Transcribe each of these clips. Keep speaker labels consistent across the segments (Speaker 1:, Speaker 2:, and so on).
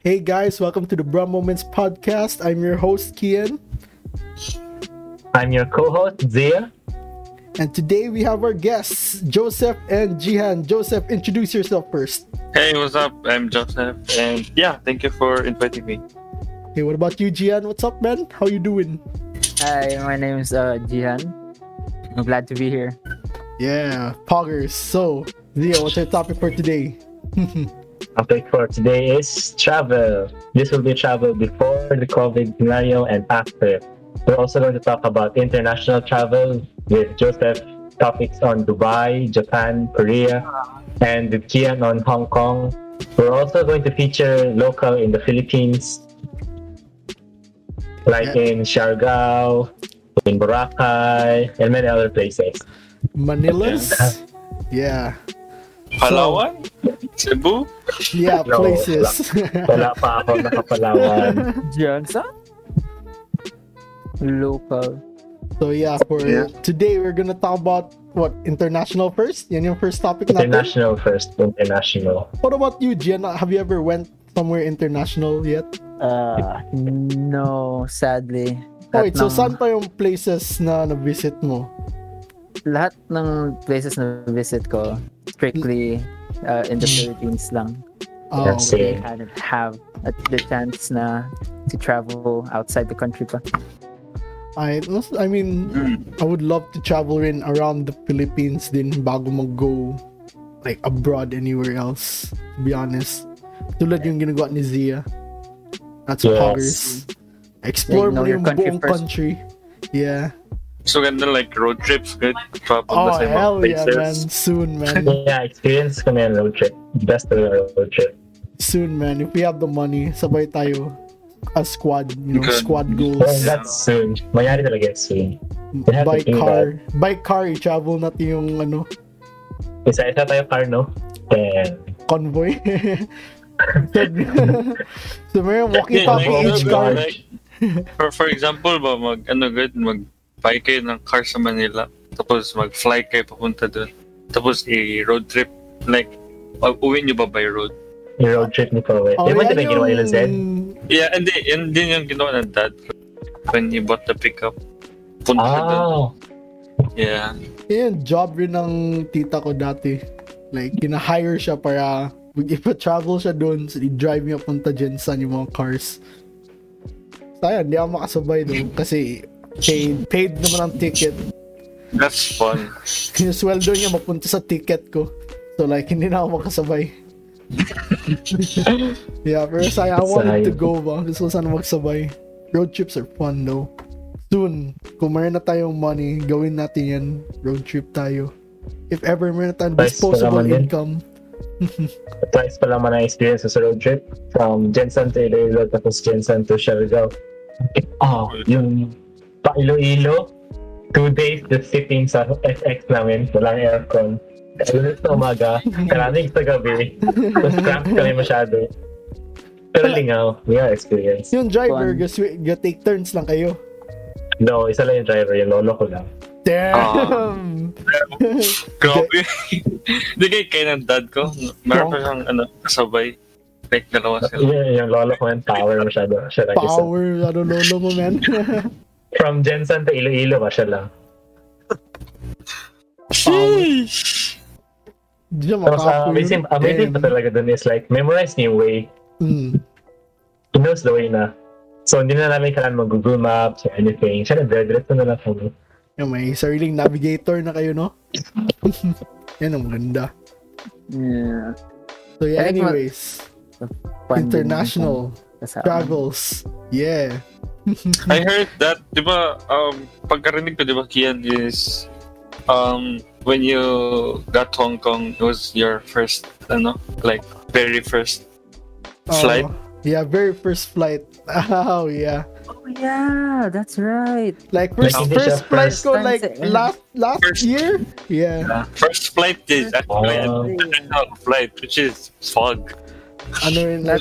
Speaker 1: Hey guys, welcome to the Bra Moments podcast. I'm your host Kian,
Speaker 2: I'm your co-host Zia.
Speaker 1: and today we have our guests, Joseph and Jihan. Joseph, introduce yourself first.
Speaker 3: Hey, what's up? I'm Joseph, and yeah, thank you for inviting me.
Speaker 1: Hey, what about you, Jihan? What's up, man? How you doing?
Speaker 4: Hi, my name is uh, Jihan. I'm glad to be here.
Speaker 1: Yeah, poggers. So, Zia, what's our topic for today?
Speaker 2: Topic for today is travel. This will be travel before the COVID scenario and after. We're also going to talk about international travel with Joseph. Topics on Dubai, Japan, Korea, and with Kian on Hong Kong. We're also going to feature local in the Philippines, like in Siargao, in Boracay, and many other places.
Speaker 1: Manilas? Yeah,
Speaker 3: Palawan? Cebu?
Speaker 1: yeah,
Speaker 2: No,
Speaker 1: places.
Speaker 2: Wala pa ako nakapalawan.
Speaker 4: Johnson? Local.
Speaker 1: so yeah, for
Speaker 3: Yeah.
Speaker 1: today we're gonna talk about what international first. Yan yung first topic natin.
Speaker 2: International first, international.
Speaker 1: What about you, Jihan? Have you ever went somewhere international yet?
Speaker 4: Uh, no, sadly.
Speaker 1: Oh,
Speaker 4: Lahat
Speaker 1: wait, so
Speaker 4: ng-
Speaker 1: saan pa yung places na na-visit mo?
Speaker 4: Lahat ng places na visit ko, strictly uh, in the Philippines lang.
Speaker 1: Oh,
Speaker 2: That's
Speaker 1: okay.
Speaker 2: it.
Speaker 4: I hadn't have a, the chance na to travel outside the country pa.
Speaker 1: I, I mean,
Speaker 3: Hmm.
Speaker 1: I would love to travel rin around the Philippines din bago mag-go like abroad anywhere else, to be honest. Tulad yung ginagawa ni Zia. That's
Speaker 2: Yes.
Speaker 1: poggers. Explore
Speaker 4: Like, know
Speaker 1: mo yung
Speaker 4: your country
Speaker 1: buong
Speaker 4: first.
Speaker 1: country. Yeah.
Speaker 3: So ganda like road trips, good?
Speaker 1: Oh,
Speaker 3: Papunta sa ibang
Speaker 1: hell yeah, man.
Speaker 3: places.
Speaker 1: Soon, man.
Speaker 2: Yeah, experience ko na yung road trip. Best talaga yung road trip.
Speaker 1: Soon, man. If we have the money, sabay tayo. A squad, you know,
Speaker 3: Good.
Speaker 1: squad
Speaker 2: Well,
Speaker 1: goals.
Speaker 2: that's soon. Mayari talaga yung soon. We have to
Speaker 1: by
Speaker 2: think
Speaker 1: car. By car, i-travel natin yung ano,
Speaker 2: Isa-isa tayo car, no? And
Speaker 1: convoy. so, so may
Speaker 3: Yeah,
Speaker 1: walkie-talkie
Speaker 3: like,
Speaker 1: each
Speaker 3: ano,
Speaker 1: car.
Speaker 3: like, for, for example ba, mag, ano good, mag-bike kayo ng car sa Manila, tapos mag-fly kayo papunta doon, tapos i-road trip, like, pag uwi nyo ba by road?
Speaker 2: yung road trip ni Kowe.
Speaker 1: Oh,
Speaker 2: Yung
Speaker 1: yan
Speaker 2: ba talaga ginawa nila Zen?
Speaker 3: Yeah, and then, and then yung ginawa ng dad ko when he bought the pickup. Punta
Speaker 2: Ah,
Speaker 3: doon. Yeah.
Speaker 1: yun, job rin ng tita ko dati. Like, kina-hire siya para mag-travel siya doon, so i-drive niya punta dyan sa yung mga cars. Sayang, hindi ako makasabay doon kasi paid, paid naman ang ticket.
Speaker 3: That's fun.
Speaker 1: Yung sweldo niya mapunta sa ticket ko. So like, hindi na ako makasabay. yeah, pero sayang, I wanted to
Speaker 2: Sayang.
Speaker 1: go ba? Gusto ko sana magsabay. Road trips are fun though. Soon, kung meron na tayong money, gawin natin yan. Road trip tayo. If ever meron na tayong
Speaker 2: Nice,
Speaker 1: disposable
Speaker 2: salamat din.
Speaker 1: income.
Speaker 2: twice pa lang na experience ko sa road trip. From Jensen to Iloilo, tapos Jensen to Siargao. Ah, yung pa Iloilo, two days just sitting sa SX namin, walang aircon. Kalunis na umaga, karaming sa gabi. Mas cramped kami masyado. Pero lingaw, we are experience.
Speaker 1: Yung driver,
Speaker 4: Fun.
Speaker 1: guess we, you take turns lang kayo.
Speaker 2: No, isa lang yung driver, yung lolo ko lang.
Speaker 1: Damn!
Speaker 3: Grabe. Hindi kayo kayo ng dad ko. Meron pa siyang ano, kasabay. Like, dalawa sila.
Speaker 2: Yung, yung lolo ko yung power masyado. Siya lang isa.
Speaker 1: Power, ano lolo mo, man.
Speaker 2: From Jensen to Iloilo ba siya lang?
Speaker 3: Sheesh!
Speaker 1: Diyan
Speaker 2: Tapos
Speaker 1: makapoy.
Speaker 2: ang amazing, amazing pa
Speaker 1: Damn.
Speaker 2: talaga dun is like, memorize niya yung way.
Speaker 1: Mm.
Speaker 2: He knows the way na. So hindi na namin kailangan mag-Google Maps or anything. Siya nag-direct na lang kami.
Speaker 1: Yung may sariling navigator na kayo, no? Yan ang maganda.
Speaker 4: Yeah.
Speaker 1: So yeah,
Speaker 4: I think ma-
Speaker 1: anyways,
Speaker 4: Fun din
Speaker 1: international
Speaker 4: yung kasama.
Speaker 1: travels. Yeah.
Speaker 3: I heard that, di ba, um, pagkarinig ko, di ba, Kian, is um, when you got Hong Kong, it was your first, ano, like, very first
Speaker 1: Oh,
Speaker 3: flight.
Speaker 1: yeah, very first flight. Oh, yeah.
Speaker 4: Oh, yeah, that's right.
Speaker 1: Like first,
Speaker 2: Like, hindi
Speaker 1: first
Speaker 2: siya
Speaker 1: flight
Speaker 2: first
Speaker 1: ko
Speaker 4: time
Speaker 1: like
Speaker 4: sa air.
Speaker 1: last last
Speaker 3: First-
Speaker 1: year. Yeah.
Speaker 3: uh, First flight is actually
Speaker 2: Wow.
Speaker 3: an international flight, which is fog.
Speaker 1: Ano rin like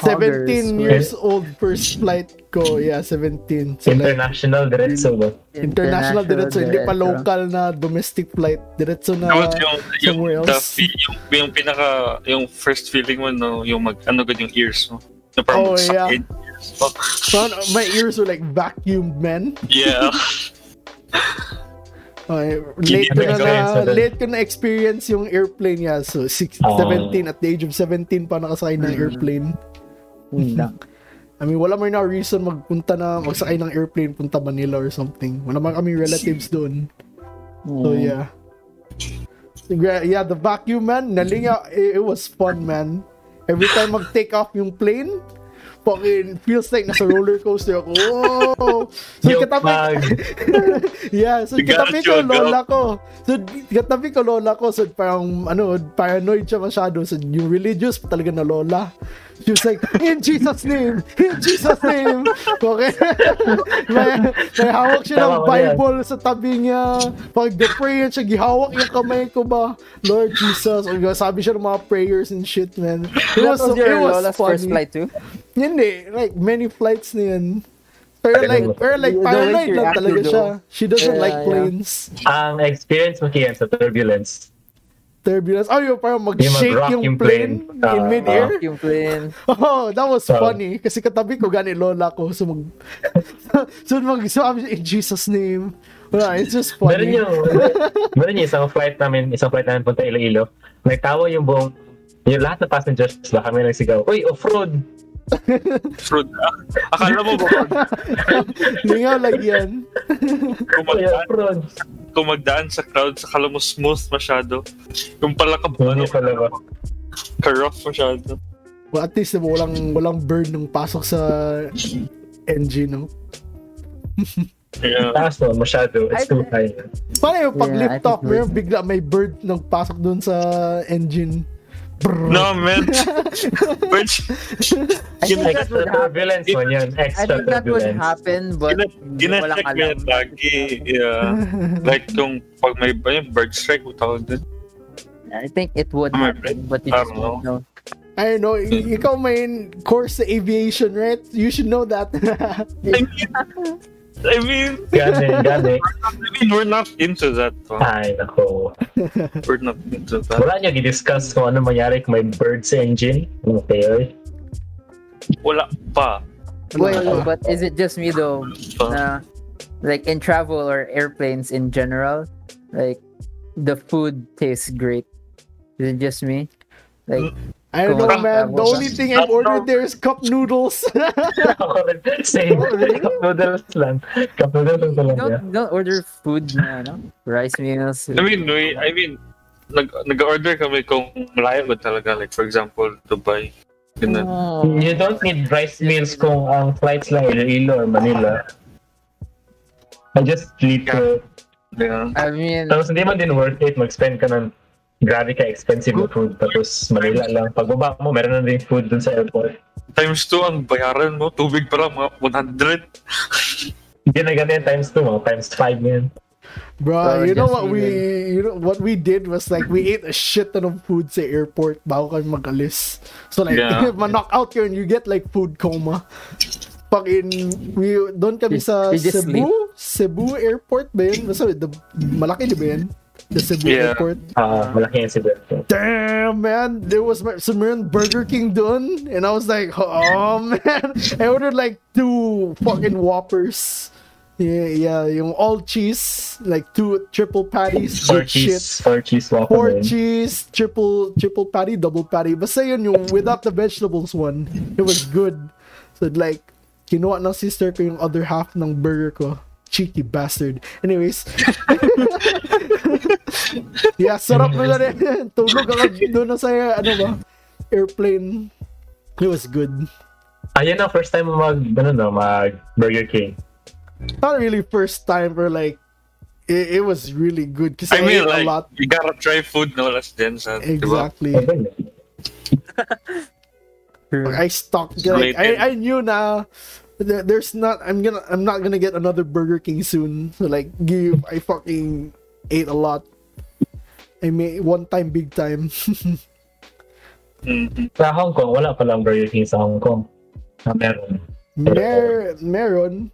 Speaker 1: 17
Speaker 4: Poggers,
Speaker 1: years old first flight ko. Yeah, 17. So like,
Speaker 2: International diretso ba?
Speaker 1: international diretso, hindi pa
Speaker 4: diretso.
Speaker 1: local na domestic flight. Diretso na
Speaker 3: Tapos yung, yung,
Speaker 1: Ah, somewhere
Speaker 3: the,
Speaker 1: else.
Speaker 3: fe- yung, yung pinaka, yung first feeling mo, no, yung mag, ano good yung ears mo. Na parang
Speaker 1: Oh, yeah.
Speaker 3: sakit.
Speaker 1: Parang my ears were like vacuumed, man.
Speaker 3: Yeah.
Speaker 1: Okay,
Speaker 3: Hindi
Speaker 1: late ko na,
Speaker 3: ko
Speaker 1: na
Speaker 2: experience
Speaker 1: late ko na experience yung airplane niya. So, six,
Speaker 2: Ah. Mm.
Speaker 1: 17, at the age of 17 pa nakasakay ng airplane.
Speaker 4: Wala.
Speaker 1: I mean, wala man na reason magpunta na, magsakay ng airplane, punta Manila or something. Wala man kami relatives doon. So,
Speaker 2: Mm.
Speaker 1: yeah. Gra- Yeah, the vacuum, man. Nalinga, it, it was fun, man. Every time mag-take off yung plane, fucking feels like nasa roller coaster ako. Whoa! So,
Speaker 2: Yung
Speaker 1: katabi,
Speaker 2: pag-
Speaker 1: yeah, so
Speaker 3: You got
Speaker 1: katabi
Speaker 3: you,
Speaker 1: ko
Speaker 3: girl.
Speaker 1: lola ko. So katabi ko lola ko. So parang ano, paranoid siya masyado. So yung religious pa talaga na lola. She was like, in Jesus name! In Jesus name! Okay? may, may hawak siya ng
Speaker 2: Tama mo na yan.
Speaker 1: Bible sa tabi niya. Pag the prayer siya, gihawak yung kamay ko ba? Lord Jesus. O, sabi siya ng mga prayers and shit, man. It
Speaker 4: That
Speaker 1: was,
Speaker 4: was
Speaker 1: so- it
Speaker 4: your
Speaker 1: was
Speaker 4: Lola's
Speaker 1: funny.
Speaker 4: first flight too?
Speaker 1: Hindi, like many flights na yan. Pero
Speaker 2: Talaga
Speaker 1: like,
Speaker 2: ba?
Speaker 1: pero like
Speaker 4: The way
Speaker 1: paranoid
Speaker 4: she
Speaker 1: lang
Speaker 4: reacted
Speaker 1: talaga
Speaker 4: though.
Speaker 1: siya. She doesn't
Speaker 4: Yeah,
Speaker 1: like
Speaker 4: yeah.
Speaker 1: planes.
Speaker 2: ang experience mo kaya sa turbulence.
Speaker 1: Turbulence. Oh, yung parang mag-shake
Speaker 2: mag-rock
Speaker 1: yung,
Speaker 2: yung
Speaker 1: plane,
Speaker 2: plane. Ah,
Speaker 1: in midair.
Speaker 4: Yung plane.
Speaker 1: Oh, that was
Speaker 2: Ah.
Speaker 1: funny. Kasi katabi ko gani lola ko. So mag... so mag... So I'm in Jesus name. Wala, it's just
Speaker 2: Meron
Speaker 1: funny.
Speaker 2: yung, meron yung isang flight namin, isang flight namin punta Iloilo. Nagtawa yung buong, yung lahat ng passengers ba kami nagsigaw, Uy, off-road!
Speaker 3: Fruit. Ah, akala mo ba pag
Speaker 1: Lingaw lang yan.
Speaker 2: Uy,
Speaker 3: kumagdaan,
Speaker 2: off-road!
Speaker 3: kumagdaan sa crowd, sakala mo smooth masyado. Yung pala ka, ano,
Speaker 2: Hindi pala ba?
Speaker 3: ka-rough masyado.
Speaker 1: Well, at least diba, walang, walang burn nung pasok sa engine, no?
Speaker 3: Yeah.
Speaker 2: Taas mo, masyado. It's too high.
Speaker 1: Paano yung pag
Speaker 4: Yeah, I
Speaker 1: lift off,
Speaker 4: think
Speaker 1: mayroon bigla may bird nang pasok dun sa engine. Brrr.
Speaker 3: No, man. Which,
Speaker 4: I think that
Speaker 2: Extra
Speaker 4: would happen.
Speaker 2: turbulence mo yun.
Speaker 4: I
Speaker 2: Extra
Speaker 4: think that would
Speaker 2: turbulence.
Speaker 4: happen, but walang
Speaker 3: gina-check mo
Speaker 4: alam.
Speaker 3: yung lagi. Yeah. Like yung pag may ba yung bird strike, mo tawag din.
Speaker 4: I think it would
Speaker 3: Tama,
Speaker 4: happen, but you
Speaker 3: I
Speaker 4: just
Speaker 3: don't know.
Speaker 4: don't know.
Speaker 1: I don't know. y- Ikaw may course sa aviation, right? You should know that.
Speaker 3: I mean, I mean,
Speaker 2: Gani, gani.
Speaker 3: I mean, we're not into that. huh?
Speaker 2: Ay, nako.
Speaker 3: We're not into that.
Speaker 2: Ah. Wala niyo i-discuss kung ano mangyari kung may bird sa engine. Okay, oy.
Speaker 3: Wala pa.
Speaker 1: Uh-huh.
Speaker 4: Well, but is it just me though?
Speaker 3: Pa.
Speaker 4: na like in travel or airplanes in general, like the food tastes great. Is it just me? Like
Speaker 1: I don't know,
Speaker 4: Correct.
Speaker 1: man. The only thing I've ordered there is cup noodles.
Speaker 2: Same. Cup noodles lang. Cup noodles lang talaga.
Speaker 4: don't don't order food na ano? Rice meals.
Speaker 3: I mean, we, I mean, nag, nag-order kami kung malayo ba talaga. Like, for example, Dubai. Ganun.
Speaker 4: Oh.
Speaker 2: You don't need rice meals kung ang flights lang Iloilo or Manila. I just sleep to...
Speaker 3: Yeah.
Speaker 4: I mean,
Speaker 2: Tapos hindi man din worth it mag-spend ka ng grabe ka expensive na food. Tapos Manila lang. Pagbaba mo, meron na din food dun sa airport.
Speaker 3: Times 2 ang bayaran mo. Tubig pa lang, mga 100.
Speaker 2: Hindi na ganyan times 2, mga times 5 na yun.
Speaker 1: Bro,
Speaker 4: Sorry,
Speaker 1: you know
Speaker 4: just
Speaker 1: what we you know what we did was like we ate a shit ton of food sa airport bago kami magalis. So like
Speaker 3: Yeah.
Speaker 1: knock out yun, you get like food coma. Fucking we doon kami
Speaker 4: You-
Speaker 1: sa
Speaker 4: you just
Speaker 1: Cebu, Cebu Airport ba yun? Basta the malaki di ba yun? The Cebu
Speaker 3: Yeah.
Speaker 1: Airport.
Speaker 2: Ah, malaki yung sibet.
Speaker 1: damn man there was my so we're in burger king done and i was like oh man i ordered like two fucking whoppers yeah yeah yung all cheese like two triple patties
Speaker 2: Four
Speaker 1: good shit
Speaker 2: cheese, four cheese waffle.
Speaker 1: four
Speaker 2: man.
Speaker 1: cheese triple triple patty double patty basta yun yung without the vegetables one it was good so like kinuha ng sister ko yung other half ng burger ko cheeky bastard anyways yeah sarap na rin tulog ako doon na sa ano ba airplane it was good
Speaker 2: Ayun Ah, ang first time mo mag, ano no, mag Burger King.
Speaker 1: not really first time or like it, it was really good kasi
Speaker 3: I
Speaker 1: ate
Speaker 3: mean,
Speaker 1: a
Speaker 3: like,
Speaker 1: lot
Speaker 3: you gotta try food na wala sa Densa. Diba?
Speaker 1: exactly
Speaker 4: true.
Speaker 1: I stalked like,
Speaker 3: Related.
Speaker 1: I, I knew na th- there's not I'm gonna I'm not gonna get another Burger King soon. So like give I fucking ate a lot. I made one time big time.
Speaker 3: Mhm.
Speaker 2: Sa Hong Kong, wala palang Burger King sa Hong Kong. Ah, meron.
Speaker 1: Mer meron.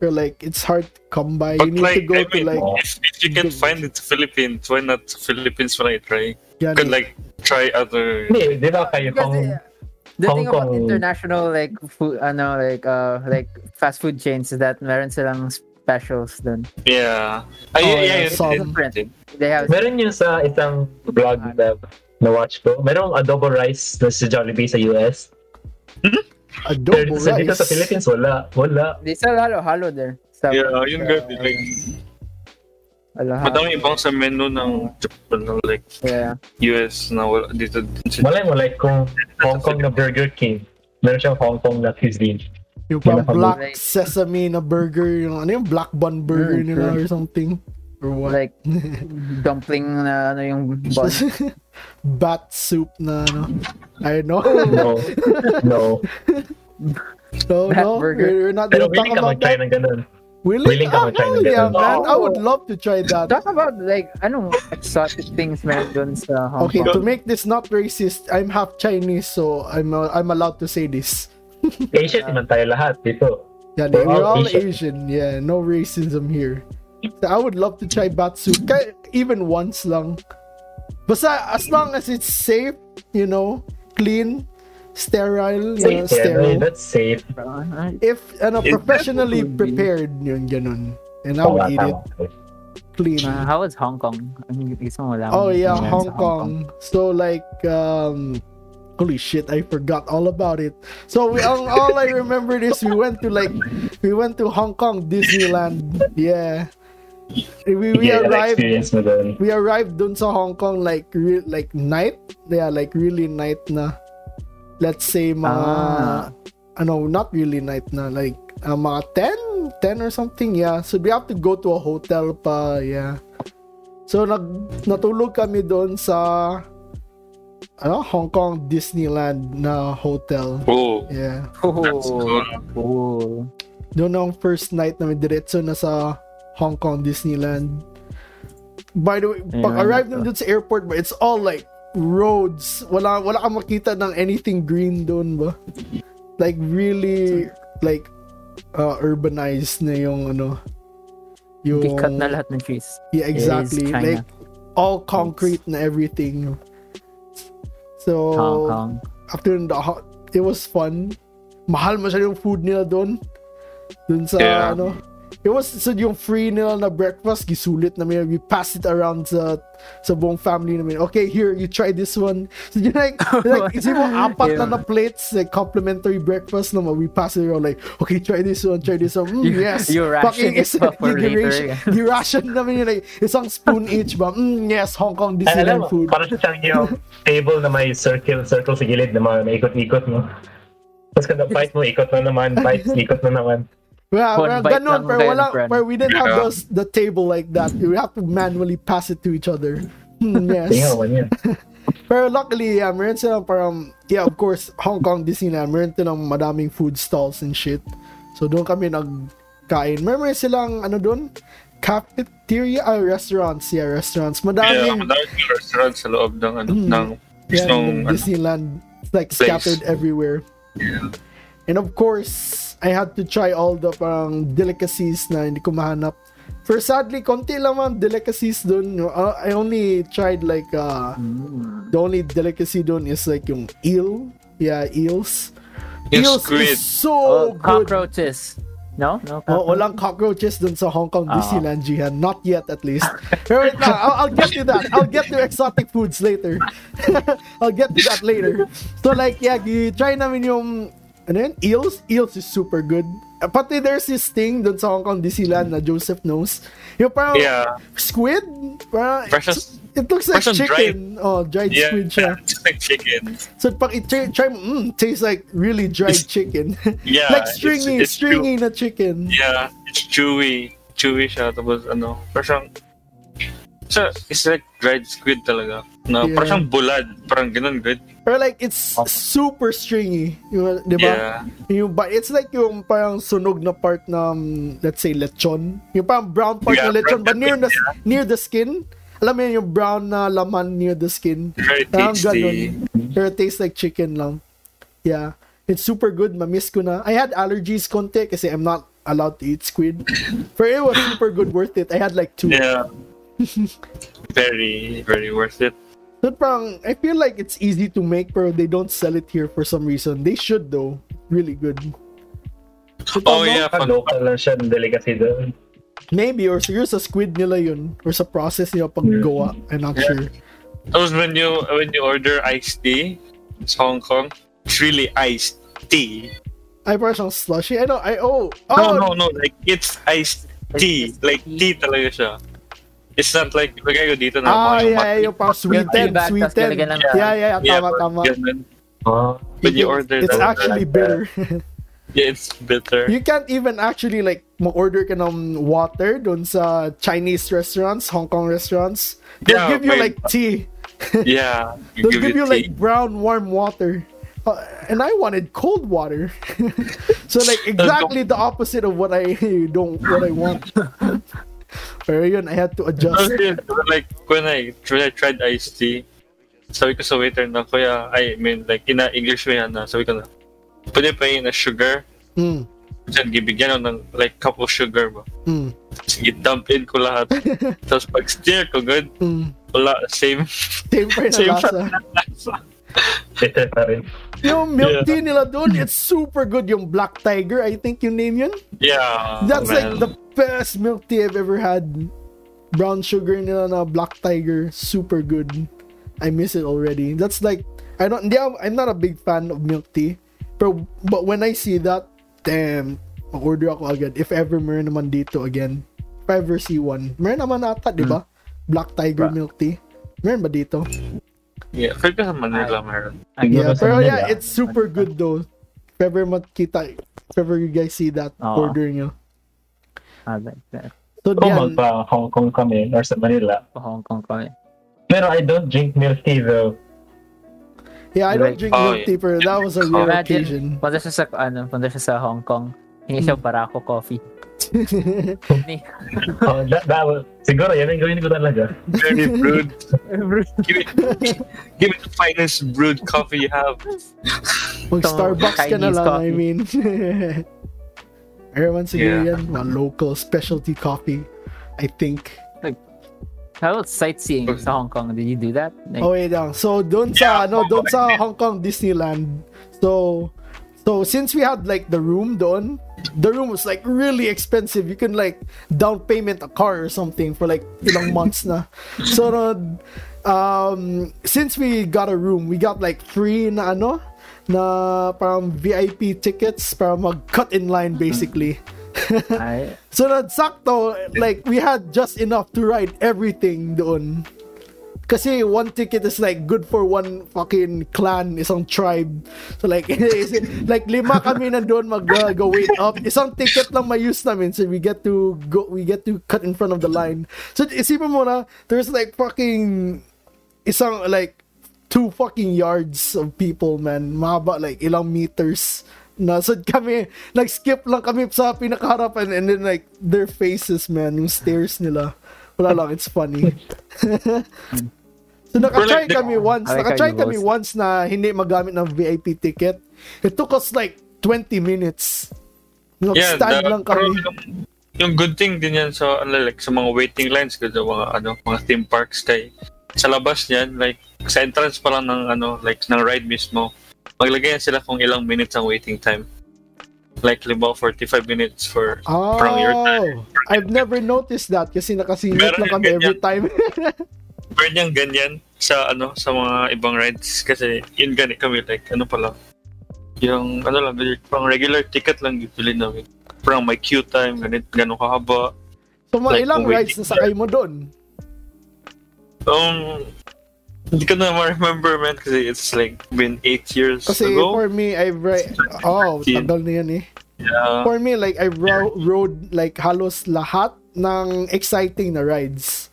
Speaker 1: Or like it's hard to come by.
Speaker 3: But
Speaker 1: you need to
Speaker 3: like,
Speaker 1: go
Speaker 3: I
Speaker 1: to
Speaker 3: mean,
Speaker 1: like
Speaker 3: if, if you can find it sa Philippines, why not sa Philippines when I try?
Speaker 1: yan
Speaker 3: You could
Speaker 1: eh.
Speaker 3: like try other
Speaker 2: Hindi, di ba kayo
Speaker 4: Kasi,
Speaker 2: Hong,
Speaker 4: the thing
Speaker 2: Hong
Speaker 4: about
Speaker 2: Kong.
Speaker 4: international like food ano like uh like fast food chains is that meron silang specials dun.
Speaker 3: Yeah. Ay,
Speaker 1: Oh,
Speaker 3: yeah,
Speaker 1: yeah,
Speaker 3: yeah, yun
Speaker 1: some-
Speaker 3: din,
Speaker 4: Different.
Speaker 3: yun din.
Speaker 4: They have
Speaker 2: Meron yun sa isang vlog na na-watch ko. Merong adobo rice na sa Jollibee sa US. Pero
Speaker 1: Adobo
Speaker 2: sa dito
Speaker 1: rice.
Speaker 2: sa Philippines, wala. Wala.
Speaker 4: they sell halo-halo there. Sa,
Speaker 3: Yeah, yun
Speaker 4: sa-
Speaker 3: ganun. Like,
Speaker 4: Halo-halo.
Speaker 3: madami ibang sa menu ng Japan, no, like
Speaker 4: Yeah.
Speaker 3: US na wala dito din sa
Speaker 2: Malay mo, like kung Hong Kong na Burger King. Meron siyang Hong Kong na cuisine.
Speaker 1: Yung parang
Speaker 2: Kinakabu-
Speaker 1: black sesame na burger, yung ano yung black bun burger
Speaker 4: Mm,
Speaker 1: nila
Speaker 4: sure.
Speaker 1: or something. Or what?
Speaker 4: Like dumpling na ano yung bun.
Speaker 1: Bat soup na ano. I don't know.
Speaker 2: No. no.
Speaker 1: no,
Speaker 4: Bat
Speaker 1: no.
Speaker 4: burger.
Speaker 1: We're, we're not
Speaker 2: Pero
Speaker 1: gonna talk
Speaker 2: willing ka
Speaker 1: about
Speaker 2: mag-try
Speaker 1: that.
Speaker 2: ng ganun.
Speaker 1: Willing,
Speaker 2: willing ka
Speaker 1: Ah,
Speaker 2: mag-try
Speaker 1: hell
Speaker 2: ng
Speaker 1: yeah,
Speaker 2: ganun.
Speaker 1: man. I
Speaker 3: Oo.
Speaker 1: would love to try that.
Speaker 4: Talk about like anong exotic things meron dun sa Hong
Speaker 1: Okay,
Speaker 4: Kong.
Speaker 1: to make this not racist, I'm half Chinese, so I'm uh, I'm allowed to say this.
Speaker 2: Asian naman tayo lahat dito.
Speaker 1: Yeah,
Speaker 2: We're
Speaker 1: we're
Speaker 2: all
Speaker 1: all Asian. Yeah, no racism here. So I would love to try bat soup, Kah- even once lang. Basta as long as it's safe, you know, clean, sterile, you know,
Speaker 2: Safe, yeah,
Speaker 1: sterile.
Speaker 2: that's safe.
Speaker 4: Ah,
Speaker 1: If ano,
Speaker 3: It-
Speaker 1: professionally
Speaker 4: Could be.
Speaker 1: prepared yun ganun. And I would
Speaker 2: Tama,
Speaker 1: eat it
Speaker 2: tama.
Speaker 1: clean.
Speaker 4: ah, how was Hong Kong? Ang gusto mo wala
Speaker 1: Oh
Speaker 4: akong
Speaker 1: yeah,
Speaker 4: meron
Speaker 1: Hong
Speaker 4: sa
Speaker 1: Kong. So like um holy shit, I forgot all about it. So we, all, all I remembered is we went to like we went to Hong Kong Disneyland. Yeah. We, we
Speaker 2: Yeah,
Speaker 1: arrived
Speaker 2: experience mo dun.
Speaker 1: we arrived dun sa Hong Kong like re- like night. Yeah, like really night na. Let's say mga
Speaker 4: Ah.
Speaker 1: ano, not really night na like uh, mga 10, 10 or something. Yeah. So we have to go to a hotel pa, yeah. So nag natulog kami doon sa ano, Hong Kong Disneyland na hotel.
Speaker 3: Oh,
Speaker 1: Yeah.
Speaker 4: Hong Kong.
Speaker 3: that's
Speaker 4: Oh,
Speaker 3: cool.
Speaker 4: cool.
Speaker 1: Doon ang first night namin diretso na sa Hong Kong Disneyland. By the way, pag
Speaker 4: Yeah,
Speaker 1: arrive namin
Speaker 4: ano
Speaker 1: doon sa airport, but it's all like roads. Wala wala kang makita ng anything green doon ba? Like really like uh, urbanized na yung ano yung
Speaker 4: Hindi cut na lahat ng trees.
Speaker 1: Yeah,
Speaker 4: It is
Speaker 1: exactly.
Speaker 4: China.
Speaker 1: Like all concrete and everything. So
Speaker 4: Hong Kong.
Speaker 1: after the ho- it was fun. Mahal masyado yung food nila doon. Doon sa
Speaker 3: Yeah.
Speaker 1: ano. It was so yung free nila na breakfast gisulit namin. We passed it around sa sa buong family namin. Okay, here you try this one. So you like like isipin mo apat
Speaker 4: Yeah.
Speaker 1: na na plates like complimentary breakfast naman. We pass it around like okay, try this one, try this one. Mm,
Speaker 4: You-
Speaker 1: yes.
Speaker 4: you ration it
Speaker 1: isa-
Speaker 4: pa for
Speaker 1: you
Speaker 4: later.
Speaker 1: ration- You ration namin yun like isang spoon each ba? Mm, yes, Hong Kong
Speaker 2: Ay, alam
Speaker 1: Disneyland
Speaker 2: mo,
Speaker 1: food.
Speaker 2: parang siyang yung table na may circle, circle sa gilid na mga naikot-ikot mo. Tapos kada bite mo, ikot na naman, bites, ikot na naman.
Speaker 1: Yeah,
Speaker 4: One
Speaker 1: well,
Speaker 4: bite
Speaker 1: ganun,
Speaker 4: lang
Speaker 1: pero
Speaker 4: kayo ng
Speaker 1: wala,
Speaker 4: friend.
Speaker 1: pero we didn't have
Speaker 3: Yeah.
Speaker 1: those the table like that. We have to manually pass it to each other. Hmm,
Speaker 2: Tingnan
Speaker 1: yes.
Speaker 2: mo yun.
Speaker 1: pero luckily, yeah, meron silang parang, yeah, of course, Hong Kong Disneyland, meron silang madaming food stalls and shit. So doon kami nagkain. Meron silang, ano doon? Cafeteria, ah, restaurants. Yeah, restaurants.
Speaker 3: Yeah,
Speaker 1: Madaming,
Speaker 3: madami yung restaurant sa loob ng ano, ng
Speaker 1: Mm. Yeah,
Speaker 3: ng
Speaker 1: in
Speaker 3: ano,
Speaker 1: Disneyland, it's like
Speaker 3: place.
Speaker 1: scattered everywhere. And of course, I had to try all the parang delicacies na hindi ko mahanap. For sadly, konti lang ang delicacies dun. Uh, I only tried like, uh,
Speaker 4: Mm.
Speaker 1: the only delicacy dun is like yung eel. Yeah, eels.
Speaker 3: Yung
Speaker 1: eels is
Speaker 3: squid.
Speaker 1: so
Speaker 4: Oh,
Speaker 1: good.
Speaker 4: cockroaches. No?
Speaker 1: Oh,
Speaker 4: No cockroaches?
Speaker 1: walang cockroaches dun sa Hong Kong
Speaker 4: Ah.
Speaker 1: Disneyland, Jihan. Not yet, at least. Pero wait lang, I'll, I'll get to that. I'll get to exotic foods later. I'll get to that later. So like, yeah, gi- try namin yung, ano yun? Eels? Eels is super good. Uh, Pati there's this thing dun sa Hong Kong Disneyland na Joseph knows. Yung parang
Speaker 3: yeah,
Speaker 1: squid? Parang,
Speaker 3: precious
Speaker 1: it looks like
Speaker 3: parang
Speaker 1: chicken. Oh, dried
Speaker 3: yeah,
Speaker 1: squid siya.
Speaker 3: just like chicken.
Speaker 1: So pag i-try, try mo, mm, tastes like really dried
Speaker 3: It's-
Speaker 1: chicken.
Speaker 3: Yeah,
Speaker 1: like
Speaker 3: it's-
Speaker 1: stringy,
Speaker 3: it's chew-
Speaker 1: stringy na chicken.
Speaker 3: Yeah, it's chewy. Chewy siya. Tapos ano, parang siya, it's like dried squid talaga. Na
Speaker 1: Yeah.
Speaker 3: parang siyang bulad. Parang ganun, good.
Speaker 1: Or like it's super stringy, yung, di ba?
Speaker 3: Yeah.
Speaker 1: Yung but it's like yung parang sunog na part ng let's say lechon. Yung parang brown part
Speaker 3: Yeah,
Speaker 1: ng lechon
Speaker 3: brown
Speaker 1: but near the
Speaker 3: yeah.
Speaker 1: near the skin. Alam mo yun, yung brown na laman near the skin.
Speaker 3: Very
Speaker 1: Parang
Speaker 3: tasty.
Speaker 1: ganun. Pero it tastes like chicken lang. Yeah. It's super good. Mamiss ko na. I had allergies konti kasi I'm not allowed to eat squid. Pero it was super good. Worth it. I had like two.
Speaker 3: Yeah. very, very worth it.
Speaker 1: So parang, I feel like it's easy to make pero they don't sell it here for some reason. They should though. Really good.
Speaker 3: Oh yeah,
Speaker 2: Ah,
Speaker 1: ano?
Speaker 3: pag-
Speaker 2: local lang siya, dali kasi doon.
Speaker 1: Maybe or siguro sa squid nila yun or sa process nila paggawa. I'm not
Speaker 3: Yeah.
Speaker 1: sure.
Speaker 3: Tapos when you when you order iced tea, it's Hong Kong. It's really iced tea.
Speaker 1: Ay, parang siyang slushy. I know, I, oh, oh,
Speaker 3: No, no, no. Like it's iced tea. Like tea talaga siya. It's not like lagay ko dito na
Speaker 1: Ah,
Speaker 3: parang
Speaker 1: yeah, yeah, yung parang sweetened,
Speaker 4: diba? Tas
Speaker 1: sweetened.
Speaker 4: nilagyan ng-
Speaker 1: Yeah, yeah, yeah,
Speaker 3: Yeah,
Speaker 1: tama,
Speaker 3: but
Speaker 1: tama.
Speaker 3: ganun.
Speaker 2: Ah,
Speaker 3: When you order
Speaker 1: It's
Speaker 3: that,
Speaker 1: actually
Speaker 2: like
Speaker 1: bitter.
Speaker 3: yeah, it's bitter.
Speaker 1: you can't even actually like ma-order ka ng water dun sa Chinese restaurants, Hong Kong restaurants. They'll
Speaker 3: Yeah,
Speaker 1: give you
Speaker 3: wait.
Speaker 1: like tea.
Speaker 3: Yeah, you
Speaker 1: They'll give you
Speaker 3: tea.
Speaker 1: like brown warm water. Uh, and I wanted cold water. so like exactly the opposite of what I don't what I want. Pero yun, I had to adjust.
Speaker 3: Actually, like when I when I tried iced tea, sabi ko sa waiter na, Kuya, I mean, like, in a English way, na, sabi ko na, pwede pa yun na sugar,
Speaker 1: Mm,
Speaker 3: Diyan, gibigyan ako ng like cup of sugar mo.
Speaker 1: mm,
Speaker 3: Sige, dump in ko lahat. Tapos pag stir ko, good,
Speaker 1: mm.
Speaker 3: wala, same.
Speaker 1: Same pa rin ang
Speaker 3: Same pa
Speaker 1: lasa.
Speaker 3: rin ang lasa.
Speaker 2: bitter pa rin.
Speaker 1: Yung milk
Speaker 3: Yeah.
Speaker 1: tea nila dun, it's super good. Yung Black Tiger, I think yung name yun.
Speaker 3: Yeah.
Speaker 1: That's like
Speaker 3: man.
Speaker 1: the best milk tea I've ever had. Brown sugar nila na Black Tiger, super good. I miss it already. That's like I don't yeah, I'm not a big fan of milk tea. Pero but when I see that, damn, order ako agad if ever meron naman dito again. If I ever see one. Meron naman ata, 'di ba? Black Tiger
Speaker 2: Ba-
Speaker 1: milk tea. Meron ba dito?
Speaker 3: Yeah, feel ko sa Manila meron.
Speaker 1: Yeah, pero yeah, it's super good though. If ever makita, if ever you guys see that,
Speaker 4: Oo.
Speaker 1: order nyo.
Speaker 4: I Ah, like that.
Speaker 1: So,
Speaker 2: Kung
Speaker 1: Dian,
Speaker 2: magpa Hong Kong kami or sa Manila.
Speaker 4: Pa Hong Kong kami.
Speaker 2: Pero I don't drink milk tea though.
Speaker 1: Yeah, I don't
Speaker 4: Like-
Speaker 1: drink
Speaker 3: Oh,
Speaker 1: milk tea, pero that was a
Speaker 3: yeah.
Speaker 1: rare
Speaker 4: Imagine,
Speaker 1: occasion.
Speaker 4: punta siya sa, ano, punta siya sa Hong Kong. Hingi
Speaker 1: Hmm.
Speaker 4: siya para ako coffee. Ni-
Speaker 2: Oh, that, that was, siguro yan ang gawin ko talaga.
Speaker 3: Very brewed. Give it, give it the finest brewed coffee you have.
Speaker 1: Mag Starbucks ka na
Speaker 4: Chinese
Speaker 1: lang, I
Speaker 4: coffee.
Speaker 1: mean. Everyone siguro
Speaker 3: Yeah.
Speaker 1: yan, mga local specialty coffee, I think.
Speaker 4: How about sightseeing sa Hong Kong? Did you do that? Like,
Speaker 1: Oh, wait lang. So, doon sa,
Speaker 3: Yeah,
Speaker 1: ano,
Speaker 3: Hong
Speaker 1: doon
Speaker 3: Kong,
Speaker 1: sa
Speaker 3: yeah.
Speaker 1: Hong Kong Disneyland. So, so since we had like the room doon, the room was like really expensive. You can like down payment a car or something for like ilang months na. So, no, um, since we got a room, we got like free na ano, na parang VIP tickets para mag-cut in line basically.
Speaker 4: I,
Speaker 1: So that sakto, like we had just enough to ride everything doon. Kasi one ticket is like good for one fucking clan, isang tribe. So like, is it- like lima kami na doon mag-wait up. Isang ticket lang may use namin. So we get to go, we get to cut in front of the line. So isipin mo na, there's like fucking isang like two fucking yards of people, man. Mahaba, like, ilang meters. Nasad kami, nag-skip lang kami sa pinakaharapan and then like, their faces, man, yung stares nila. Wala lang, it's funny. so, nakatry
Speaker 3: We're like the-
Speaker 1: kami once,
Speaker 4: I like how
Speaker 1: nakatry
Speaker 4: you
Speaker 1: kami
Speaker 4: roast.
Speaker 1: once na hindi magamit ng VIP ticket. It took us like 20 minutes.
Speaker 3: Yeah,
Speaker 1: Nag-stand
Speaker 3: the-
Speaker 1: lang
Speaker 3: pero
Speaker 1: kami.
Speaker 3: Yung, yung good thing din yan sa ano, like sa mga waiting lines kasi sa mga ano, mga theme parks kay sa labas niyan like sa entrance pa lang ng ano like ng ride mismo maglagay yan sila kung ilang minutes ang waiting time like libaw 45 minutes for from your
Speaker 1: Oh, I've never noticed that kasi nakasingit
Speaker 3: Meron
Speaker 1: lang
Speaker 3: yung
Speaker 1: kami every time.
Speaker 3: meron niyang ganyan sa ano sa mga ibang rides kasi yun ganit kami like ano pala yung ano lang pang regular ticket lang usually namin parang may queue time ganit ganun kahaba
Speaker 1: So, mga
Speaker 3: Like,
Speaker 1: ilang
Speaker 3: kung
Speaker 1: rides
Speaker 3: waiting
Speaker 1: na sakay mo doon?
Speaker 3: Um, hindi ko na ma-remember, man, kasi it's like been eight years
Speaker 1: Kasi
Speaker 3: ago.
Speaker 1: for me, I've ri- Oh, tagal na yan eh.
Speaker 3: Yeah.
Speaker 1: For me, like, I ro- rode like halos lahat ng exciting na rides.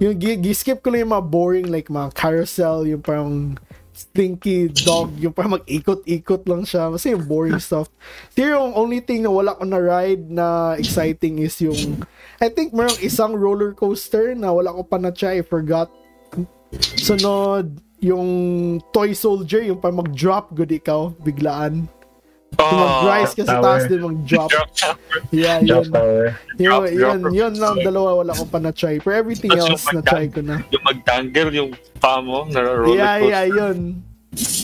Speaker 1: Yung gi- gi-skip ko lang yung mga boring, like mga carousel, yung parang stinky dog, yung parang mag-ikot-ikot lang siya. Kasi yung boring stuff. Pero yung only thing na wala ko na ride na exciting is yung, I think merong isang roller coaster na wala ko pa na-try, I forgot. Sunod, yung Toy Soldier, yung parang mag-drop good ikaw, biglaan. Kung
Speaker 3: Ah.
Speaker 1: mag-rise ka sa taas
Speaker 2: Tower.
Speaker 1: din mag-drop.
Speaker 3: Drop tower.
Speaker 1: Yeah,
Speaker 2: Drop
Speaker 1: yun.
Speaker 2: tower.
Speaker 1: Yun,
Speaker 3: Drop,
Speaker 1: yun,
Speaker 3: drop,
Speaker 1: yun lang
Speaker 3: drop.
Speaker 1: dalawa wala ko pa na-try. Pero everything
Speaker 3: Tapos yung
Speaker 1: else na-try ko na.
Speaker 3: Yung mag-dangle yung paa mo na roller
Speaker 1: Yeah, yeah,
Speaker 3: coaster. Ah,
Speaker 1: yun.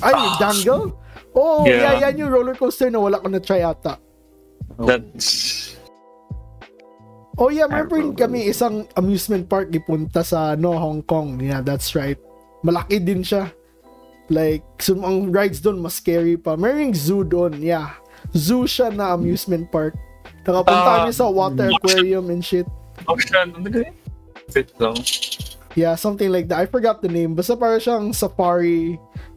Speaker 1: Ay, dangle? Oh, yeah.
Speaker 3: Yeah.
Speaker 1: yan yung roller coaster na wala ko na-try ata.
Speaker 3: That's...
Speaker 1: Oh yeah, remember yun kami isang amusement park ipunta sa no Hong Kong. Yeah, that's right. Malaki din siya. Like, sum ang rides doon mas scary pa. Meron yung zoo doon, yeah. Zoo siya na amusement park. Nakapunta
Speaker 3: Ah,
Speaker 1: kami sa water
Speaker 3: mm.
Speaker 1: aquarium and shit.
Speaker 3: Oh, siya, ano na ganyan? Wait lang.
Speaker 1: Yeah, something like that. I forgot the name. Basta parang siyang safari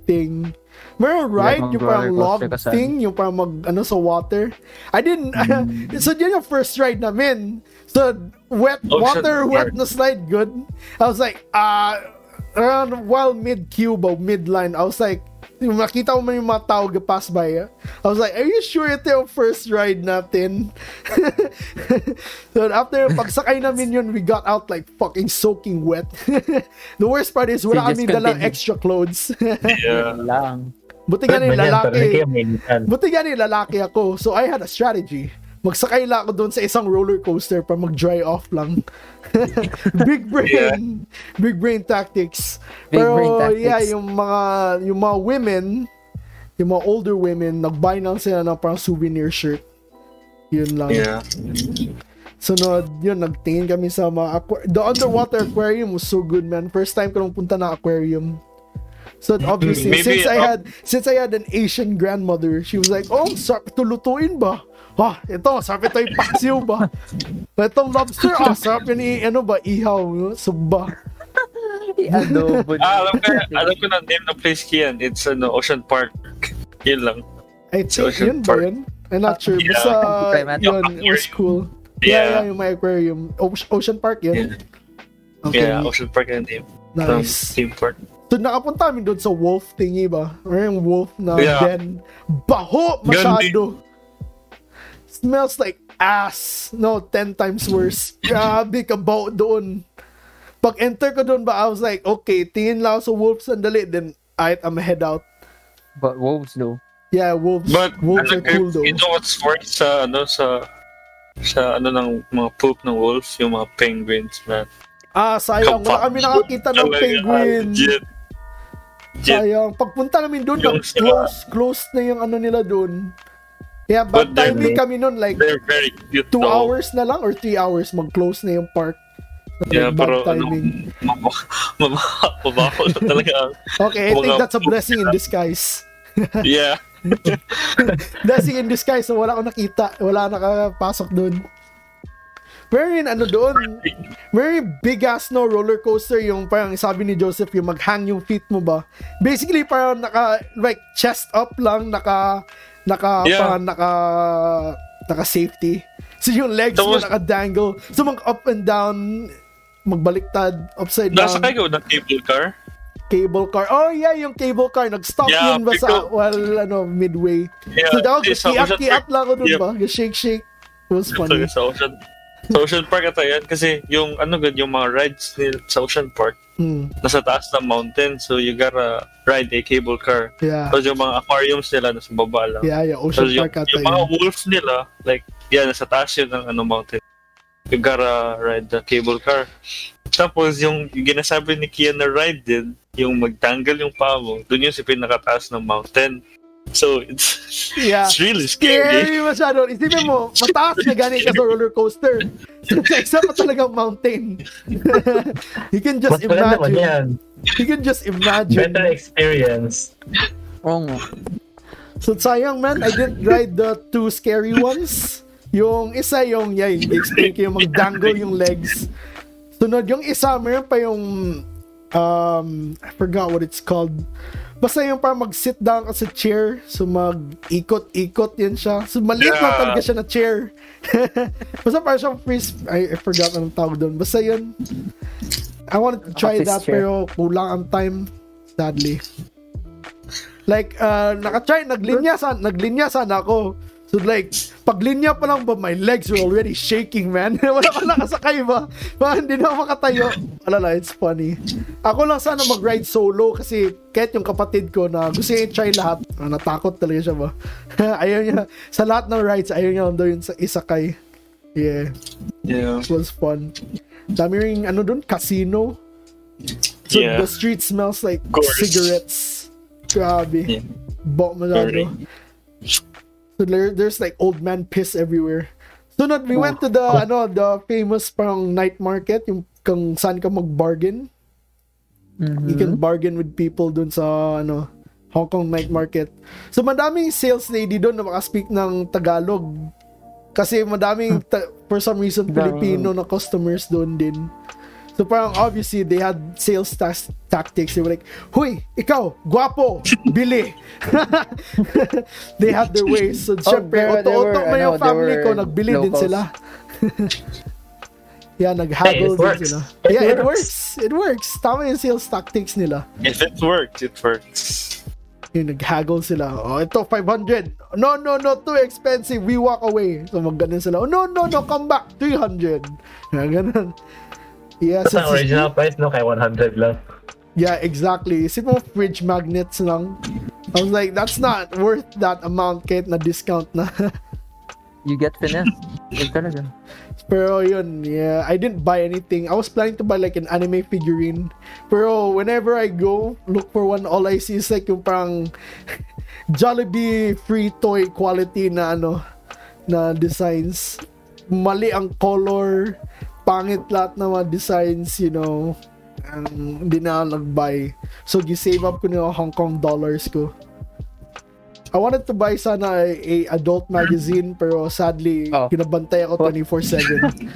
Speaker 1: thing. Meron ride,
Speaker 4: kung
Speaker 1: yung parang
Speaker 4: roller
Speaker 1: log
Speaker 4: coaster ka saan.
Speaker 1: thing, yung parang mag, ano, sa water. I didn't, so yun yung first ride namin. So, wet,
Speaker 3: Oh, shit.
Speaker 1: water, wet na slide, good. I was like, ah, around while mid-cube or mid-line, I was like, yung makita mo man yung mga tao ga pass by, ah. I was like, are you sure ito yung first ride natin? so after pagsakay namin yun, we got out like fucking soaking wet. the worst part is wala
Speaker 4: So,
Speaker 1: kami
Speaker 4: just
Speaker 1: dalang
Speaker 4: continue.
Speaker 1: extra clothes.
Speaker 3: Yeah.
Speaker 4: Yun lang.
Speaker 1: Buti nga ni eh, lalaki.
Speaker 2: Minsan.
Speaker 1: Buti nga ni lalaki ako. So I had a strategy. Magsakay lang ako doon sa isang roller coaster para mag-dry off lang. big brain.
Speaker 3: Yeah.
Speaker 1: Big brain tactics.
Speaker 4: Big
Speaker 1: Pero
Speaker 4: brain tactics.
Speaker 1: yeah, yung mga yung mga women, yung mga older women, nag-buy lang sila ng parang souvenir shirt. Yun lang.
Speaker 3: Yeah.
Speaker 1: Sunod, yun, nagtingin kami sa mga aqua- The underwater aquarium was so good, man. First time ko lang punta ng aquarium. So obviously,
Speaker 3: Maybe,
Speaker 1: since I
Speaker 3: uh,
Speaker 1: had since I had an Asian grandmother, she was like, "Oh, sarap ito lutuin ba? Ha, ito, sarap ito ipasiw ba? Itong lobster, ah, sarap yun i- ano ba, ihaw, suba.
Speaker 4: Adobo.
Speaker 3: Ah, alam ko, alam ko na name ng place kiyan. It's ano, Ocean Park. Yun lang.
Speaker 1: I think
Speaker 3: Ocean
Speaker 1: yun ba yun? I'm not sure.
Speaker 3: Yeah.
Speaker 1: Basta,
Speaker 4: Climate.
Speaker 1: yun, it was cool. Yeah, yeah,
Speaker 3: Yeah.
Speaker 1: yung my aquarium. O- Ocean Park yun? Okay,
Speaker 3: Yeah, Ocean Park yung name. From
Speaker 1: nice.
Speaker 3: theme park.
Speaker 1: So nakapunta kami doon sa wolf thingy ba? Or yung wolf na
Speaker 3: Yeah.
Speaker 1: den. Baho masyado. Smells like ass. No, 10 times worse. Grabe ka baho doon. Pag enter ko doon ba, I was like, okay, tingin lang ako sa wolf sandali. Then, I, I'm head out.
Speaker 4: But wolves though.
Speaker 1: Yeah, wolves.
Speaker 3: But
Speaker 1: wolves are
Speaker 3: ano,
Speaker 1: cool though.
Speaker 3: you know what's worse sa ano sa sa ano ng mga poop ng wolf, yung mga penguins man.
Speaker 1: Ah, sayang. Wala kami nakakita ng
Speaker 3: Talaga,
Speaker 1: penguin.
Speaker 3: Legit. Legit.
Speaker 1: Sayang. Pagpunta namin doon,
Speaker 3: Yung
Speaker 1: nag- close, close na yung ano nila doon. Yeah, bad
Speaker 3: But then-
Speaker 1: timing kami noon. Like,
Speaker 3: They're very cute
Speaker 1: two
Speaker 3: though.
Speaker 1: hours na lang or three hours mag-close na yung park.
Speaker 3: Yeah,
Speaker 1: Bad
Speaker 3: pero ano,
Speaker 1: timing.
Speaker 3: mama- mama- mabaho na talaga.
Speaker 1: Okay, I think
Speaker 3: Mga-
Speaker 1: that's a blessing in disguise.
Speaker 3: Yeah.
Speaker 1: Blessing in disguise. So wala akong nakita. Wala nakapasok doon. Pero yun, ano doon, very big ass no roller coaster yung parang sabi ni Joseph yung maghang yung feet mo ba. Basically parang naka like chest up lang naka naka
Speaker 3: Yeah.
Speaker 1: parang naka naka safety. So yung legs mo
Speaker 3: Tapos-
Speaker 1: naka dangle. So mag up and down magbaliktad upside down.
Speaker 3: Nasa kayo ng cable car?
Speaker 1: cable car. Oh yeah, yung cable car nag-stop
Speaker 3: Yeah,
Speaker 1: yun ba sa
Speaker 3: because-
Speaker 1: well ano midway.
Speaker 3: Yeah, eh,
Speaker 1: so daw
Speaker 3: sa
Speaker 1: kiap
Speaker 3: Ocean
Speaker 1: kiap
Speaker 3: Park.
Speaker 1: lang ako dun
Speaker 3: Yep.
Speaker 1: ba? Yung shake shake It was
Speaker 3: Sorry,
Speaker 1: funny.
Speaker 3: sa Ocean. Sa Ocean Park ata yan. Kasi yung ano gan yung mga rides nil- sa Ocean Park,
Speaker 1: Mm,
Speaker 3: nasa taas ng mountain. So you gotta ride a cable car.
Speaker 1: yeah.
Speaker 3: Tapos yung mga aquariums nila nasa baba lang.
Speaker 1: Yeah, yeah,
Speaker 3: Tapos
Speaker 1: Ocean
Speaker 3: yung,
Speaker 1: Park ata
Speaker 3: yung mga
Speaker 1: yun.
Speaker 3: wolves nila, like, yeah, nasa taas yun ng ano, mountain. You gotta ride the cable car. Tapos yung, yung ginasabi ni Kia na ride din, yung magtangle yung paa mo, dun yung sa pinakataas ng mountain. So, it's,
Speaker 1: Yeah.
Speaker 3: it's really scary.
Speaker 1: Scary masyado. Isipin mo, mataas na galing ka sa roller coaster. Sa isa pa talagang mountain. you can just
Speaker 2: Mas maganda man
Speaker 1: imagine.
Speaker 2: yan.
Speaker 1: You can just imagine.
Speaker 2: Better experience.
Speaker 4: Oo nga.
Speaker 1: So sayang man, I didn't ride the two scary ones. Yung isa yung, yeah, yung explain ko yung magdangle yung legs. Sunod yung isa, meron pa yung, um, I forgot what it's called. Basta yung parang mag-sit down ka sa chair, so mag-ikot-ikot yan siya. So maliit lang
Speaker 3: Yeah.
Speaker 1: talaga siya na chair. Basta parang siyang freeze, I, I forgot anong tawag doon. Basta yun, I wanted to try
Speaker 4: Office
Speaker 1: that
Speaker 4: chair.
Speaker 1: pero kulang ang time, sadly. Like, uh, nakatry, naglinya sana, naglinya sana ako. So like, paglinya pa lang ba, my legs were already shaking, man. Wala ka nakasakay ba? Ba, hindi na ako makatayo. Alala, it's funny. Ako lang sana mag-ride solo kasi kahit yung kapatid ko na gusto niya i-try lahat. Ah, natakot talaga siya ba? ayaw niya. Sa lahat ng rides, ayaw niya lang daw yung sa- isakay. Yeah,
Speaker 3: Yeah.
Speaker 1: it was fun. Dami rin, ano dun, casino. So
Speaker 3: Yeah.
Speaker 1: the street smells like
Speaker 3: course.
Speaker 1: cigarettes. Grabe.
Speaker 3: Yeah.
Speaker 1: Bok
Speaker 3: Sorry.
Speaker 1: masyado. So there, there's like old man piss everywhere. Sunod,
Speaker 3: Oh.
Speaker 1: we went to the, ano, the famous parang night market, yung kung saan ka mag-bargain. You can
Speaker 4: Mm-hmm.
Speaker 1: bargain with people dun sa, ano, Hong Kong night market. So madaming sales lady dun na makaspeak ng Tagalog. Kasi madaming, ta- for some reason, Filipino na customers doon din. So parang obviously, they had sales tas- tactics. They were like, Huy, ikaw, guwapo, bili. they had their ways. So syempre,
Speaker 4: pero they
Speaker 1: oto-oto
Speaker 4: Oh, were,
Speaker 1: na yung
Speaker 4: ano, they
Speaker 1: family ko,
Speaker 4: were
Speaker 1: nagbili din
Speaker 4: locals.
Speaker 1: sila. yeah, nag-haggle
Speaker 2: Hey, it
Speaker 1: din
Speaker 2: works.
Speaker 1: sila.
Speaker 2: It
Speaker 1: yeah, it
Speaker 2: works.
Speaker 1: works. It works. Tama yung sales tactics nila.
Speaker 3: If it works, it works.
Speaker 1: Yung nag-haggle sila. Oh, ito, 500. No, no, no, too expensive. We walk away. So, mag-ganun sila. Oh, no, no, no, come back. 300. Yeah, ganun. Yeah,
Speaker 2: Tapos
Speaker 1: so,
Speaker 2: ang original price, no, kay 100 lang.
Speaker 1: yeah, exactly. Isip mo, fridge magnets lang. I was like, that's not worth that amount kahit na discount na.
Speaker 4: You get finesse. Yun talaga.
Speaker 1: Pero yun, yeah, I didn't buy anything. I was planning to buy like an anime figurine. Pero whenever I go look for one, all I see is like yung parang Jollibee free toy quality na ano, na designs. Mali ang color, pangit lahat ng mga designs, you know. Um, hindi na ako nag-buy. So, gisave up ko na yung Hong Kong dollars ko. I wanted to buy sana a, a adult magazine pero sadly,
Speaker 4: Oh.
Speaker 1: kinabantay ako 24-7.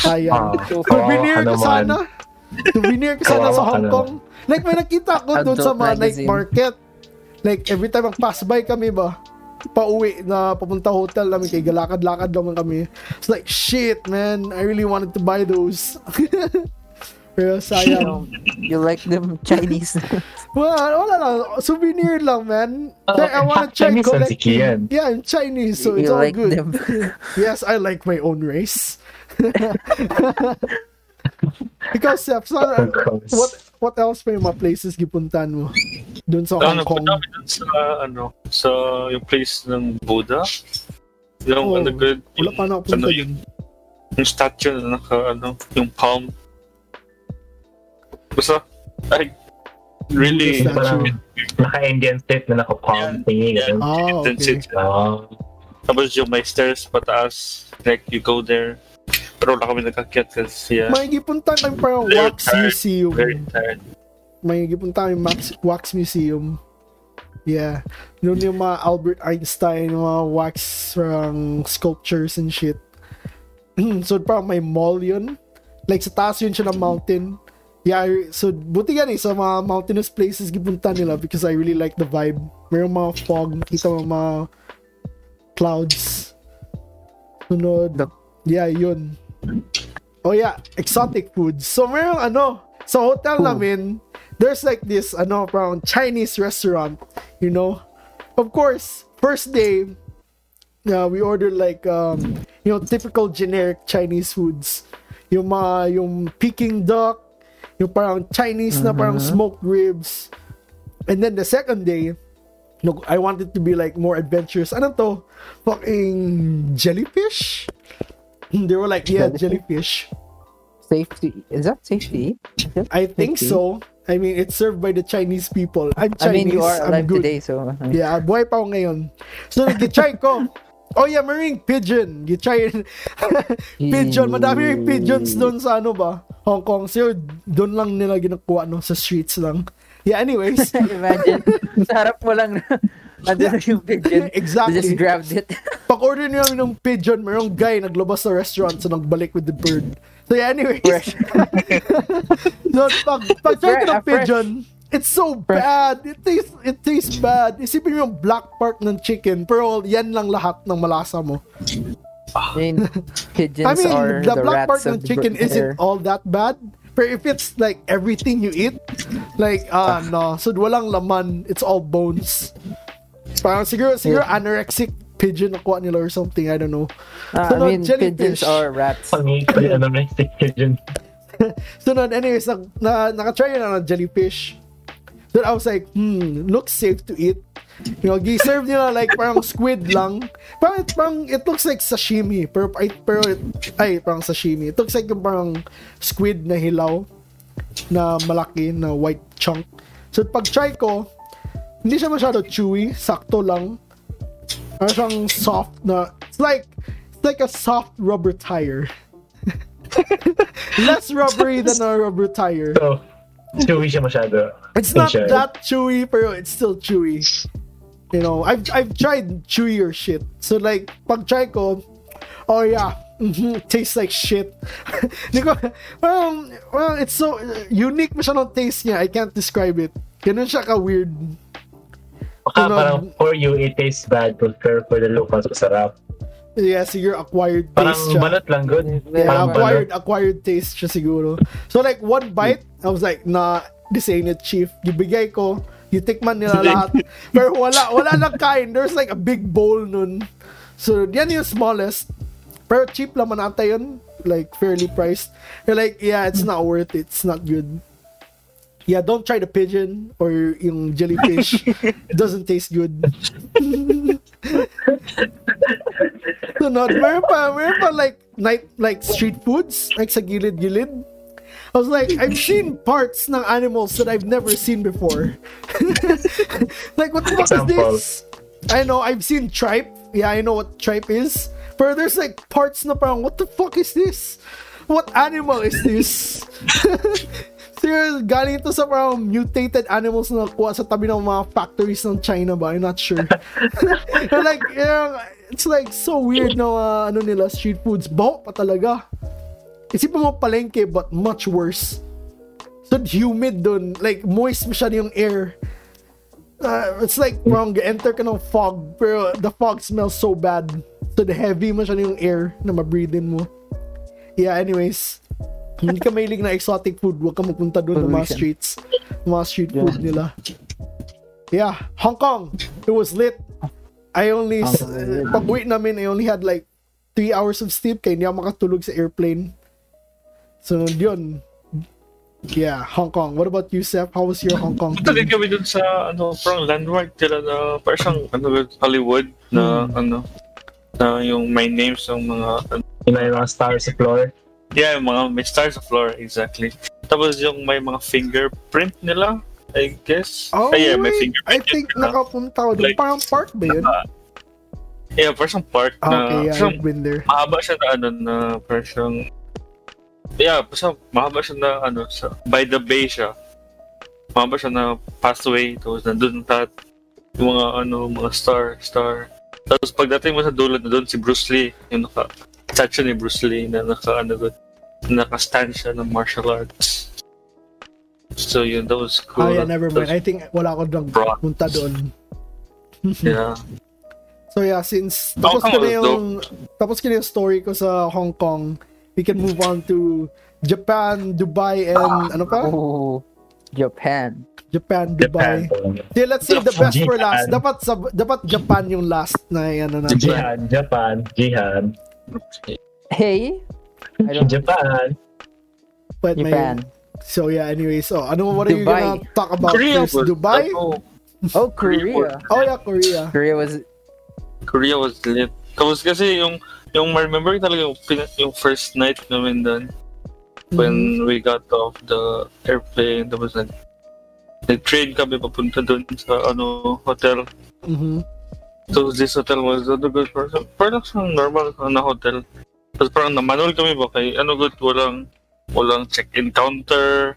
Speaker 1: Sayang.
Speaker 2: Ah,
Speaker 1: Souvenir ko
Speaker 2: kawawa ka
Speaker 1: sana. Souvenir ko sana sa
Speaker 2: Kawawa ka
Speaker 1: Hong
Speaker 2: naman.
Speaker 1: Kong. Like, may nakita ko doon sa
Speaker 4: Adult
Speaker 1: mga night
Speaker 4: magazine.
Speaker 1: market. Like, every time mag-pass by kami ba, pauwi na papunta hotel namin kay galakad-lakad naman kami. It's like, shit, man. I really wanted to buy those. Pero sayang.
Speaker 4: You like them Chinese.
Speaker 1: Well, wala lang. Souvenir lang, man.
Speaker 2: Oh,
Speaker 1: Like, I wanna
Speaker 2: Chinese
Speaker 1: try
Speaker 2: ones,
Speaker 1: collecting.
Speaker 2: yan.
Speaker 1: Yeah, in Chinese, so it's
Speaker 4: you
Speaker 1: all
Speaker 4: like
Speaker 1: good.
Speaker 4: them.
Speaker 1: Yes, I like my own race. Ikaw, Seth, so,
Speaker 2: Of course.
Speaker 1: what what else pa yung mga places gipuntan mo? Doon sa
Speaker 3: So,
Speaker 1: Hong
Speaker 3: ano,
Speaker 1: Kong.
Speaker 3: punta kami dun sa, ano, sa yung place ng Buddha. Yung,
Speaker 1: Oh,
Speaker 3: ano, good,
Speaker 1: Wala
Speaker 3: yung,
Speaker 1: pa na
Speaker 3: ano,
Speaker 1: punta
Speaker 3: yung,
Speaker 1: yun.
Speaker 3: yung statue na naka, ano, yung palm. Basta, I really,
Speaker 1: Buddha
Speaker 2: Parang
Speaker 1: statue.
Speaker 2: naka-Indian state na naka-palm thingy. ganun.
Speaker 1: Ah,
Speaker 3: Then
Speaker 1: okay.
Speaker 3: sit-
Speaker 2: Ah,
Speaker 3: Tapos yung may stairs pataas, like you go there. Pero wala kami nagkakyat kasi yeah,
Speaker 1: May gipuntan kami parang
Speaker 3: Very
Speaker 1: wax
Speaker 3: tired.
Speaker 1: museum.
Speaker 3: very tired.
Speaker 1: May gipuntan kami wax, wax museum. Yeah. Doon yung mga Albert Einstein, yung mga wax parang sculptures and shit. so parang may mall yun. Like sa taas yun siya ng mountain. Yeah, I- so buti yan eh, sa mga mountainous places gipunta nila because I really like the vibe. Mayroong mga fog, makita mo mga clouds. Sunod.
Speaker 4: The-
Speaker 1: Yeah, yun. Oh yeah, exotic foods. So mayroong ano, sa hotel namin, there's like this, ano, parang Chinese restaurant, you know? Of course, first day, yeah, we ordered like um, you know, typical generic Chinese foods. Yung mga yung Peking duck, yung parang Chinese na parang smoked ribs. And then the second day, no, I wanted to be like more adventurous. Ano to? Fucking jellyfish? Hmm, They were like, yeah, jellyfish.
Speaker 4: safety. Is that safety? Is that
Speaker 1: I think
Speaker 4: safety?
Speaker 1: so. I mean, it's served by the Chinese people. I'm Chinese.
Speaker 4: I mean, you are
Speaker 1: I'm
Speaker 4: alive
Speaker 1: good.
Speaker 4: today, so. I mean,
Speaker 1: Yeah, buhay pa ako ngayon. So, nag-try ko. Oh yeah, maring pigeon. Gitry pigeon. Madami rin pigeons doon sa ano ba? Hong Kong. So, doon lang nila ginakuha, no? Sa streets lang. Yeah, anyways.
Speaker 4: Imagine, sa harap mo lang, nandun na yung pigeon.
Speaker 1: Exactly.
Speaker 4: You just grabbed it.
Speaker 1: Pag-order niyo ng pigeon, mayroong guy naglabas sa restaurant so nagbalik with the bird. So yeah, anyways.
Speaker 4: Fresh.
Speaker 1: so, pag, pag try ko ng
Speaker 4: Fresh, ah, fresh.
Speaker 1: pigeon, it's so bad. It tastes, it tastes bad. Isipin niyo yung black part ng chicken, pero yan lang lahat ng malasa mo.
Speaker 4: I mean, pigeons
Speaker 1: I mean,
Speaker 4: are
Speaker 1: the,
Speaker 4: the
Speaker 1: black
Speaker 4: rats
Speaker 1: part
Speaker 4: of
Speaker 1: ng chicken
Speaker 4: the
Speaker 1: isn't all that bad. But if it's like everything you eat, like, ah, no. So, walang laman. It's all bones. Parang siguro, siguro anorexic pigeon nakuha nila or something, I don't know.
Speaker 4: Ah,
Speaker 1: So,
Speaker 4: I mean,
Speaker 1: jellyfish.
Speaker 4: pigeons are rats.
Speaker 2: Pangit pa yun, ano na yung pigeon.
Speaker 1: So nun, anyways, na, na, nakatry na ng jellyfish. Then I was like, hmm, looks safe to eat. You know, gi-serve nila like parang squid lang. Parang, parang it looks like sashimi. Pero, ay, pero it, ay, parang sashimi. It looks like yung parang squid na hilaw na malaki na white chunk. So pag try ko, hindi siya masyado chewy, sakto lang. Parang siyang soft na, it's like, it's like a soft rubber tire. Less rubbery than a rubber tire.
Speaker 2: So, chewy siya masyado.
Speaker 1: It's not
Speaker 2: Chewy.
Speaker 1: that chewy, pero it's still chewy. You know, I've I've tried chewier shit. So like, pag try ko, oh yeah, mhm, tastes like shit. Di ko, well, well, it's so unique masyado ng taste niya. I can't describe it. Ganun siya ka weird.
Speaker 2: Baka
Speaker 1: Ano?
Speaker 2: parang for you, it tastes bad, but for for the locals, masarap.
Speaker 1: Yeah, siguro acquired
Speaker 2: Parang
Speaker 1: taste siya.
Speaker 2: balot lang, good.
Speaker 1: Yeah,
Speaker 4: Yeah,
Speaker 2: Parang
Speaker 1: acquired
Speaker 2: balot.
Speaker 1: acquired taste siya siguro. So like one bite, I was like, nah, this ain't it, chief. Gibigay ko, gitikman nila lahat. Pero wala, wala nang kain. There's like a big bowl nun. So yan yung smallest. Pero cheap naman ata yun. Like fairly priced. You're like, yeah, it's not worth it. It's not good. Yeah, don't try the pigeon or yung jellyfish. It doesn't taste good. So not meron pa, meron pa like night like street foods like sa gilid-gilid. I was like, I've seen parts ng animals that I've never seen before. like what the fuck is
Speaker 2: Example.
Speaker 1: this? I know I've seen tripe. Yeah, I know what tripe is. But there's like parts na parang what the fuck is this? What animal is this? Serious, galing ito sa parang mutated animals na nakuha sa tabi ng mga factories ng China ba? I'm not sure. They're like, yeah, it's like so weird na mga ano nila, street foods. Baho pa talaga. Isipin mo palengke, but much worse. So humid dun. Like, moist masyado yung air. Uh, it's like, wrong, enter ka ng fog, pero the fog smells so bad. So the heavy masyado yung air na mabreathe in mo. Yeah, anyways. Hindi ka mahilig na exotic food, huwag ka magpunta dun ng mga
Speaker 4: Pollution.
Speaker 1: streets. Mga street food nila. Yeah, Hong Kong. It was lit. I only
Speaker 4: Kong.
Speaker 1: pag uwi namin, I only had like 3 hours of sleep kaya hindi ako makatulog sa airplane. So yun. Yeah, Hong Kong. What about you, Seth? How was your Hong Kong?
Speaker 3: Punta din kami dun sa ano, parang landmark nila na parang siyang, ano, Hollywood na
Speaker 1: Hmm.
Speaker 3: ano na yung my names ng mga ano,
Speaker 2: Yung may mga stars sa floor.
Speaker 3: yeah yung mga may stars of floor exactly tapos yung may mga fingerprint nila I guess
Speaker 1: Oh,
Speaker 3: Ah, yeah, may
Speaker 1: wait. I
Speaker 3: fingerprint
Speaker 1: think
Speaker 3: nila.
Speaker 1: nakapunta ako doon.
Speaker 3: Like-
Speaker 1: Parang park ba yun?
Speaker 3: yeah parang siyang park
Speaker 1: Ah,
Speaker 3: na
Speaker 1: okay, yeah,
Speaker 3: parang
Speaker 1: I've been there.
Speaker 3: mahaba siya na ano na parang siyang yeah basta mahaba siya na ano sa by the bay siya mahaba siya na pathway tapos nandun tat yung mga ano mga star star tapos pagdating mo sa dulo na si Bruce Lee yung naka statue ni Bruce Lee na naka ano doon naka stand siya ng martial arts so yun that was cool
Speaker 1: Ah, yeah, never mind.
Speaker 3: Tapos,
Speaker 1: I think wala ako doon
Speaker 3: Bronx.
Speaker 1: punta doon.
Speaker 3: yeah
Speaker 1: So yeah, since tapos
Speaker 3: Hong Kong
Speaker 1: ko na
Speaker 3: was
Speaker 1: yung tapos ko na yung story ko sa Hong Kong, we can move on to Japan, Dubai, and ano pa?
Speaker 4: Oh, Japan.
Speaker 1: Japan,
Speaker 2: Japan.
Speaker 1: Dubai. Yeah, let's save the best for last.
Speaker 2: Japan.
Speaker 1: Dapat sa, dapat Japan yung last na ano na.
Speaker 2: Jihad, Japan, Jihad,
Speaker 4: Hey, I don't
Speaker 2: Japan.
Speaker 1: But may-
Speaker 4: Japan.
Speaker 1: so yeah, anyway, so ano what are you
Speaker 4: Dubai.
Speaker 1: gonna talk about
Speaker 3: Korea
Speaker 1: first?
Speaker 3: was
Speaker 1: Dubai?
Speaker 3: ano,
Speaker 4: Oh, Korea.
Speaker 1: Oh yeah, Korea.
Speaker 4: Korea was
Speaker 3: Korea was lit. Tapos kasi yung, yung remember ko talaga yung, pina- yung first night namin doon. When we got off the airplane, tapos nag, nag-train kami papunta doon sa ano, hotel.
Speaker 1: Mhm.
Speaker 3: So this hotel was not a good person. Parang siyang normal na hotel. Tapos parang namanol kami ba kay ano good, walang, walang check-in counter,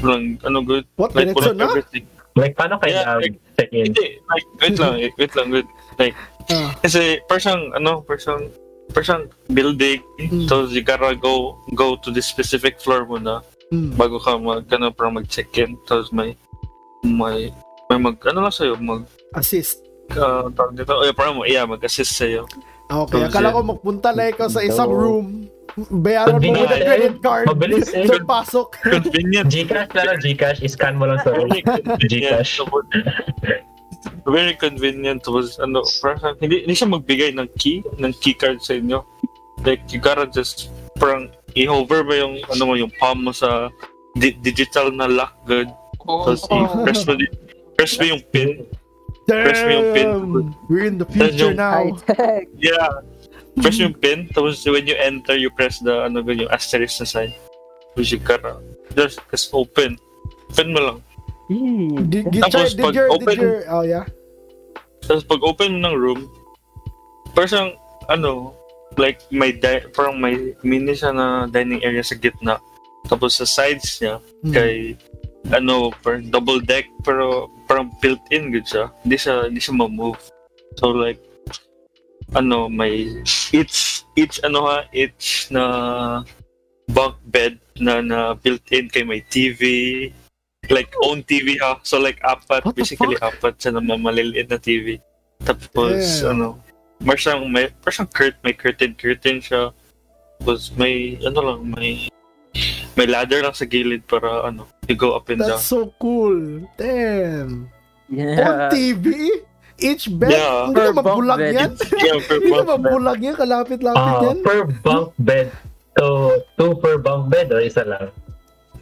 Speaker 3: walang ano good,
Speaker 1: What
Speaker 3: like
Speaker 1: diretso
Speaker 3: walang
Speaker 1: na?
Speaker 3: everything.
Speaker 2: Like, paano kayo
Speaker 3: Yeah,
Speaker 2: yeah,
Speaker 3: like-
Speaker 2: check-in?
Speaker 3: Hindi, like, wait lang, eh, wait lang, wait. Like,
Speaker 1: Ah.
Speaker 3: kasi parang ano, parang parang building,
Speaker 1: Mm.
Speaker 3: so you gotta go go to the specific floor muna
Speaker 1: Mm.
Speaker 3: bago ka mag ano, parang mag-check-in. Tapos may may may mag ano lang sa'yo, mag
Speaker 1: Assist.
Speaker 3: uh, tawag dito, ay, parang mo, yeah, mag-assist sa'yo.
Speaker 1: Okay,
Speaker 3: Tapos
Speaker 1: akala
Speaker 3: yan.
Speaker 1: ko magpunta na ikaw sa isang
Speaker 2: No.
Speaker 1: room. Bayaran mo with a
Speaker 2: Convenient.
Speaker 1: credit card.
Speaker 2: Mabilis eh.
Speaker 1: So pasok.
Speaker 3: Convenient.
Speaker 2: Gcash na lang, Gcash. Scan mo lang sa
Speaker 3: Really convenient.
Speaker 2: Gcash.
Speaker 3: very convenient was ano parang hindi, hindi siya magbigay ng key ng key card sa inyo like you gotta just parang i-hover ba yung ano mo yung palm mo sa di- digital na lock good
Speaker 5: Oo.
Speaker 3: tapos i-press mo din- press mo yung pin Press mo yung pin.
Speaker 1: Damn! We're in the future
Speaker 3: yung-
Speaker 1: now.
Speaker 4: High-tech.
Speaker 3: yeah press mo yung pin tapos when you enter you press the ano good yung asterisk na sign which you gotta just, just open open mo lang
Speaker 1: Did, did,
Speaker 3: Tapos
Speaker 1: did, did
Speaker 3: pag
Speaker 1: your,
Speaker 3: open-
Speaker 1: did your, oh yeah?
Speaker 3: Tapos pag open mo ng room, parang ano, like may di- parang may mini siya na dining area sa gitna. Tapos sa sides niya,
Speaker 1: Hmm.
Speaker 3: kay ano, parang double deck pero parang built-in good siya. Hindi siya hindi siya ma-move. So like ano, may each each ano ha, each na bunk bed na na built-in kay may TV, like own TV ha. So like apat,
Speaker 1: What the
Speaker 3: basically apat siya na maliliit na TV. Tapos
Speaker 1: Yeah.
Speaker 3: ano, may siyang may may siyang curt, may curtain curtain siya. Tapos may ano lang, may may ladder lang sa gilid para ano, you go up and down.
Speaker 1: That's so cool. Damn.
Speaker 4: Yeah.
Speaker 1: On TV? Each bed?
Speaker 3: Yeah.
Speaker 1: Hindi
Speaker 4: Per
Speaker 1: na mabulag
Speaker 4: bunk bed.
Speaker 1: yan?
Speaker 3: Yeah, per
Speaker 1: Hindi na
Speaker 3: bunk bed.
Speaker 1: mabulag yan? Kalapit-lapit
Speaker 2: Ah,
Speaker 1: yan?
Speaker 2: per bunk bed. So, two per bunk bed or isa lang?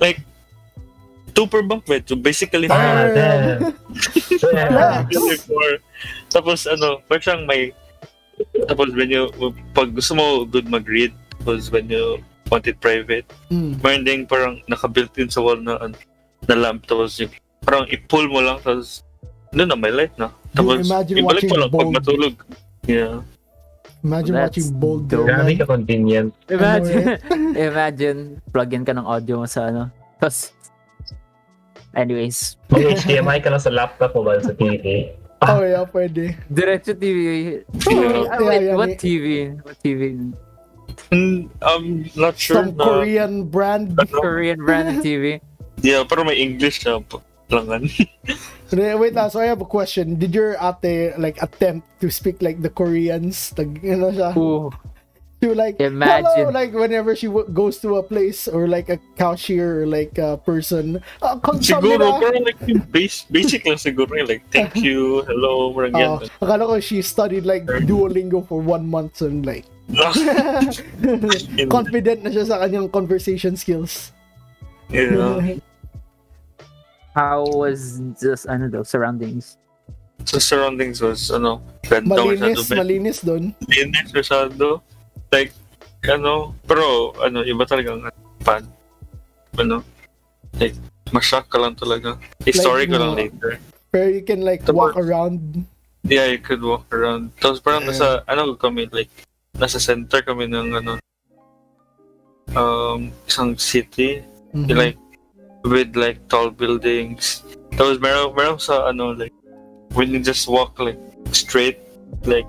Speaker 3: Like two per bunk bed. So basically
Speaker 1: Ah,
Speaker 2: Ah,
Speaker 1: damn.
Speaker 2: damn. Damn.
Speaker 3: Kasi for, tapos ano, parang siyang may, tapos when you, pag gusto mo good mag-read, tapos when you want it private,
Speaker 1: Mm.
Speaker 3: meron ding parang naka-built in sa wall na, ano, na lamp, tapos yung, parang i-pull mo lang, tapos, doon na, may light na. Tapos,
Speaker 1: imagine
Speaker 3: ibalik mo
Speaker 1: watching
Speaker 3: lang pag
Speaker 1: Bold.
Speaker 3: matulog. Yeah.
Speaker 1: Imagine
Speaker 4: That's
Speaker 1: watching Bold Bill.
Speaker 2: Grabe
Speaker 1: man.
Speaker 2: ka convenient.
Speaker 4: Imagine, imagine, plug in ka ng audio mo sa ano. Tapos, anyways,
Speaker 2: Mag HDMI ka lang sa laptop mo ba sa TV?
Speaker 1: Oh yeah, pwede.
Speaker 4: diretso TV.
Speaker 3: Yeah.
Speaker 4: Ah,
Speaker 1: Oh, Yeah,
Speaker 4: wait,
Speaker 1: yeah,
Speaker 4: what
Speaker 1: may-
Speaker 4: TV? What TV?
Speaker 3: And, Hmm, I'm not sure
Speaker 1: Some
Speaker 3: na,
Speaker 1: Korean brand.
Speaker 3: ano,
Speaker 4: Korean brand ng TV.
Speaker 3: yeah, pero may English na, p- langan.
Speaker 1: Re- Wait lang, so I have a question. Did your ate like attempt to speak like the Koreans? Tag, you know siya?
Speaker 4: Ooh,
Speaker 1: To like, hello,
Speaker 4: imagine.
Speaker 1: like whenever she w- goes to a place or like a cashier or like a person. Uh,
Speaker 3: siguro, parang like, yung base, basic lang siguro, yun, like, thank you, hello, parang yan.
Speaker 1: Eh. Oh, akala ko she studied like Duolingo for one month and like
Speaker 3: In-
Speaker 1: confident na siya sa kanyang conversation skills.
Speaker 3: yeah.
Speaker 4: How was this, ano daw, surroundings?
Speaker 3: sa surroundings was ano ganda masyado
Speaker 1: malinis,
Speaker 3: man.
Speaker 1: malinis doon.
Speaker 3: malinis masyado like ano pero ano iba talaga ang pan ano like mashock ka lang talaga story ko
Speaker 1: Like,
Speaker 3: lang
Speaker 1: no.
Speaker 3: later
Speaker 1: Where you can like
Speaker 3: The
Speaker 1: walk
Speaker 3: work.
Speaker 1: around.
Speaker 3: yeah eh. you could walk around tapos
Speaker 1: Yeah.
Speaker 3: parang nasa ano kami like nasa center kami ng ano um isang city
Speaker 1: Mhm.
Speaker 3: like with like tall buildings. Tapos meron meron sa ano like when you just walk like straight like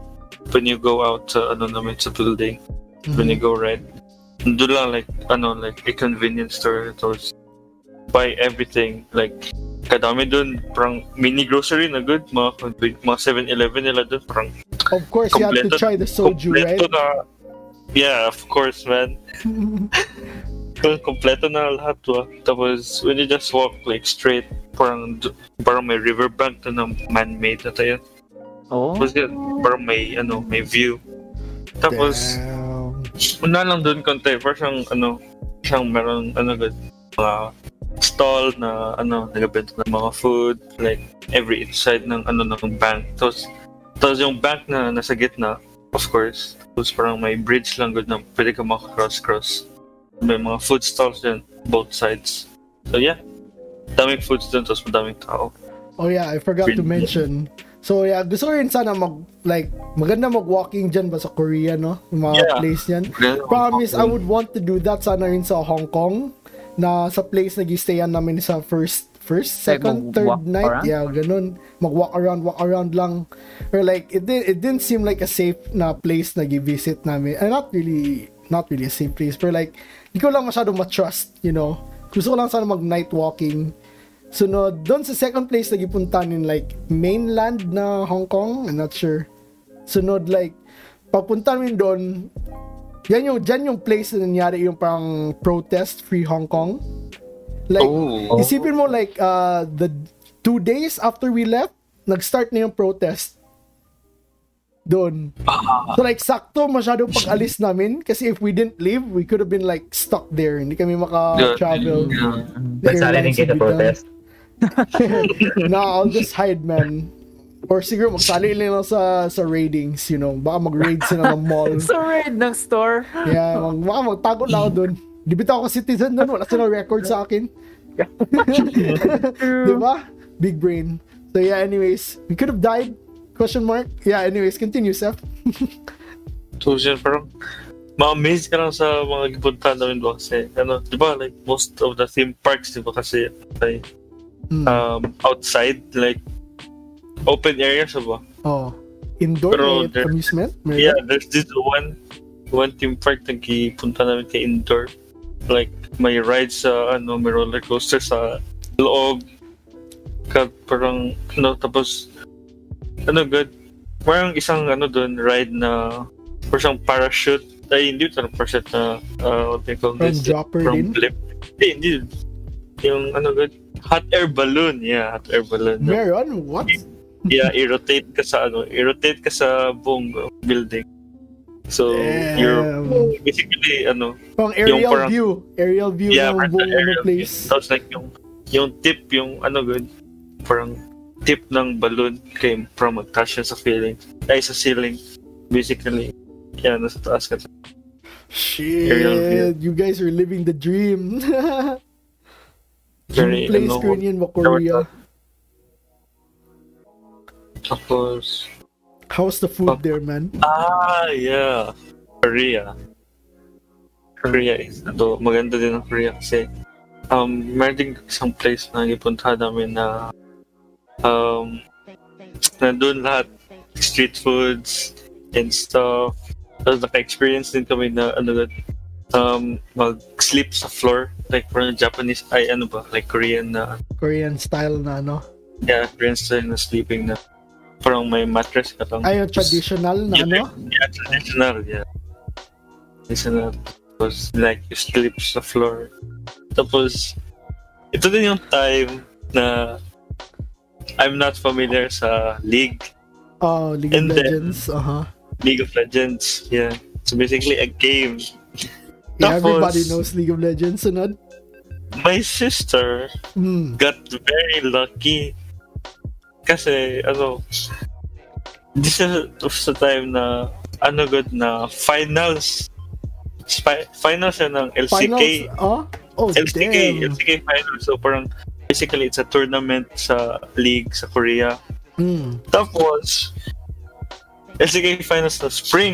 Speaker 3: when you go out sa ano namin sa building when
Speaker 1: Mm-hmm.
Speaker 3: you go right. Doon lang like ano like a convenience store tapos buy everything like kadami doon parang mini grocery na good mga conven- mga 7-Eleven nila doon parang
Speaker 1: Of course, you have to
Speaker 3: Kompleto-
Speaker 1: try the soju,
Speaker 3: kompleto
Speaker 1: right?
Speaker 3: na yeah of course man Well, kompleto na lahat to ah. Tapos, when you just walk like straight, parang, d- parang may riverbank na ng man-made na tayo.
Speaker 4: Oh,
Speaker 3: Tapos yun, parang may, ano, may view. Tapos,
Speaker 1: Damn.
Speaker 3: una lang dun konti, parang siyang, ano, siyang meron, ano, good, mga stall na, ano, nagbenta ng mga food, like, every inside ng, ano, ng bank. Tapos, tapos yung bank na nasa gitna, of course, tapos parang may bridge lang good na pwede ka makakross-cross. May mga food stalls din, both sides. So, yeah. Daming foods dun, tapos madaming tao.
Speaker 1: Oh yeah, I forgot to mention. So yeah, gusto ko rin sana mag like maganda mag walking dyan ba sa Korea no? Yung mga
Speaker 3: Yeah.
Speaker 1: place niyan. Promise, I would want to do that sana rin sa Hong Kong na sa place nag-stayan namin sa first first,
Speaker 4: Like,
Speaker 1: second, third
Speaker 4: mag-walk
Speaker 1: night.
Speaker 4: around?
Speaker 1: Yeah, ganun. Mag-walk around, walk around lang. Or like, it, did, it didn't seem like a safe na place na gi-visit namin. And not really, not really a safe place. Pero like, di ko lang masyado matrust, you know. Gusto ko lang sana mag-night walking. Sunod, doon sa second place na gipuntahan in like mainland na Hong Kong, I'm not sure. Sunod like, pagpunta namin doon, yan yung, dyan yung place na nangyari yung parang protest free Hong Kong. Like,
Speaker 3: Oh.
Speaker 1: isipin mo like, uh, the two days after we left, nag-start na yung protest doon. So like sakto masyado pag alis namin kasi if we didn't leave, we could have been like stuck there. Hindi kami maka-travel.
Speaker 3: Yeah.
Speaker 1: The
Speaker 2: Bansa rin
Speaker 1: airlines
Speaker 2: yung
Speaker 1: would
Speaker 2: kita
Speaker 1: be down.
Speaker 2: protest.
Speaker 1: nah, I'll just hide, man. Or siguro magsali lang ako sa sa raidings, you know. Baka mag-raid sila ng mall.
Speaker 4: So raid ng store.
Speaker 1: Yeah, mag, baka magtago na ako dun. Di ba ako citizen dun? Wala silang record sa akin. Di ba? Big brain. So yeah, anyways, we could have died. Question mark? Yeah, anyways, continue, Seth.
Speaker 3: Tuition, parang ma-amaze ka lang sa mga gipunta namin ba kasi ano, di ba like most of the theme parks di ba kasi like,
Speaker 1: Mm.
Speaker 3: um, outside like open areas ba?
Speaker 1: oh. Indoor
Speaker 3: pero
Speaker 1: may
Speaker 3: there-
Speaker 1: amusement? Meron?
Speaker 3: Yeah, there's this one one theme park na gipunta namin kay indoor. Like may rides sa ano, may roller coaster sa loob. Kat parang ano tapos ano good. Parang isang ano doon ride na parang parachute. Ay hindi ito parachute na uh, what they call
Speaker 1: From
Speaker 3: this?
Speaker 1: dropper
Speaker 3: from
Speaker 1: din?
Speaker 3: blip. Hindi, hindi. Yung ano good hot air balloon. Yeah, hot air balloon.
Speaker 1: Meron? What?
Speaker 3: Yeah, i-rotate ka sa ano, i-rotate ka sa buong uh, building. So, you're
Speaker 1: Damn.
Speaker 3: basically ano,
Speaker 1: Pang aerial
Speaker 3: parang-
Speaker 1: view. Aerial view
Speaker 3: yeah,
Speaker 1: ng
Speaker 3: parang
Speaker 1: buong ano
Speaker 3: aerial view.
Speaker 1: place.
Speaker 3: Tapos like yung yung tip, yung ano good, parang tip ng balloon came from magtash yun sa ceiling. Ay, sa ceiling. Basically, yeah, nasa taas ka.
Speaker 1: Shit, you guys are living the dream.
Speaker 3: Very,
Speaker 1: Play
Speaker 3: ano,
Speaker 1: screen yun, Korea.
Speaker 3: tapos,
Speaker 1: How's the food
Speaker 3: Oh.
Speaker 1: there, man?
Speaker 3: ah, yeah, Korea. Korea is, ano, maganda din ang Korea kasi, um, meron din isang place na ipunta namin na, um, nandun lahat, street foods and stuff. Tapos naka-experience din kami na, ano, um, mag-sleep sa floor. Like, parang Japanese, ay, ano ba, like Korean na,
Speaker 1: Korean style na, no?
Speaker 3: yeah, Korean style na sleeping na, parang may mattress ka lang.
Speaker 1: Ayun, traditional na,
Speaker 3: Yeah,
Speaker 1: no?
Speaker 3: Yeah, traditional, yeah. Traditional. Tapos, like, you sleep sa floor. Tapos, ito din yung time na I'm not familiar sa League,
Speaker 1: Oh, League of
Speaker 3: And then-
Speaker 1: Legends, uh-huh.
Speaker 3: League of Legends. Yeah. So basically, a game.
Speaker 1: Yeah,
Speaker 3: Tapos-
Speaker 1: everybody knows League of Legends, sunod.
Speaker 3: My sister
Speaker 1: Mm.
Speaker 3: got very lucky kasi, ano, this is was the time na, ano good na, finals, spi- finals yan ng LCK.
Speaker 1: Finals, oh? Oh,
Speaker 3: LCK,
Speaker 1: damn.
Speaker 3: LCK Finals. So parang basically it's a tournament sa league sa Korea.
Speaker 1: Mm.
Speaker 3: Tapos LCK Finals na spring.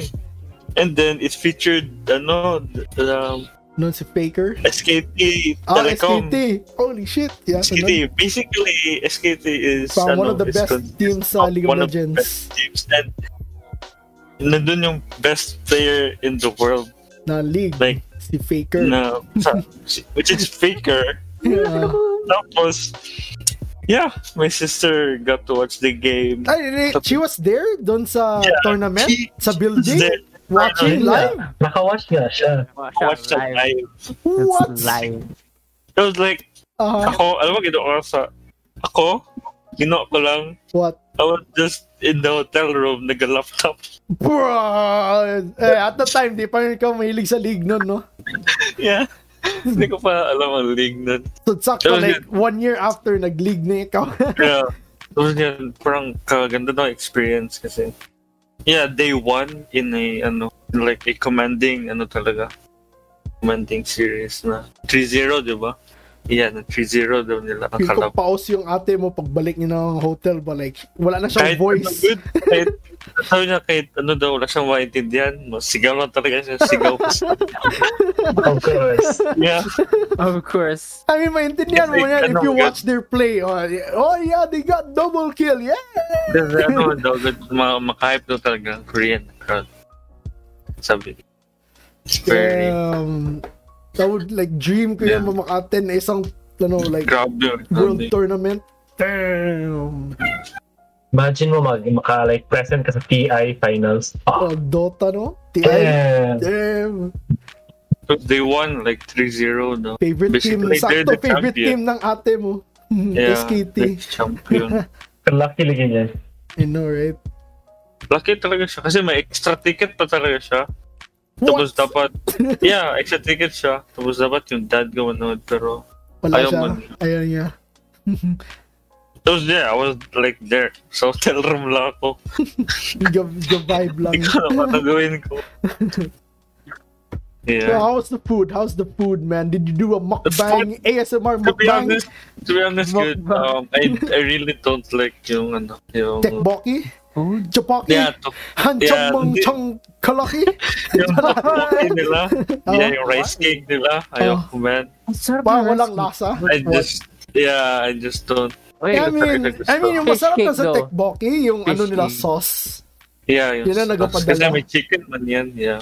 Speaker 3: And then it featured ano um,
Speaker 1: Noon si Faker.
Speaker 3: SKT
Speaker 1: Ah,
Speaker 3: Telecom.
Speaker 1: SKT. Holy shit. Yeah, sunod.
Speaker 3: SKT. Basically SKT is
Speaker 1: Parang one
Speaker 3: ano,
Speaker 1: of the
Speaker 3: is
Speaker 1: best
Speaker 3: con-
Speaker 1: teams sa
Speaker 3: uh,
Speaker 1: League of
Speaker 3: one of the
Speaker 1: Legends.
Speaker 3: best teams and nandun yung best player in the world
Speaker 1: Na league.
Speaker 3: Like,
Speaker 1: si Faker.
Speaker 3: na sa- which is Faker
Speaker 1: Yeah.
Speaker 3: Tapos, yeah, my sister got to watch the game.
Speaker 1: Ay, re- she was there doon sa
Speaker 3: Yeah,
Speaker 1: tournament?
Speaker 3: she-
Speaker 1: Sa building?
Speaker 3: there.
Speaker 1: Watching
Speaker 2: Ayun na.
Speaker 1: live?
Speaker 2: Nakawatch nga siya.
Speaker 3: I watched the live.
Speaker 4: Oh, That's
Speaker 1: What?
Speaker 4: live.
Speaker 3: It was like,
Speaker 1: Uh,
Speaker 3: ako, alam mo, ginawa ko sa, ako, ginawa ko lang,
Speaker 1: what?
Speaker 3: I was just in the hotel room, nag-laptop.
Speaker 1: Bro! Eh, at the time, di pa rin ka mahilig sa league nun, no?
Speaker 3: Yeah. Hindi ko pa alam ang link nun.
Speaker 1: So, sakto,
Speaker 3: Yun,
Speaker 1: like, one year after, nag-league na ikaw.
Speaker 3: Yeah. Tapos yun, parang kaganda ng experience kasi. Yeah, day one in a, ano, like a commanding, ano talaga, commanding series na 3-0, di ba? Yeah, na 3-0 daw nila ang
Speaker 1: Feel ko
Speaker 3: kalab.
Speaker 1: pause yung ate mo pagbalik niya ng hotel ba, like, wala na siyang voice.
Speaker 3: Ano, good, kahit, sabi niya, kahit ano daw, wala siyang maintindihan, sigaw lang talaga siya, sigaw.
Speaker 2: Of course.
Speaker 3: yeah.
Speaker 4: Of course.
Speaker 1: I mean, maintindihan mo
Speaker 3: Kasi,
Speaker 1: yan if
Speaker 3: ano,
Speaker 1: you
Speaker 3: good.
Speaker 1: watch their play. Oh, yeah, oh, yeah, they got double kill, yeah!
Speaker 3: Kasi ano daw, good, ma- makahype daw talaga ang Korean crowd. Sabi. It's very,
Speaker 1: Um, that would, like, dream ko yan,
Speaker 3: Yeah.
Speaker 1: mamakaten na isang, ano, like,
Speaker 3: grabe.
Speaker 1: world tournament. Damn!
Speaker 2: Imagine mo mag maka like present ka sa TI finals.
Speaker 1: Oh,
Speaker 2: Oh,
Speaker 1: Dota, no? TI.
Speaker 2: damn.
Speaker 1: Damn!
Speaker 3: So they won like 3-0 no?
Speaker 1: Favorite team,
Speaker 3: Basically, they're
Speaker 1: sakto
Speaker 3: the
Speaker 1: favorite
Speaker 3: champion.
Speaker 1: team ng ate mo.
Speaker 3: Yeah,
Speaker 1: SKT.
Speaker 3: like champion.
Speaker 2: Luckily ganyan.
Speaker 1: I know, right?
Speaker 3: Lucky talaga siya kasi may extra ticket pa talaga siya. Tapos dapat, yeah, extra ticket siya. Tapos dapat yung dad ko manood pero
Speaker 1: Wala
Speaker 3: Ayaw
Speaker 1: siya.
Speaker 3: man.
Speaker 1: Ayaw niya.
Speaker 3: tapos yeah, I was like there. So hotel room lang ako.
Speaker 1: Yung yung vibe lang.
Speaker 3: Ikaw na patagawin ko.
Speaker 1: So
Speaker 3: Yeah.
Speaker 1: how's the food? How's the food, man? Did you do a mukbang? ASMR
Speaker 3: To be
Speaker 1: mukbang?
Speaker 3: honest, to be honest, good. Um,
Speaker 4: Mukbang.
Speaker 3: I, I really don't like yung ano, yung...
Speaker 1: Tekboki?
Speaker 4: Food?
Speaker 1: Chapaki?
Speaker 3: Yeah, to,
Speaker 1: Hanchang
Speaker 3: Yeah,
Speaker 1: mong
Speaker 3: di-
Speaker 1: chang kalaki?
Speaker 3: yung tteokbokki nila. yeah,
Speaker 1: Oh.
Speaker 3: yung rice cake nila. Ayoko, man.
Speaker 4: Ang sarap
Speaker 1: Parang
Speaker 4: ng
Speaker 1: walang
Speaker 4: rice
Speaker 1: lasa.
Speaker 4: cake.
Speaker 3: I just, yeah, I just don't.
Speaker 4: Wait,
Speaker 1: I
Speaker 3: Yeah.
Speaker 1: mean, I mean, yung
Speaker 4: Fish
Speaker 1: masarap na
Speaker 4: cake
Speaker 1: sa
Speaker 4: daw.
Speaker 1: tekboki, yung ano
Speaker 4: Fish
Speaker 1: nila
Speaker 4: cake.
Speaker 1: sauce.
Speaker 3: Yeah, yung
Speaker 1: Yun ang
Speaker 3: sauce.
Speaker 1: nagpapadala.
Speaker 3: Kasi may chicken man yan, yeah.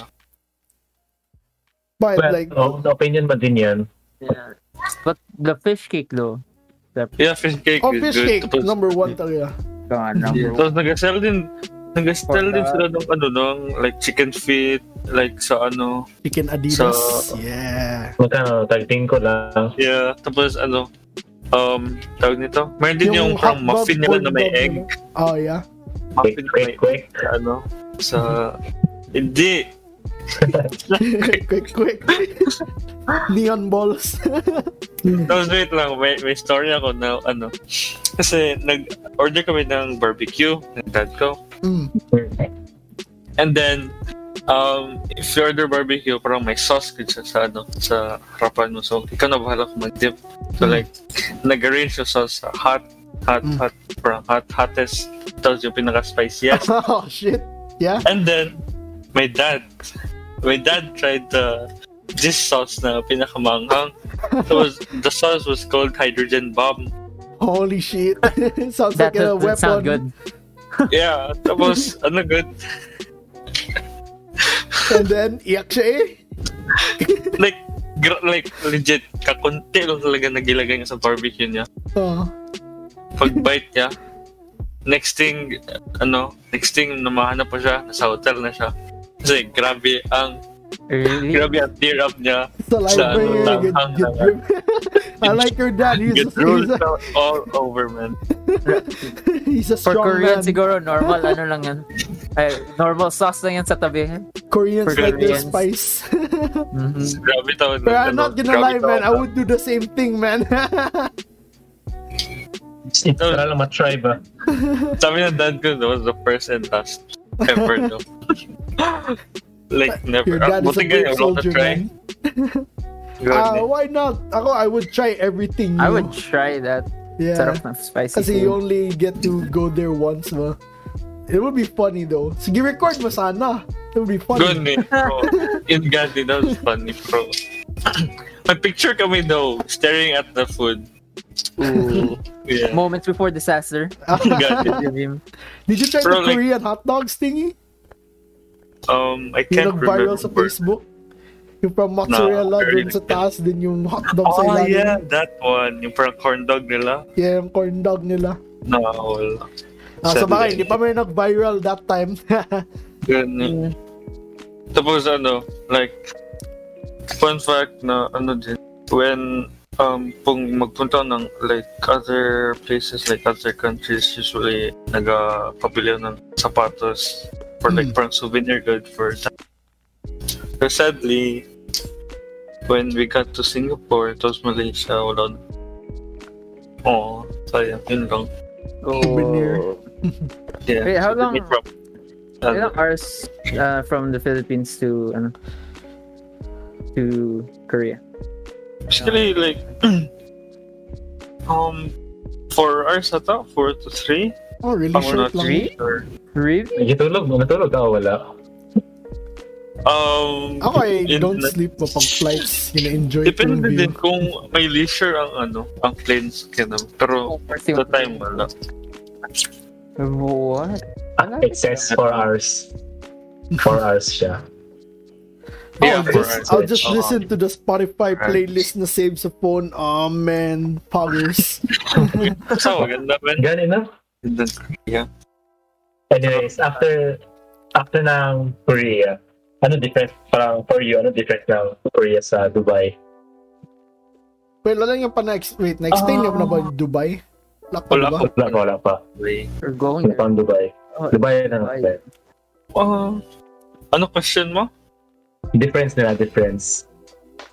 Speaker 1: But
Speaker 2: Well,
Speaker 1: like,
Speaker 2: oh, opinion ba din yan?
Speaker 4: yeah. But the fish cake though.
Speaker 3: Yeah, fish cake
Speaker 1: oh,
Speaker 3: is
Speaker 1: fish
Speaker 3: good.
Speaker 1: cake,
Speaker 3: Tapos,
Speaker 1: number one talaga.
Speaker 4: Come on, number
Speaker 3: Tapos nag-sell din, nag-sell din
Speaker 4: Pork
Speaker 3: sila ng ano, ng like chicken feet, like sa ano,
Speaker 1: Chicken Adidas.
Speaker 3: So-
Speaker 1: yeah.
Speaker 2: Magkano? Tagting ko lang.
Speaker 3: Yeah, tapos ano, um, tawag nito? Meron din yung, parang
Speaker 1: hotdog,
Speaker 3: muffin nila na may
Speaker 1: corndog,
Speaker 3: egg.
Speaker 1: ano. Oh, yeah.
Speaker 2: Quick,
Speaker 3: Muffin na may
Speaker 2: quick, quick.
Speaker 3: egg sa ano, sa... Hindi!
Speaker 1: quick, quick. Neon balls.
Speaker 3: Tapos wait lang, may, may story ako na ano. Kasi nag-order kami ng barbecue ng dad ko.
Speaker 1: mm.
Speaker 3: And then, um, if you order barbecue, parang may sauce good siya sa ano, sa harapan mo. So, ikaw na bahala kung mag-dip. So
Speaker 1: Mm.
Speaker 3: like, nag-arrange yung sauce sa hot, hot,
Speaker 1: Mm.
Speaker 3: hot, parang hot, hottest. Tapos yung pinaka-spiciest.
Speaker 1: oh, shit. Yeah.
Speaker 3: And then, my dad, my dad tried the this sauce na pinakamanghang. It was the sauce was called hydrogen bomb.
Speaker 1: Holy shit. Sounds
Speaker 4: That
Speaker 1: like a
Speaker 4: doesn't
Speaker 1: weapon.
Speaker 4: sound good.
Speaker 3: Yeah, that was ano good.
Speaker 1: And then, iyak siya eh.
Speaker 3: Like gra- like legit kakunti lang talaga nagilagay niya sa barbecue niya.
Speaker 1: Oh.
Speaker 3: Pag bite niya, next thing ano, next thing namahanap pa siya, nasa hotel na siya. Kasi grabe ang
Speaker 4: Really?
Speaker 3: grabe ang tear up niya.
Speaker 1: Saliva
Speaker 3: Sa ano,
Speaker 1: eh. Good,
Speaker 3: tanghang
Speaker 1: good
Speaker 3: na-
Speaker 1: drip. I like your dad. He's,
Speaker 3: It
Speaker 1: a, he's,
Speaker 3: rolled
Speaker 1: a,
Speaker 3: out all over man.
Speaker 1: he's a
Speaker 4: For
Speaker 1: strong
Speaker 4: Korean
Speaker 1: man.
Speaker 4: siguro normal ano lang yan. Ay, normal sauce lang yan sa tabi.
Speaker 1: Koreans
Speaker 4: For
Speaker 1: like their
Speaker 4: Koreans.
Speaker 1: spice.
Speaker 4: Mhm.
Speaker 3: Grabe tawag
Speaker 1: But
Speaker 3: ng
Speaker 1: I'm
Speaker 3: ano,
Speaker 1: not gonna
Speaker 3: grabe
Speaker 1: lie, man.
Speaker 3: tawag
Speaker 1: I
Speaker 3: ng-
Speaker 1: would do the same thing, man.
Speaker 2: It's para lang matry ba?
Speaker 3: Sabi ng dad ko, that was the first and last ever, no? like, never.
Speaker 1: your dad is a
Speaker 3: Buti
Speaker 1: good
Speaker 3: ganyan, wala ka
Speaker 1: soldier,
Speaker 3: try.
Speaker 1: man. Uh,
Speaker 3: Ganyan.
Speaker 1: why not? Ako, I would try everything.
Speaker 4: I
Speaker 1: you
Speaker 4: would
Speaker 1: know?
Speaker 4: try that.
Speaker 1: Yeah.
Speaker 4: Sarap ng spicy
Speaker 1: Kasi you
Speaker 4: food.
Speaker 1: only get to go there once, ma. It would be funny though. Sige, record mo sana. It would be
Speaker 3: Good
Speaker 1: funny.
Speaker 3: eh, bro. In Gandhi, that was funny, bro. May picture kami though, staring at the food.
Speaker 4: Ooh.
Speaker 3: Yeah.
Speaker 4: Moments before disaster.
Speaker 3: Gandhi.
Speaker 4: Dream.
Speaker 1: Did you try the
Speaker 3: Bro, like-
Speaker 1: Korean hot dogs thingy?
Speaker 3: Um, I
Speaker 1: Yung
Speaker 3: can't remember.
Speaker 1: nag-viral sa Facebook? Yung from mozzarella
Speaker 3: very
Speaker 1: dun sa
Speaker 3: good.
Speaker 1: taas din yung hot dog sa
Speaker 3: Oh,
Speaker 1: ilalim.
Speaker 3: yeah, that one. Yung parang corn dog nila.
Speaker 1: Yeah, yung corn dog nila.
Speaker 3: No, wala.
Speaker 1: Ah, sa
Speaker 3: Sabi
Speaker 1: bagay,
Speaker 3: niya.
Speaker 1: hindi pa may nag-viral that time.
Speaker 3: Ganyan. Tapos ano, like, fun fact na ano din, when um, kung magpunta ng like other places, like other countries, usually nagpapabili ng sapatos for like
Speaker 1: Mm.
Speaker 3: parang souvenir good for that. But sadly, when we got to Singapore, it was Malaysia, wala na. Oo, sayang, yun lang.
Speaker 1: Souvenir.
Speaker 4: Oh.
Speaker 3: Yeah,
Speaker 4: Wait, how long-
Speaker 3: souvenir From,
Speaker 4: Ilang hours uh, from the Philippines to ano, to Korea.
Speaker 3: Basically, like, um, four hours ata, four to three.
Speaker 1: oh, really
Speaker 3: Ako
Speaker 1: short
Speaker 3: not
Speaker 1: lang.
Speaker 4: three?
Speaker 3: sure.
Speaker 4: Really?
Speaker 2: Nagitulog mo? Natulog ka o wala?
Speaker 3: Um,
Speaker 1: Ako, I
Speaker 3: in-
Speaker 1: don't sleep mapag flights. Gina-enjoy ko yung
Speaker 3: Depende
Speaker 1: view.
Speaker 3: din kung may leisure ang ano, ang planes kinam. Pero the time wala.
Speaker 1: Oh,
Speaker 4: What?
Speaker 2: Ah, it says 4 hours. 4 hours siya.
Speaker 1: I'll
Speaker 3: Yeah, four
Speaker 1: just,
Speaker 3: hours.
Speaker 1: I'll just
Speaker 3: Oo.
Speaker 1: listen to the Spotify
Speaker 3: Alright.
Speaker 1: playlist na save sa phone. Oh, man. Poggers.
Speaker 3: So, maganda man.
Speaker 2: Ganun na. Anyways, after after ng Korea, ano different parang for you, ano different ng Korea sa Dubai?
Speaker 1: Well, wala yung pa na-ex- wait, na-explain niyo na ba yung Dubai? Lock pa
Speaker 3: Wala
Speaker 1: ba?
Speaker 3: pa.
Speaker 2: Wala pa, wala pa.
Speaker 4: Or going
Speaker 2: Wala
Speaker 4: there.
Speaker 2: pa ang Dubai.
Speaker 4: Oh,
Speaker 2: Dubai na
Speaker 4: Dubai.
Speaker 2: lang. tayo.
Speaker 3: Ah, ano question mo?
Speaker 2: Difference nila, difference.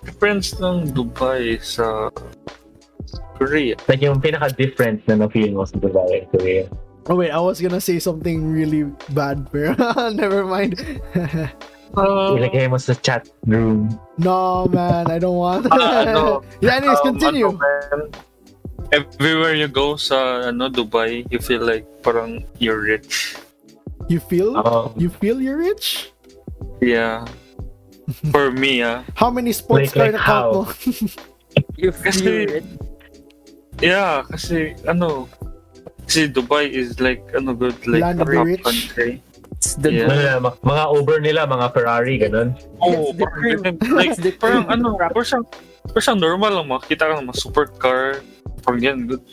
Speaker 3: Difference ng Dubai sa Korea.
Speaker 2: Like yung pinaka-different na na-feel mo sa Dubai and Korea.
Speaker 1: Oh wait, I was gonna say something really bad, pero never mind.
Speaker 3: Ah,
Speaker 4: Oh.
Speaker 2: Ilagay mo sa chat room.
Speaker 1: no man, I don't want.
Speaker 3: Ah, ano?
Speaker 1: yeah, anyways,
Speaker 3: um,
Speaker 1: continue.
Speaker 3: ano, man, everywhere you go sa ano Dubai, you feel like parang you're rich.
Speaker 1: You feel?
Speaker 2: Um,
Speaker 1: You feel you're rich?
Speaker 3: Yeah. For me, ah.
Speaker 1: How many sports car na
Speaker 2: Like- like
Speaker 1: count
Speaker 2: how?
Speaker 1: mo?
Speaker 4: You
Speaker 3: Kasi-
Speaker 4: feel it.
Speaker 3: Yeah, kasi ano, kasi Dubai is like ano good like
Speaker 1: Land of the
Speaker 3: top
Speaker 1: rich.
Speaker 3: country.
Speaker 4: It's the
Speaker 3: Yeah.
Speaker 2: ano nila, ma- mga Uber nila, mga Ferrari, ganun.
Speaker 3: Oh,
Speaker 4: the
Speaker 3: parang
Speaker 4: cream.
Speaker 3: ganun. like
Speaker 4: It's the
Speaker 3: parang
Speaker 4: cream.
Speaker 3: ano, parang siyang, parang siyang normal lang makita ka ng mga supercar. Parang yan, good.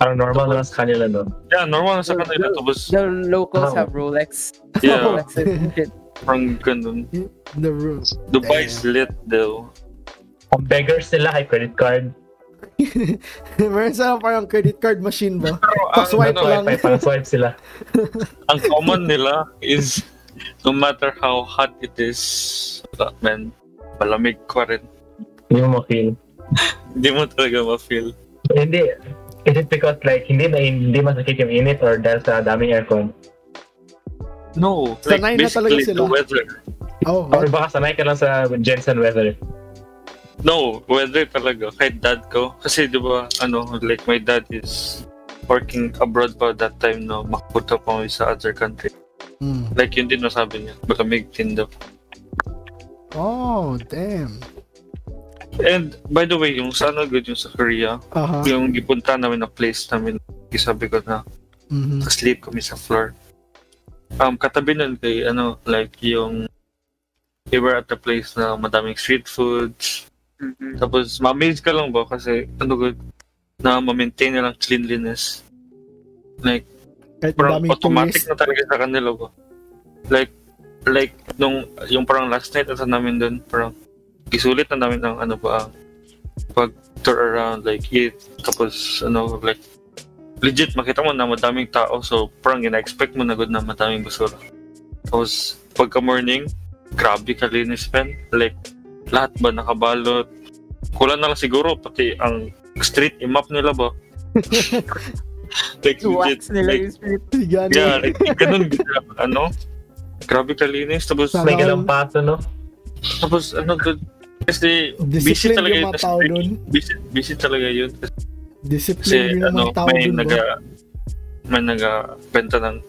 Speaker 2: Parang normal na lang sa kanila nun.
Speaker 3: Yeah, normal na sa
Speaker 4: Yeah,
Speaker 3: kanila
Speaker 4: yeah.
Speaker 3: tapos
Speaker 4: The locals
Speaker 2: Oh.
Speaker 4: have Rolex.
Speaker 3: yeah,
Speaker 4: Rolex and shit.
Speaker 3: parang ganun.
Speaker 1: The room.
Speaker 3: Dubai's lit though.
Speaker 2: Ang beggars nila kay credit card.
Speaker 1: Meron sana parang credit card machine ba?
Speaker 3: Pero ang,
Speaker 1: Pa-swipe
Speaker 3: ano,
Speaker 1: lang.
Speaker 2: Swipe, ay, parang swipe sila.
Speaker 3: ang common nila is no matter how hot it is, wala, man, malamig ka rin.
Speaker 2: Hindi mo ma-feel.
Speaker 3: Hindi mo talaga ma-feel.
Speaker 2: Hindi. Is it because like hindi na hindi masakit yung init or dahil sa daming aircon?
Speaker 3: No, like
Speaker 1: Sanay na talaga
Speaker 3: basically
Speaker 1: sila.
Speaker 3: the weather.
Speaker 1: Oh,
Speaker 2: Or
Speaker 1: what?
Speaker 2: baka sanay ka lang sa Jensen weather.
Speaker 3: No, weather talaga. Kahit dad ko. Kasi di ba, ano, like my dad is working abroad pa that time no makapunta pa kami sa other country.
Speaker 1: Mm.
Speaker 3: Like yun din nasabi niya. Malamig din daw.
Speaker 1: Oh, damn.
Speaker 3: And by the way, yung sa ano good yung sa Korea,
Speaker 1: Aha.
Speaker 3: yung gipunta namin na place namin, sabi ko na
Speaker 1: Mhm.
Speaker 3: sleep kami sa floor. Um, katabi nun kay, ano, like yung, we were at the place na madaming street foods. Tapos, ma-amaze ka lang ba? Kasi, ano, good, na ma-maintain nilang cleanliness. Like,
Speaker 1: Kahit
Speaker 3: parang
Speaker 1: madaming
Speaker 3: automatic
Speaker 1: tourist.
Speaker 3: na talaga sa kanila ba? Like, like, nung, yung parang last night, asa namin dun, parang, isulit na namin ng, ano ba, ang pag tour around, like, eat, tapos, ano, like, legit, makita mo na madaming tao, so, parang ina-expect mo na good na madaming basura. Tapos, pagka morning, grabe kalinis, man. Like, lahat ba nakabalot? Kulang na lang siguro, pati ang street imap nila ba? like, legit,
Speaker 4: Wax nila
Speaker 3: like,
Speaker 4: yung street.
Speaker 1: Tigano.
Speaker 3: Yeah, like, ganun, ganun, ano? Grabe kalinis. Tapos,
Speaker 1: Sana-
Speaker 2: May galampato, no?
Speaker 3: tapos, ano, good. Kasi, busy
Speaker 1: Disciplined
Speaker 3: talaga
Speaker 1: yung
Speaker 3: yun.
Speaker 1: mga
Speaker 3: Kasi,
Speaker 1: tao dun.
Speaker 3: Busy, busy talaga yun.
Speaker 1: Discipline
Speaker 3: Kasi,
Speaker 1: yung
Speaker 3: ano,
Speaker 1: mga tao
Speaker 3: may
Speaker 1: dun ba?
Speaker 3: naga, may naga benta ng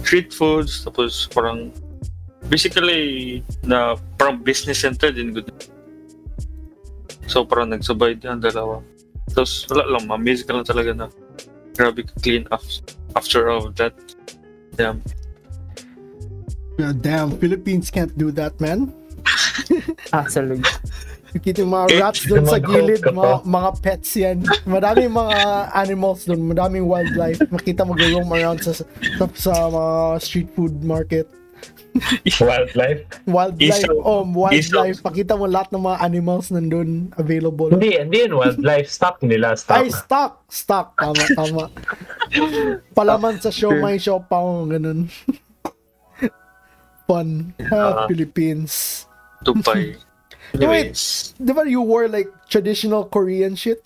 Speaker 3: street foods. Tapos, parang, basically, na parang business center din. Good. So, parang nagsabay din ang dalawa. Tapos, wala lang, ma-amaze ka lang talaga na grabe clean after, after all of that. Damn.
Speaker 1: Yeah, damn, Philippines can't do that, man.
Speaker 4: Absolutely.
Speaker 1: Nakita yung mga
Speaker 3: Eh,
Speaker 1: rats doon sa
Speaker 2: lumagkop
Speaker 1: gilid,
Speaker 2: ka pa.
Speaker 1: mga, mga pets yan. Maraming mga animals doon, maraming wildlife. Makita mo roam around sa, sa, sa mga street food market.
Speaker 2: Wildlife.
Speaker 1: Wildlife,
Speaker 3: Isaw.
Speaker 1: oh, wildlife. Pakita mo lahat ng mga animals nandun available.
Speaker 2: Hindi, hindi yun wildlife. Stock nila, stock.
Speaker 1: Ay, stock! Stock! Tama, tama. Palaman sa show, may show pa ganun. Fun. Ah,
Speaker 3: Yeah.
Speaker 1: Philippines.
Speaker 3: Dubai. Anyways,
Speaker 1: Di ba you wore like traditional Korean shit?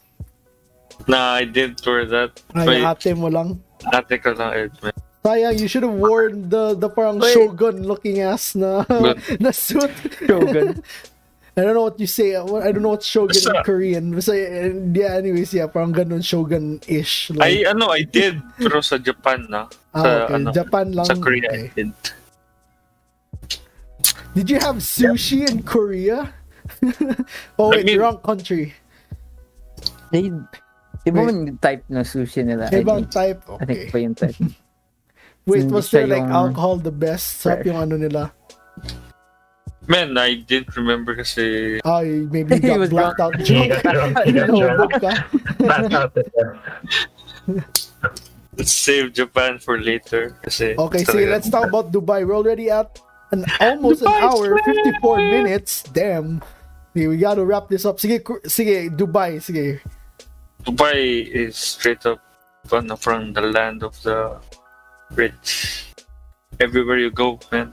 Speaker 3: nah, I didn't wear that.
Speaker 1: Ay,
Speaker 3: Wait,
Speaker 1: ate mo lang.
Speaker 3: ate ko lang, Edmund.
Speaker 1: Sayang, you should have worn the the parang
Speaker 4: Wait.
Speaker 1: shogun looking ass na
Speaker 3: But-
Speaker 1: na suit.
Speaker 4: Shogun.
Speaker 1: I don't know what you say. I don't know what shogun in
Speaker 3: Basta-
Speaker 1: Korean. Basta, and yeah, anyways, yeah, parang ganun shogun-ish.
Speaker 3: I, ano, I did, pero sa Japan na.
Speaker 1: ah,
Speaker 3: sa,
Speaker 1: okay.
Speaker 3: ano,
Speaker 1: Japan eh. lang.
Speaker 3: Sa Korea,
Speaker 1: okay.
Speaker 3: I did.
Speaker 1: Did you have sushi in Korea? oh, wait,
Speaker 3: I mean-
Speaker 1: wrong country.
Speaker 4: They, iba yung type ng sushi nila. I
Speaker 1: Ibang
Speaker 4: think,
Speaker 1: type.
Speaker 4: I think
Speaker 1: Okay.
Speaker 4: pa yung type.
Speaker 1: Wait,
Speaker 4: hindi
Speaker 1: was
Speaker 4: siya
Speaker 1: there like
Speaker 4: yung-
Speaker 1: alcohol the best? Sarap yung ano nila.
Speaker 3: Man, I didn't remember kasi
Speaker 1: Ah, maybe you
Speaker 4: He
Speaker 1: got
Speaker 4: was
Speaker 1: blacked out.
Speaker 2: He got drunk. He got
Speaker 1: No,
Speaker 2: drunk.
Speaker 1: vodka.
Speaker 2: Passed out.
Speaker 3: let's save Japan for later. Kasi
Speaker 1: Okay, see,
Speaker 3: talaga-
Speaker 1: let's talk about Dubai. We're already at an almost an hour, 54 minutes. Damn. Okay, we gotta wrap this up. Sige, Ku- sige, Dubai, sige.
Speaker 3: Dubai is straight up ano, from the land of the rich. Everywhere you go, man.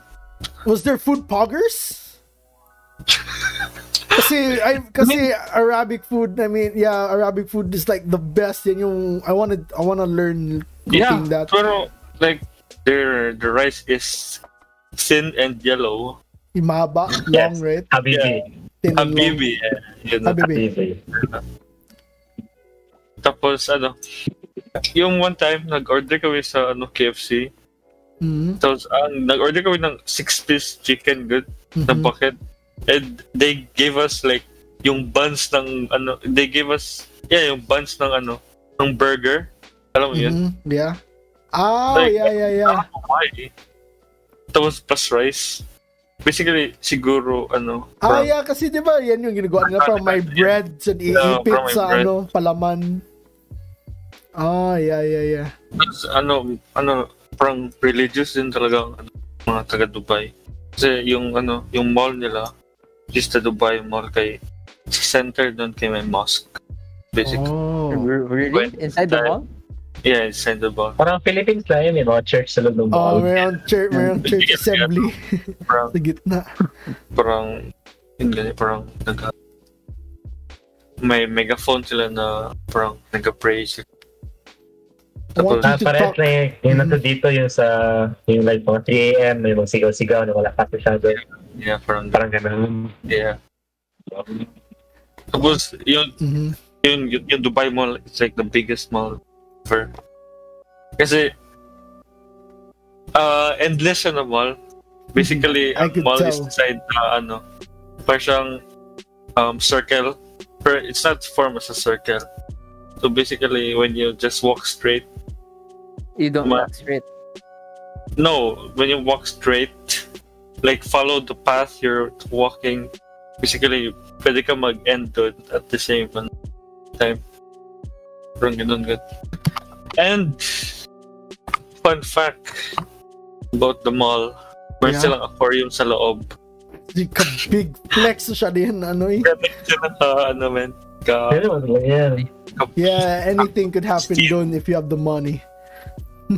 Speaker 1: Was there food poggers? kasi I kasi Arabic food, I mean, yeah, Arabic food is like the best yan yung I wanna I wanna learn
Speaker 3: Yeah,
Speaker 1: cooking that.
Speaker 3: pero like their the rice is thin and yellow.
Speaker 1: Imaba,
Speaker 2: Yes.
Speaker 1: long, right?
Speaker 2: Habibi.
Speaker 1: Thin and long.
Speaker 3: Habibi, eh, yun na.
Speaker 1: Habibi.
Speaker 2: Habibi.
Speaker 3: Tapos ano, yung one time nag-order kami sa ano KFC.
Speaker 1: Mhm,
Speaker 3: Tapos ang nag-order kami ng six piece chicken good na
Speaker 1: mhm.
Speaker 3: bucket. And they gave us like yung buns ng ano, they gave us yeah, yung buns ng ano, ng burger. Alam mo yun?
Speaker 1: Mhm, Yeah. Ah,
Speaker 3: Like-
Speaker 1: yeah, yeah, yeah.
Speaker 3: Ah, why? Tapos plus rice. Basically, siguro, ano,
Speaker 1: Ah,
Speaker 3: from-
Speaker 1: yeah, kasi di ba yan yung ginagawa nila from my bread and
Speaker 3: Yeah,
Speaker 1: iipit
Speaker 3: from my
Speaker 1: sa
Speaker 3: bread.
Speaker 1: ano, palaman. Ah, yeah, yeah, yeah.
Speaker 3: Tapos, ano, ano, parang religious din talaga ang ano, mga taga Dubai. Kasi yung ano, yung mall nila, is the Dubai Mall kay center doon kay may mosque. Basically.
Speaker 1: Oh.
Speaker 4: R- Really?
Speaker 3: When-
Speaker 4: Inside the mall?
Speaker 3: Yeah, it's in the mall.
Speaker 2: Parang Philippines na yun, eh, mga church sa loob ng
Speaker 1: Oh,
Speaker 2: mall.
Speaker 1: mayroong church, mayroong church assembly
Speaker 3: Parang,
Speaker 1: sa gitna.
Speaker 3: parang, yun ganyan, parang nag- may megaphone sila na parang nag-pray sila.
Speaker 1: I want you
Speaker 2: Ah,
Speaker 1: to
Speaker 2: parehas
Speaker 1: talk. Mm-hmm.
Speaker 2: na yun. Yung nasa dito, yung sa, yung like mga 3 a.m., may mga sigaw-sigaw na wala kasi siya doon.
Speaker 3: Yeah, parang,
Speaker 2: Parang ganun.
Speaker 3: yeah. Tapos, yun,
Speaker 1: Mhm.
Speaker 3: yun, yun, yung Dubai Mall, it's like the biggest mall ever. Kasi, uh, endless siya na mall. Basically,
Speaker 1: Mm-hmm. I
Speaker 3: ang
Speaker 1: could
Speaker 3: mall is
Speaker 1: tell.
Speaker 3: inside na ano, parang siyang um, circle. Pero it's not formed as a circle. So basically, when you just walk straight,
Speaker 4: You don't
Speaker 3: Ma-
Speaker 4: walk straight.
Speaker 3: no, when you walk straight, like follow the path you're walking, basically, pwede ka mag-end doon at the same ano, time. Parang ganun good. And, fun fact about the mall,
Speaker 1: Yeah.
Speaker 3: meron silang aquarium sa loob.
Speaker 1: Yung ka big flex siya din, ano eh.
Speaker 3: Grabe sila ka, uh, ano men, ka,
Speaker 2: Yun naman lang yan.
Speaker 1: Yeah, anything could happen
Speaker 3: Steve.
Speaker 1: doon if you have the money.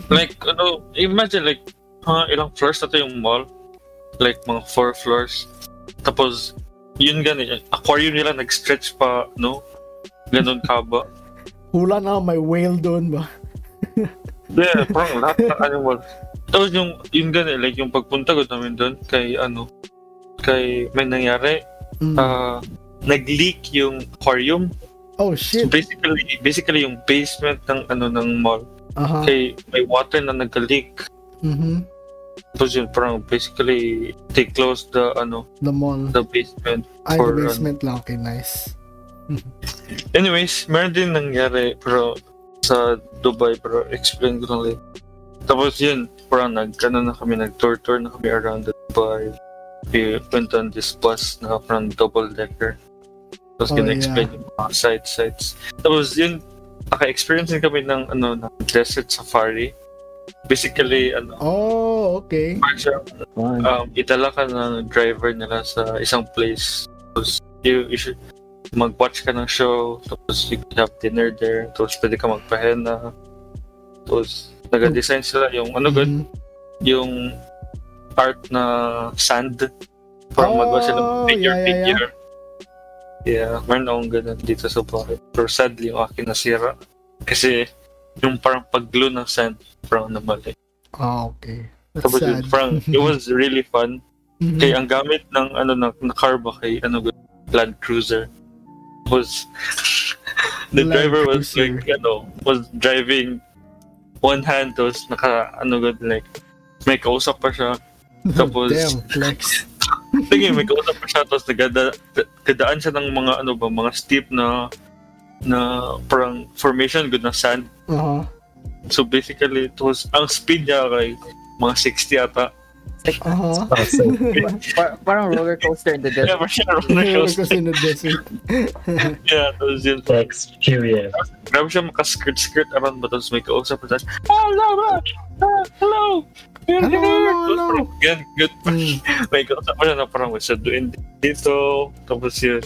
Speaker 3: like, ano, imagine like, mga ilang floors na to yung mall. Like, mga four floors. Tapos, yun ganun. Aquarium nila nag-stretch pa, no? Ganun kaba.
Speaker 1: Hula na, may whale doon ba?
Speaker 3: Yeah, parang lahat ng animal. Tapos yung, yun ganun, like, yung pagpunta ko namin doon kay, ano, kay may nangyari,
Speaker 1: Mm.
Speaker 3: ah, nag-leak yung aquarium.
Speaker 1: oh,
Speaker 3: So
Speaker 1: shit.
Speaker 3: basically, basically yung basement ng ano ng mall.
Speaker 1: Aha.
Speaker 3: Kay may water na nag-leak.
Speaker 1: Mhm.
Speaker 3: Tapos yun, parang basically, they closed the, ano,
Speaker 1: The mall.
Speaker 3: the basement.
Speaker 1: Ay, the
Speaker 3: for, ano.
Speaker 1: basement lang. Okay, nice.
Speaker 3: Anyways, meron din nangyari pero sa Dubai pero explain ko na lang. Tapos yun, parang nagkano na kami, nag-tour-tour na kami around the Dubai. We went on this bus na parang double-decker. Tapos
Speaker 1: Oh,
Speaker 3: kina-explain yung mga sites-sites. Tapos yun, naka-experience din kami ng, ano, ng desert safari. Basically, ano,
Speaker 1: Oh, okay.
Speaker 3: parang siya um, itala ka ng driver nila sa isang place. Tapos, you, you should mag-watch ka ng show, tapos you can have dinner there, tapos pwede ka magpahena. Tapos, nag-design sila yung, ano good,
Speaker 1: Mhm.
Speaker 3: yung art na sand. Parang magawa sila
Speaker 1: Oh,
Speaker 3: ng
Speaker 1: yeah,
Speaker 3: figure
Speaker 1: yeah, yeah.
Speaker 3: figure. Yeah, meron akong ganun dito sa bahay. Pero sadly, yung akin nasira. Kasi, yung parang pag-glue ng sand, parang namali.
Speaker 1: Ah, okay. That's
Speaker 3: Tapos yun,
Speaker 1: sad.
Speaker 3: parang, it was really fun.
Speaker 1: Mhm.
Speaker 3: Kaya ang gamit ng ano ng, ng car ba kay ano Land Cruiser was the
Speaker 1: Land
Speaker 3: driver was
Speaker 1: Cruiser.
Speaker 3: like ano was driving one hand tapos naka ano good like may kausap pa siya tapos-
Speaker 1: Damn, flex.
Speaker 3: tingin may kausap pa siya tapos nagada kadaan siya ng mga ano ba mga steep na na parang formation good na sand
Speaker 1: Uh-huh.
Speaker 3: so basically it was ang speed niya kay mga 60 ata
Speaker 1: Uh-huh.
Speaker 3: Ah,
Speaker 2: Awesome.
Speaker 4: Par- parang roller coaster in the desert.
Speaker 3: never siya roller coaster
Speaker 1: Kasi in the desert.
Speaker 3: yeah tapos yun
Speaker 2: Experience.
Speaker 3: Grabe siya makaskirt-skirt around ba tapos may kausap pa tapos, Hello! ma! Ah, Hello! You're
Speaker 1: Hello,
Speaker 3: here!"
Speaker 1: hello,
Speaker 3: Tapos
Speaker 1: hello.
Speaker 3: parang, Yan, good.
Speaker 1: Mm.
Speaker 3: May kausap pa siya na parang what's up doing dito. Tapos yun.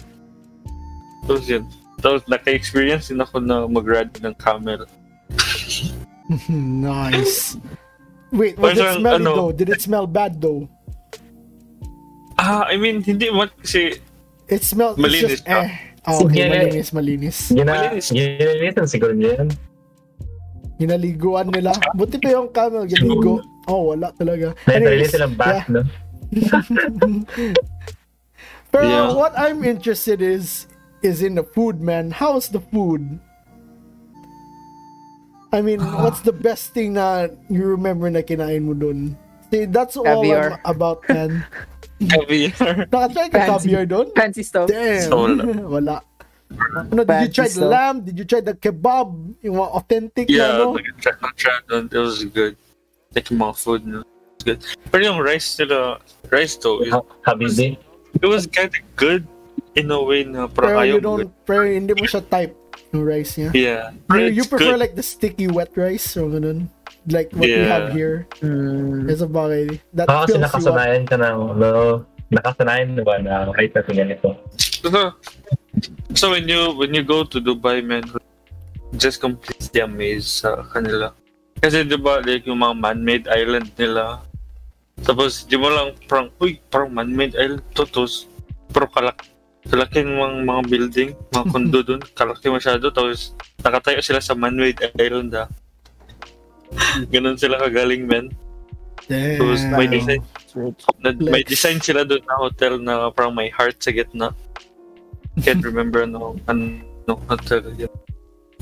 Speaker 3: Tapos yun. Tapos naka-experience din ako na mag-ride ng camel.
Speaker 1: Mm-hmm. nice. Wait, was it
Speaker 3: Parang
Speaker 1: smelly
Speaker 3: ano-
Speaker 1: though? Did it smell bad though?
Speaker 3: Ah, I mean, hindi man kasi
Speaker 1: It smelled it's
Speaker 3: Malinis
Speaker 1: just,
Speaker 3: ka.
Speaker 1: eh. Ah, okay,
Speaker 2: Sige.
Speaker 1: malinis, malinis.
Speaker 2: Gina,
Speaker 3: Malinis.
Speaker 2: ginilitan siguro niya yan.
Speaker 1: Ginaliguan nila. Buti pa yung camel, ginaligo. Oh, wala talaga.
Speaker 2: Naitali
Speaker 1: Anyways,
Speaker 2: silang bath, no?
Speaker 1: Pero
Speaker 3: Yeah.
Speaker 1: what I'm interested is is in the food, man. How's the food? I mean, what's the best thing na you remember na kinain mo dun? See, that's all
Speaker 4: Caviar.
Speaker 1: I'm about, man.
Speaker 3: caviar.
Speaker 1: Nakatry ka
Speaker 4: Fancy.
Speaker 1: caviar dun?
Speaker 4: Fancy stuff.
Speaker 1: Damn.
Speaker 3: So, wala.
Speaker 1: wala. Ano, did you
Speaker 4: Fancy
Speaker 1: try the
Speaker 4: stuff.
Speaker 1: lamb? Did you try the kebab? Yung mga authentic
Speaker 3: yeah,
Speaker 1: na, no?
Speaker 3: like, tra- tra- it was good. Like mga food, no? It's good. Pero yung rice nila, rice though, it,
Speaker 2: Ha- Habibi.
Speaker 3: it was kind of good in a way na
Speaker 1: Pero
Speaker 3: parang
Speaker 1: you
Speaker 3: ayaw mo.
Speaker 1: don't, pero hindi mo siya type yung rice niya.
Speaker 3: Yeah. Pero
Speaker 1: You, you
Speaker 3: it's
Speaker 1: prefer
Speaker 3: good.
Speaker 1: like the sticky wet rice or ganun? Like what we
Speaker 3: Yeah.
Speaker 1: have here.
Speaker 4: Mm,
Speaker 1: It's a bagay. That
Speaker 2: Ah, kasi
Speaker 1: fills you up.
Speaker 2: nakasanayan ka na, no? Nakasanayan na ba na right na ganito?
Speaker 3: So, Uh-huh. so when you when you go to Dubai, man, just completely amazed sa kanila. Kasi di ba, like yung mga man-made island nila. Tapos di mo lang parang, uy, parang man-made island to, tos. Pero kalak kalaki ng mga, mga building, mga kondo dun, kalaki masyado. Tapos nakatayo sila sa man-made island ah. Ganun sila kagaling, man. Tapos may
Speaker 1: Damn.
Speaker 3: design,
Speaker 4: sweet.
Speaker 3: na, may
Speaker 1: Flex.
Speaker 3: design sila doon na hotel na parang may heart sa gitna. Can't remember ano, ano hotel yun.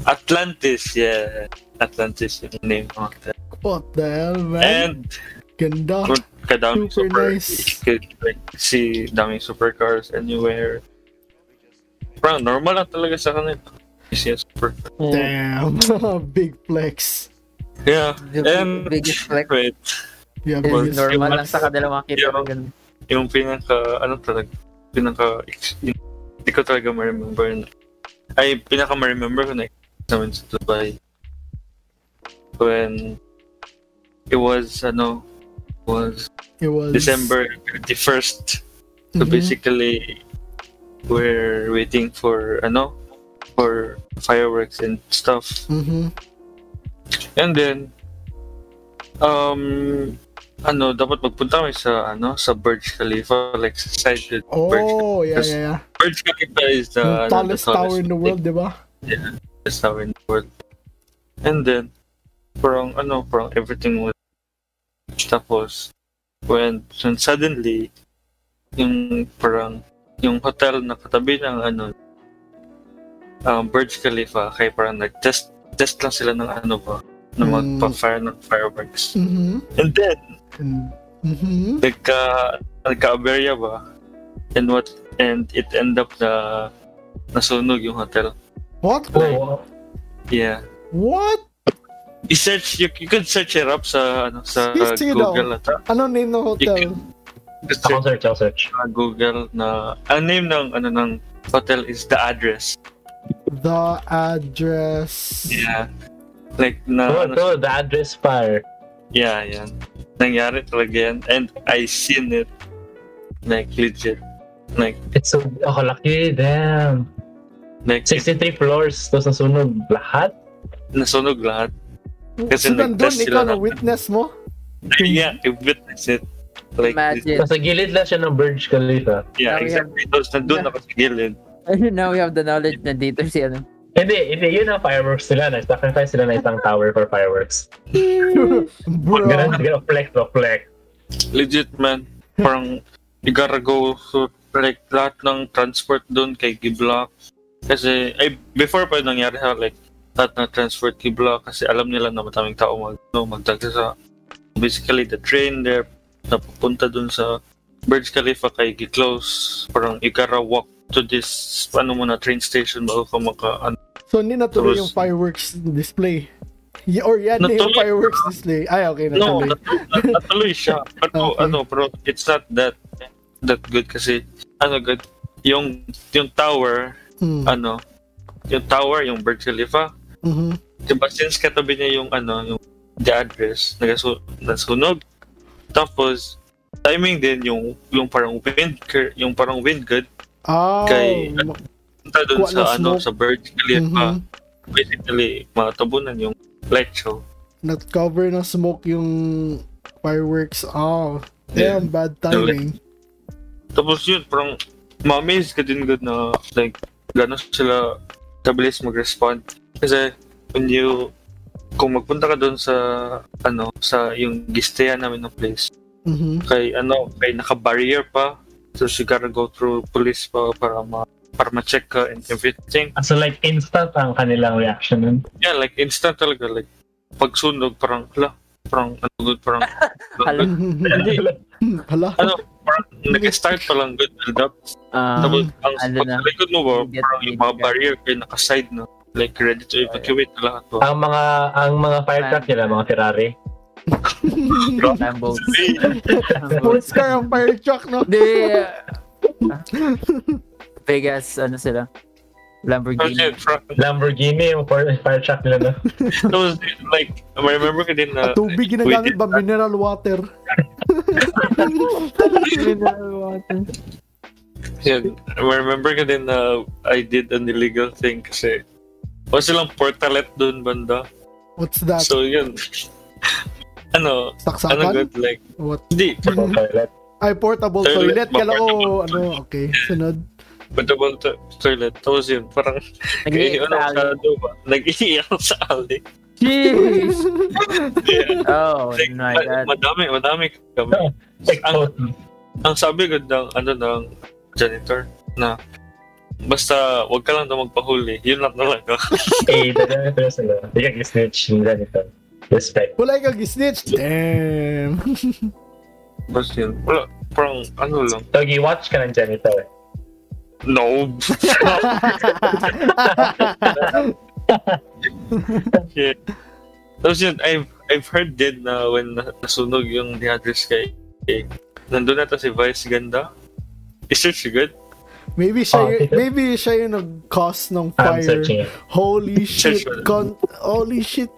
Speaker 3: Atlantis, yeah. Atlantis yung name ng hotel.
Speaker 1: What the hell, man?
Speaker 3: And
Speaker 1: Ganda.
Speaker 3: kung kadaming
Speaker 1: Oh, Super
Speaker 3: super,
Speaker 1: nice.
Speaker 3: you could like, see daming supercars anywhere. Parang normal lang talaga sa kanila. You see a super.
Speaker 4: Yeah.
Speaker 1: Damn. Big flex.
Speaker 3: Yeah.
Speaker 4: The
Speaker 3: And
Speaker 4: biggest flex
Speaker 3: wait,
Speaker 1: Yeah,
Speaker 4: is
Speaker 1: biggest.
Speaker 4: normal lang sa kanila makita
Speaker 3: Yeah.
Speaker 4: ng ganun.
Speaker 3: yung pinaka ano talaga pinaka hindi ko talaga ma-remember na, ay pinaka ma-remember ko na experience namin sa Dubai when it was ano was
Speaker 1: It was
Speaker 3: December 31st so
Speaker 1: Mhm.
Speaker 3: basically we're waiting for ano for fireworks and stuff
Speaker 1: Mhm.
Speaker 3: and then um ano dapat magpunta kami sa ano sa Burj Khalifa like sa side of Burj
Speaker 1: Oh, yeah,
Speaker 3: Because
Speaker 1: yeah, yeah.
Speaker 3: Burj Khalifa is the,
Speaker 1: Yung
Speaker 3: ano, uh, the
Speaker 1: tallest tower in the world, di ba?
Speaker 3: Tallest tower in the world. And then, parang ano, parang everything was tapos when, when suddenly yung parang yung hotel na katabi ng ano um, Burj Khalifa kaya parang nag-test test lang sila ng ano ba na
Speaker 1: Mm.
Speaker 3: magpa-fire ng fireworks.
Speaker 1: Mhm.
Speaker 3: And then,
Speaker 1: Mhm.
Speaker 3: nagka nagka-aberya ba? And what and it end up na nasunog yung hotel.
Speaker 1: What?
Speaker 2: Oo.
Speaker 3: Yeah.
Speaker 1: What?
Speaker 3: I-search, you, you can search it up sa, ano, sa
Speaker 1: Sige daw.
Speaker 3: Google ata.
Speaker 1: Ano name ng hotel?
Speaker 3: You can
Speaker 2: Ako
Speaker 3: search
Speaker 2: search, ako search.
Speaker 3: sa Google na, ang name ng, ano, ng hotel is The Address.
Speaker 1: The address.
Speaker 3: Yeah. Like, na,
Speaker 2: Oo,
Speaker 3: ano,
Speaker 2: Oh, ito, the address fire.
Speaker 3: yeah, yan. Nangyari talaga yan. And I seen it. Like, legit. Like,
Speaker 2: It's so, oh, laki, damn.
Speaker 3: like, it,
Speaker 2: 63 floors, tapos nasunog lahat.
Speaker 3: nasunog lahat. Kasi
Speaker 1: so nandun,
Speaker 3: nag-test sila
Speaker 1: ikaw na
Speaker 3: ng-
Speaker 1: witness mo?
Speaker 3: Yeah, I witnessed it. Like,
Speaker 4: Imagine.
Speaker 2: Nasa gilid lang siya ng Burj Khalifa.
Speaker 3: yeah,
Speaker 4: Now we have-
Speaker 3: exactly. Tapos nandun
Speaker 4: Yeah.
Speaker 3: ako sa gilid.
Speaker 4: Now we have the knowledge na dito si ano.
Speaker 2: Hindi, hindi, yun ang fireworks nila. Nag-sacrifice sila ng isang tower for fireworks.
Speaker 1: Bro.
Speaker 2: Ganun, ganun, flex, no, flex.
Speaker 3: legit man parang you gotta go through like lahat ng transport doon kay Gibla kasi ay before pa yun nangyari ha like lahat ng transport Gibla kasi alam nila na mataming tao mag no, magdagsa sa basically the train there na pupunta doon sa Burj Khalifa kay Giclose parang you gotta walk to this ano muna train station bago ka maka ano,
Speaker 1: So hindi natuloy
Speaker 3: Tapos-
Speaker 1: yung fireworks display. Y- or yan na yung
Speaker 3: Natuloy.
Speaker 1: fireworks display. Ay, okay,
Speaker 3: No,
Speaker 1: natuloy.
Speaker 3: natu- nat- natuloy siya. Pero
Speaker 1: Okay.
Speaker 3: ano, pero it's not that that good kasi ano good yung yung tower,
Speaker 1: Mm.
Speaker 3: ano, yung tower, yung Burj Khalifa,
Speaker 1: Mhm.
Speaker 3: diba since katabi niya yung ano, yung the address, nagasu nasunog. Tapos timing din yung yung parang wind cur- yung parang wind good
Speaker 1: Oh,
Speaker 3: Kay-
Speaker 1: ma-
Speaker 3: punta doon
Speaker 1: Kuha ng
Speaker 3: sa ano
Speaker 1: smoke.
Speaker 3: sa Burj
Speaker 1: mhm.
Speaker 3: Khalifa basically matabunan yung light show
Speaker 1: Nat-cover ng smoke yung fireworks. Oh, damn, bad timing.
Speaker 3: Tapos yun, parang ma-amaze ka din good na like gano'n sila kabilis mag-respond. Kasi when you kung magpunta ka doon sa ano sa yung gisteya namin ng place
Speaker 1: Mhm.
Speaker 3: kay ano kay naka-barrier pa so you gotta go through police pa para ma para ma-check ka and everything
Speaker 2: Ah, So like instant ang kanilang reaction nun.
Speaker 3: yeah like instant talaga like pag sunog parang la parang ano good parang
Speaker 4: Alam.
Speaker 3: Hindi.
Speaker 1: Hmm, Hala.
Speaker 3: ano parang nag-start pa lang good build up
Speaker 4: Ah,
Speaker 3: tapos ang
Speaker 4: ano
Speaker 3: pag
Speaker 4: na.
Speaker 3: sa likod mo ba
Speaker 4: Immediate
Speaker 3: parang yung mga
Speaker 4: feedback.
Speaker 3: barrier kay naka-side na like ready to evacuate na lahat to
Speaker 2: Ang mga ang mga fire truck nila, mga Ferrari.
Speaker 4: Lambo.
Speaker 1: Sports car ang fire truck, no?
Speaker 4: Hindi. uh, Vegas, ano sila?
Speaker 3: Tapos yun,
Speaker 4: Lamborghini.
Speaker 3: parang-
Speaker 2: Lamborghini yung fire, fire truck nila no?
Speaker 3: Tapos, like, I remember ko din na...
Speaker 1: At tubig ginagamit ba? Mineral water.
Speaker 3: Yun, I remember ko din na I did an illegal thing kasi wala silang portalet doon banda.
Speaker 1: What's that?
Speaker 3: So, yun. ano, ano
Speaker 1: Saksakan?
Speaker 3: good, like,
Speaker 1: What?
Speaker 3: hindi,
Speaker 2: Mga toilet.
Speaker 1: Ay, portable
Speaker 3: Toilet,
Speaker 1: toilet. Kala ko,
Speaker 3: ma-portable
Speaker 1: ano, okay. Sunod.
Speaker 3: portable to- toilet. Tapos yun, parang, eh,
Speaker 4: Nag-iingat
Speaker 3: ano,
Speaker 4: sa
Speaker 3: sa
Speaker 4: alley.
Speaker 3: duba. Nag-iiyak ako sa alley.
Speaker 4: Jeez!
Speaker 3: Yeah.
Speaker 4: Oh
Speaker 3: Like,
Speaker 4: my
Speaker 3: ma-
Speaker 4: god.
Speaker 3: madami, madami kami. Ang,
Speaker 2: Exposed.
Speaker 3: ang sabi ko ng, ano, ng janitor na, basta, wag ka lang daw magpahuli. Yun lang talaga.
Speaker 2: Eh, the janitor sila. Hindi ka snitch yung janitor. Respect.
Speaker 1: Wala kang snitch. Damn.
Speaker 3: Tapos yun, wala, parang, ano lang,
Speaker 2: Togi, watch ka ng janitor.
Speaker 3: No. yeah. Tapos yun, I've, I've heard din na when na- nasunog yung The Address kay kay- nandun na to si Vice Ganda. Is it si good?
Speaker 1: Maybe siya,
Speaker 2: Oh,
Speaker 1: yung,
Speaker 2: okay.
Speaker 1: maybe siya yung nag-cause ng
Speaker 2: I'm
Speaker 1: fire.
Speaker 2: searching it.
Speaker 1: Holy shit.
Speaker 3: Search.
Speaker 1: Con- holy shit.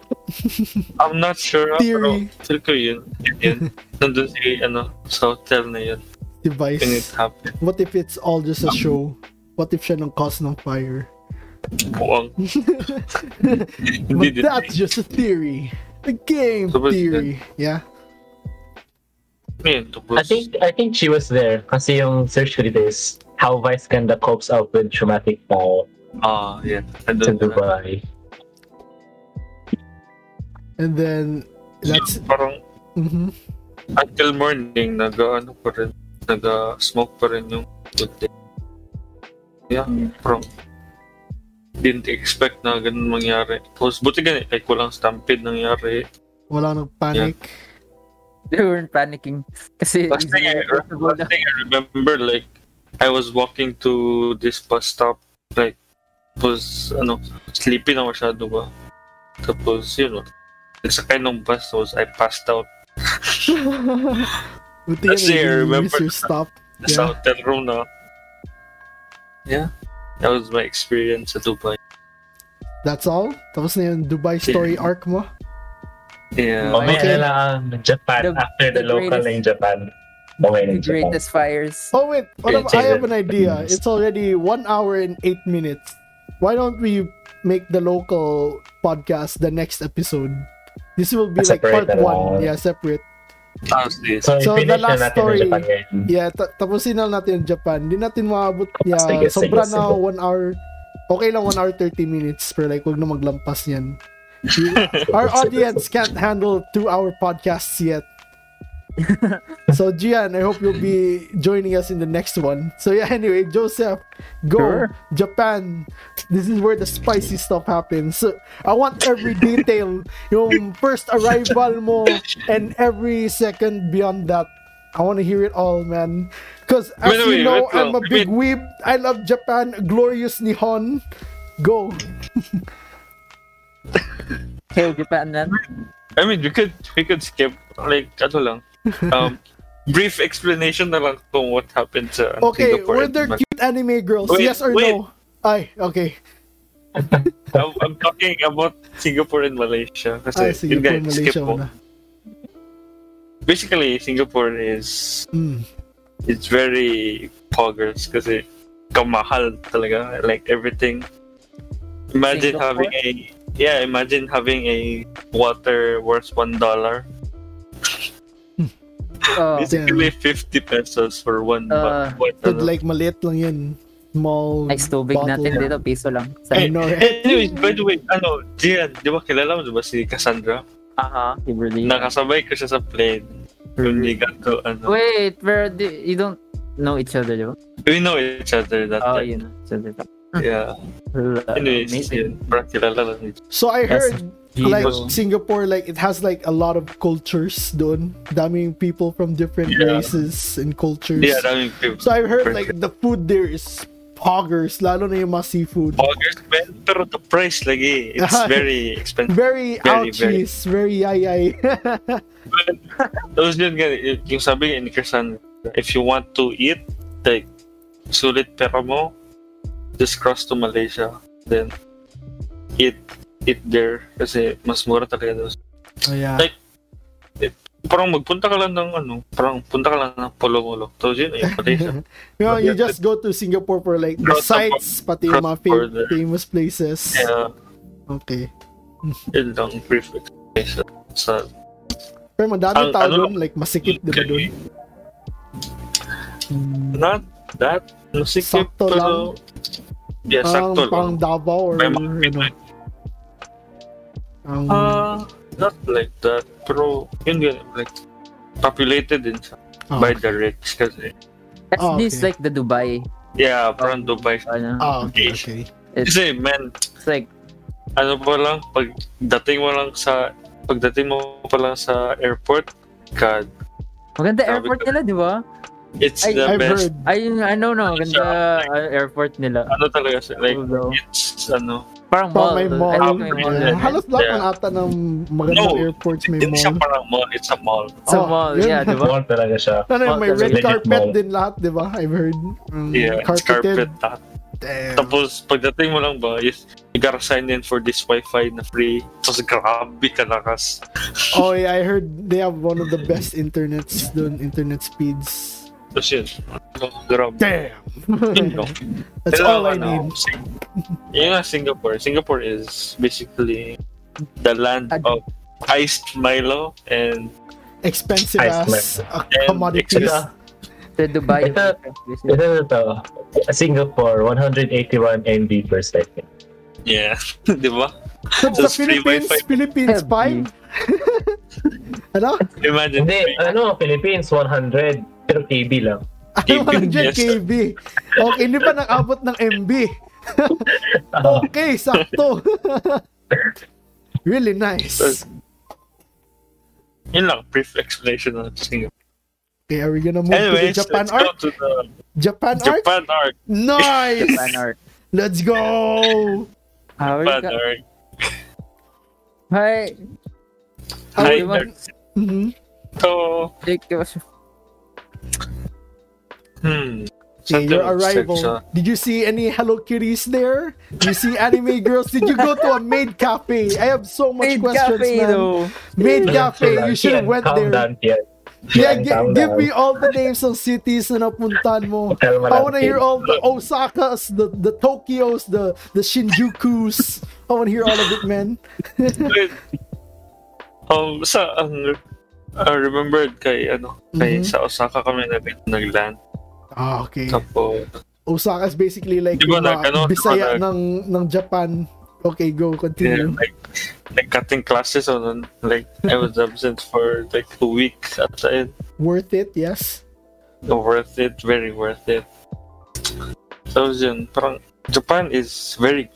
Speaker 3: I'm not sure. ah,
Speaker 1: Theory.
Speaker 3: Pero feel ko yun. Yun, yun. Nandun si, ano, sa hotel na yun. When it
Speaker 1: Device.
Speaker 3: happened.
Speaker 1: What if it's all just
Speaker 3: Ah.
Speaker 1: a show? What if siya ng cause ng fire?
Speaker 3: Buwang. Hindi
Speaker 1: But
Speaker 3: din.
Speaker 1: that's just a theory. A game
Speaker 3: Tapos
Speaker 1: theory. Yeah.
Speaker 3: Yun, tapos,
Speaker 2: I think I think she was there kasi yung search ko dito is how Vice Ganda copes up with traumatic fall
Speaker 3: ah, yeah.
Speaker 2: to
Speaker 3: Nandun na.
Speaker 2: Dubai.
Speaker 1: And then, that's...
Speaker 3: Parang,
Speaker 1: mhm.
Speaker 3: until morning, nag-ano pa rin, nag-smoke pa rin yung good day. Yeah, from didn't expect na ganun mangyari. Tapos buti ganun, like walang stampede nangyari.
Speaker 1: Wala nang panic.
Speaker 4: They weren't panicking. Kasi
Speaker 3: Last thing, I, last thing I remember, like, I was walking to this bus stop, like, was, ano, sleepy na masyado ba? Tapos, yun, nagsakay ng bus, tapos I passed out
Speaker 1: Buti eh,
Speaker 3: Let's see, I
Speaker 1: yan,
Speaker 3: remember-
Speaker 1: user stop.
Speaker 3: sa hotel room na. Yeah. That was my experience sa Dubai.
Speaker 1: That's all? Tapos na yung Dubai story arc mo?
Speaker 3: Yeah.
Speaker 2: Mamaya
Speaker 1: Okay.
Speaker 2: na lang ang Japan
Speaker 4: The-
Speaker 2: after the,
Speaker 4: the
Speaker 2: local
Speaker 4: greatest-
Speaker 2: in Japan. Mamaya na
Speaker 4: the
Speaker 2: yung Japan.
Speaker 4: greatest fires.
Speaker 1: Oh wait, wala ba-
Speaker 2: Okay,
Speaker 1: I have
Speaker 2: then.
Speaker 1: an idea. It's already one hour and eight minutes. Why don't we make the local podcast the next episode? This will be like
Speaker 2: Ah,
Speaker 1: part
Speaker 2: Separate na lang.
Speaker 1: one. Yeah, separate.
Speaker 3: Honestly,
Speaker 2: So,
Speaker 1: So,
Speaker 2: i-finish
Speaker 1: the
Speaker 2: na
Speaker 1: last
Speaker 2: natin
Speaker 1: story-
Speaker 2: yung Japan ngayon.
Speaker 1: Yeah, ta- tapusin na natin yung Japan. Hindi natin maabot. Yeah,
Speaker 2: Sige, sige,
Speaker 1: sobra na
Speaker 2: sige.
Speaker 1: one hour. Okay lang, one hour 30 minutes. Pero like, wag na maglampas yan. Our audience can't handle two-hour podcasts yet. so Gian, I hope you'll be joining us in the next one. So yeah, anyway, Joseph, go
Speaker 4: Sure.
Speaker 1: Japan. This is where the spicy stuff happens. So, I want every detail, yung first arrival mo and every second beyond that. I want to hear it all, man. Because as
Speaker 3: Wait,
Speaker 1: you
Speaker 3: wait,
Speaker 1: know,
Speaker 3: wait
Speaker 1: I'm a
Speaker 3: lang.
Speaker 1: big
Speaker 3: Wait.
Speaker 1: weeb. I love Japan, glorious Nihon. Go.
Speaker 4: Hey, Japan na.
Speaker 3: I mean, we could we could skip like ano lang. Um, brief explanation na lang kung what happened sa
Speaker 1: Okay,
Speaker 3: Singapore.
Speaker 1: were there cute anime girls?
Speaker 3: Wait,
Speaker 1: yes or
Speaker 3: wait.
Speaker 1: no? Ay, okay.
Speaker 3: I'm, I'm talking about Singapore and Malaysia. Kasi
Speaker 1: Ay, sige
Speaker 3: yun
Speaker 1: po,
Speaker 3: nga, skip
Speaker 1: Malaysia
Speaker 3: mo.
Speaker 1: muna.
Speaker 3: Basically, Singapore is
Speaker 1: Mm.
Speaker 3: it's very poggers kasi kamahal talaga. Like everything. Imagine
Speaker 4: Singapore?
Speaker 3: having a yeah, imagine having a water worth one dollar.
Speaker 4: Oh,
Speaker 3: Basically, fifty pesos for one
Speaker 4: Uh,
Speaker 3: bottle.
Speaker 1: But like maliit lang yun. Small
Speaker 4: next tubig
Speaker 1: bottle.
Speaker 4: natin dito, piso lang. Sa
Speaker 1: I know. eh.
Speaker 3: Anyways, by the way, ano, Gian, di ba kilala mo di ba si Cassandra?
Speaker 4: Aha, Kimberly.
Speaker 3: Nakasabay ko siya sa plane. When we got to, ano,
Speaker 4: Mm-hmm. Wait, pero di- you don't know each other, di ba?
Speaker 3: we know each other that
Speaker 4: Oh,
Speaker 3: time.
Speaker 4: yun. So, di ba?
Speaker 3: Yeah. Anyways,
Speaker 4: Amazing. Mm-hmm.
Speaker 3: yun, parang kilala lang each
Speaker 1: So I
Speaker 4: Yes.
Speaker 1: heard like
Speaker 4: Gino.
Speaker 1: Singapore like it has like a lot of cultures doon. Daming people from different
Speaker 3: Yeah.
Speaker 1: races and cultures.
Speaker 3: Yeah, daming people.
Speaker 1: So I heard like the food there is poggers, lalo na yung mga seafood.
Speaker 3: August, man, pero the price lagi, it's very expensive.
Speaker 1: Very,
Speaker 3: Very,
Speaker 1: ouchies, very yayay.
Speaker 3: Tapos yun nga, y- yung sabi ni Kirsan, if you want to eat, like, sulit pera mo, just cross to Malaysia, then eat eat there kasi mas mura talaga doon.
Speaker 1: oh yeah.
Speaker 3: Like- Parang magpunta ka lang ng ano, parang punta ka lang ng Polongolo. Tapos yun, ay Malaysia.
Speaker 1: You know, you just go to Singapore for like the
Speaker 3: Cross the
Speaker 1: sites, pati yung mga fam-
Speaker 3: border.
Speaker 1: famous places.
Speaker 3: Kaya,
Speaker 1: Okay.
Speaker 3: yun lang, brief explanation sa
Speaker 1: Pero madami
Speaker 3: Ang-
Speaker 1: tao
Speaker 3: ano
Speaker 1: doon, like masikip, diba? di ba doon?
Speaker 3: Not that. Masikip,
Speaker 1: Sakto
Speaker 3: pero... Yeah,
Speaker 1: Parang,
Speaker 3: sakto
Speaker 1: parang
Speaker 3: lang.
Speaker 1: Davao or
Speaker 3: May
Speaker 1: ano.
Speaker 3: mga Pinoy.
Speaker 1: ang-
Speaker 4: Uh,
Speaker 3: Ah, not like that. Pero, yun yun, like, populated din siya
Speaker 1: ah,
Speaker 3: by the rich kasi.
Speaker 4: That's
Speaker 1: Oh,
Speaker 4: this
Speaker 1: okay.
Speaker 4: like the Dubai.
Speaker 3: Yeah, parang Dubai.
Speaker 4: Ano?
Speaker 1: ah, okay, okay.
Speaker 4: It's,
Speaker 3: Kasi, man,
Speaker 4: it's like
Speaker 3: ano pa lang, pagdating mo lang sa, pagdating mo pa lang sa airport, God,
Speaker 4: maganda
Speaker 3: Sabi
Speaker 4: airport
Speaker 3: ko-
Speaker 4: nila, di ba?
Speaker 3: it's
Speaker 4: Ay,
Speaker 3: the
Speaker 1: I've
Speaker 3: best.
Speaker 1: heard.
Speaker 4: Ayun, ano no, maganda
Speaker 3: Siya,
Speaker 4: uh, airport nila.
Speaker 3: Ano talaga siya, like,
Speaker 4: Although,
Speaker 3: it's, ano,
Speaker 4: parang
Speaker 1: Parang
Speaker 4: mall.
Speaker 1: may
Speaker 4: I
Speaker 1: mall.
Speaker 4: think may
Speaker 3: Yeah.
Speaker 4: mall.
Speaker 1: Yeah. Halos lahat
Speaker 3: Yeah.
Speaker 1: ng ata ng magandang
Speaker 3: No,
Speaker 1: airports may
Speaker 3: hindi siya
Speaker 1: mall.
Speaker 3: parang mall, it's a mall.
Speaker 4: It's a
Speaker 1: Oh,
Speaker 4: mall,
Speaker 1: yun.
Speaker 4: yeah, di ba?
Speaker 2: Mall talaga siya.
Speaker 1: Ano yun, may
Speaker 4: Mall
Speaker 1: red
Speaker 2: talaga.
Speaker 1: carpet
Speaker 2: Legit mall.
Speaker 1: din lahat, di ba? I've heard. Um,
Speaker 3: Yeah, it's carpet.
Speaker 1: carpeted.
Speaker 3: lahat.
Speaker 1: Damn.
Speaker 3: Tapos, pagdating mo lang ba, yes, you gotta sign in for this wifi na free. Tapos, grabe kalakas.
Speaker 1: Oh yeah, I heard they have one of the best internets doon, internet speeds.
Speaker 3: Tapos yun, grabe.
Speaker 1: Damn.
Speaker 3: Yun lang.
Speaker 1: That's
Speaker 3: Pero,
Speaker 1: all I
Speaker 3: ano,
Speaker 1: need.
Speaker 3: Sing- Yun nga, Singapore. Singapore is basically the land
Speaker 4: Ad-
Speaker 3: of iced Milo and
Speaker 1: Expensive
Speaker 2: Ice
Speaker 1: ass uh,
Speaker 3: And
Speaker 1: commodities.
Speaker 2: extra-
Speaker 4: The Dubai.
Speaker 2: Ito-
Speaker 4: Business.
Speaker 2: Ito na to. Singapore, 181 MB per second.
Speaker 3: yeah, di ba?
Speaker 1: That's the
Speaker 3: Just free
Speaker 1: Philippines,
Speaker 3: wifi.
Speaker 1: Philippines
Speaker 4: Heavy.
Speaker 1: 5. ano?
Speaker 3: Imagine,
Speaker 2: Hindi, ano, Philippines, 100. Pero KB lang.
Speaker 1: Ano
Speaker 3: KB,
Speaker 1: 100
Speaker 3: yes.
Speaker 1: KB? Okay, hindi pa nakabot ng MB.
Speaker 2: Ah,
Speaker 1: Okay, sakto. really nice.
Speaker 3: yun lang, brief explanation of Singapore.
Speaker 1: Okay, are we gonna move
Speaker 3: Anyways,
Speaker 1: to the Japan
Speaker 3: let's go
Speaker 1: art?
Speaker 3: to the
Speaker 1: Japan, art?
Speaker 3: Japan art.
Speaker 1: Nice!
Speaker 4: Japan art.
Speaker 1: Let's go!
Speaker 4: How are you
Speaker 3: Japan
Speaker 4: ga-
Speaker 3: art.
Speaker 4: Hi,
Speaker 1: How
Speaker 3: Hi,
Speaker 1: you want-
Speaker 3: Nerds.
Speaker 1: Mhm.
Speaker 3: So,
Speaker 4: Jake.
Speaker 3: hmm.
Speaker 1: Okay,
Speaker 3: Saan
Speaker 1: your
Speaker 3: to?
Speaker 1: arrival.
Speaker 3: Sa-
Speaker 1: Did you see any Hello Kitties there? Did you see anime girls? Did you go to a maid cafe? I have so much
Speaker 4: Maid
Speaker 1: questions,
Speaker 4: cafe,
Speaker 1: man.
Speaker 4: though.
Speaker 1: Maid
Speaker 2: Kian,
Speaker 1: cafe, you should have went
Speaker 2: calm
Speaker 1: there.
Speaker 2: Down, Kian.
Speaker 1: Yeah,
Speaker 2: Kian,
Speaker 1: gi-
Speaker 2: calm
Speaker 1: give
Speaker 2: down.
Speaker 1: me all the names of cities na napuntahan mo. I
Speaker 2: Kalma lang,
Speaker 1: want to
Speaker 2: Kian.
Speaker 1: hear all the Osakas, the the Tokyos, the the Shinjukus. I want to hear all of it, man.
Speaker 3: Wait. Um, sa ang I remembered kay ano, kay
Speaker 1: Mhm.
Speaker 3: sa Osaka kami na nag-land
Speaker 1: Ah, okay.
Speaker 3: tapos
Speaker 1: Osaka is basically like
Speaker 3: Di ba
Speaker 1: yung mga
Speaker 3: nag- ano, di ba
Speaker 1: Bisaya
Speaker 3: nag-
Speaker 1: ng ng Japan. Okay, go
Speaker 3: yeah,
Speaker 1: continue.
Speaker 3: like like cutting classes on like I was absent for like a week at the end.
Speaker 1: Worth it, yes.
Speaker 3: Worth it, very worth it. Tapos yun, parang Japan is very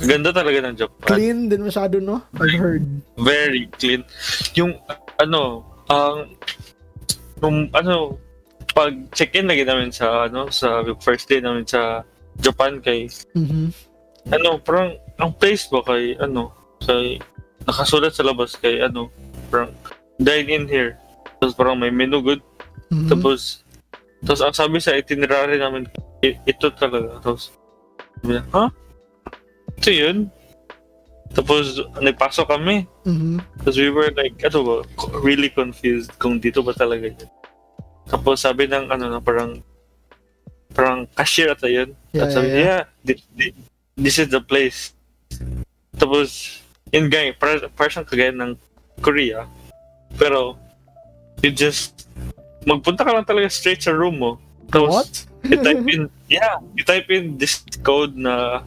Speaker 3: ganda talaga ng Japan.
Speaker 1: Clean din masyado, no? I've heard.
Speaker 3: Very clean. Yung ano, ang nung ano pag check-in lagi namin sa ano sa first day namin sa Japan kay
Speaker 1: Mhm.
Speaker 3: ano parang ang place ba kay ano kay nakasulat sa labas kay ano parang dine in here tapos parang may menu good
Speaker 1: Mhm.
Speaker 3: tapos tapos ang sabi sa itinerary namin i- ito talaga tapos sabi niya, ha ito yun tapos nagpasok kami
Speaker 1: Mhm.
Speaker 3: Because we were like, ano ba, co- really confused kung dito ba talaga yun. Tapos sabi ng ano na parang, parang cashier ata yun.
Speaker 1: Yeah,
Speaker 3: At sabi
Speaker 1: yeah,
Speaker 3: niya, yeah, thi- thi- this is the place. Tapos, yun guy, para, para siyang kagaya ng Korea. Pero, you just, magpunta ka lang talaga straight sa room mo. Tapos,
Speaker 1: What?
Speaker 3: you type in, yeah, you type in this code na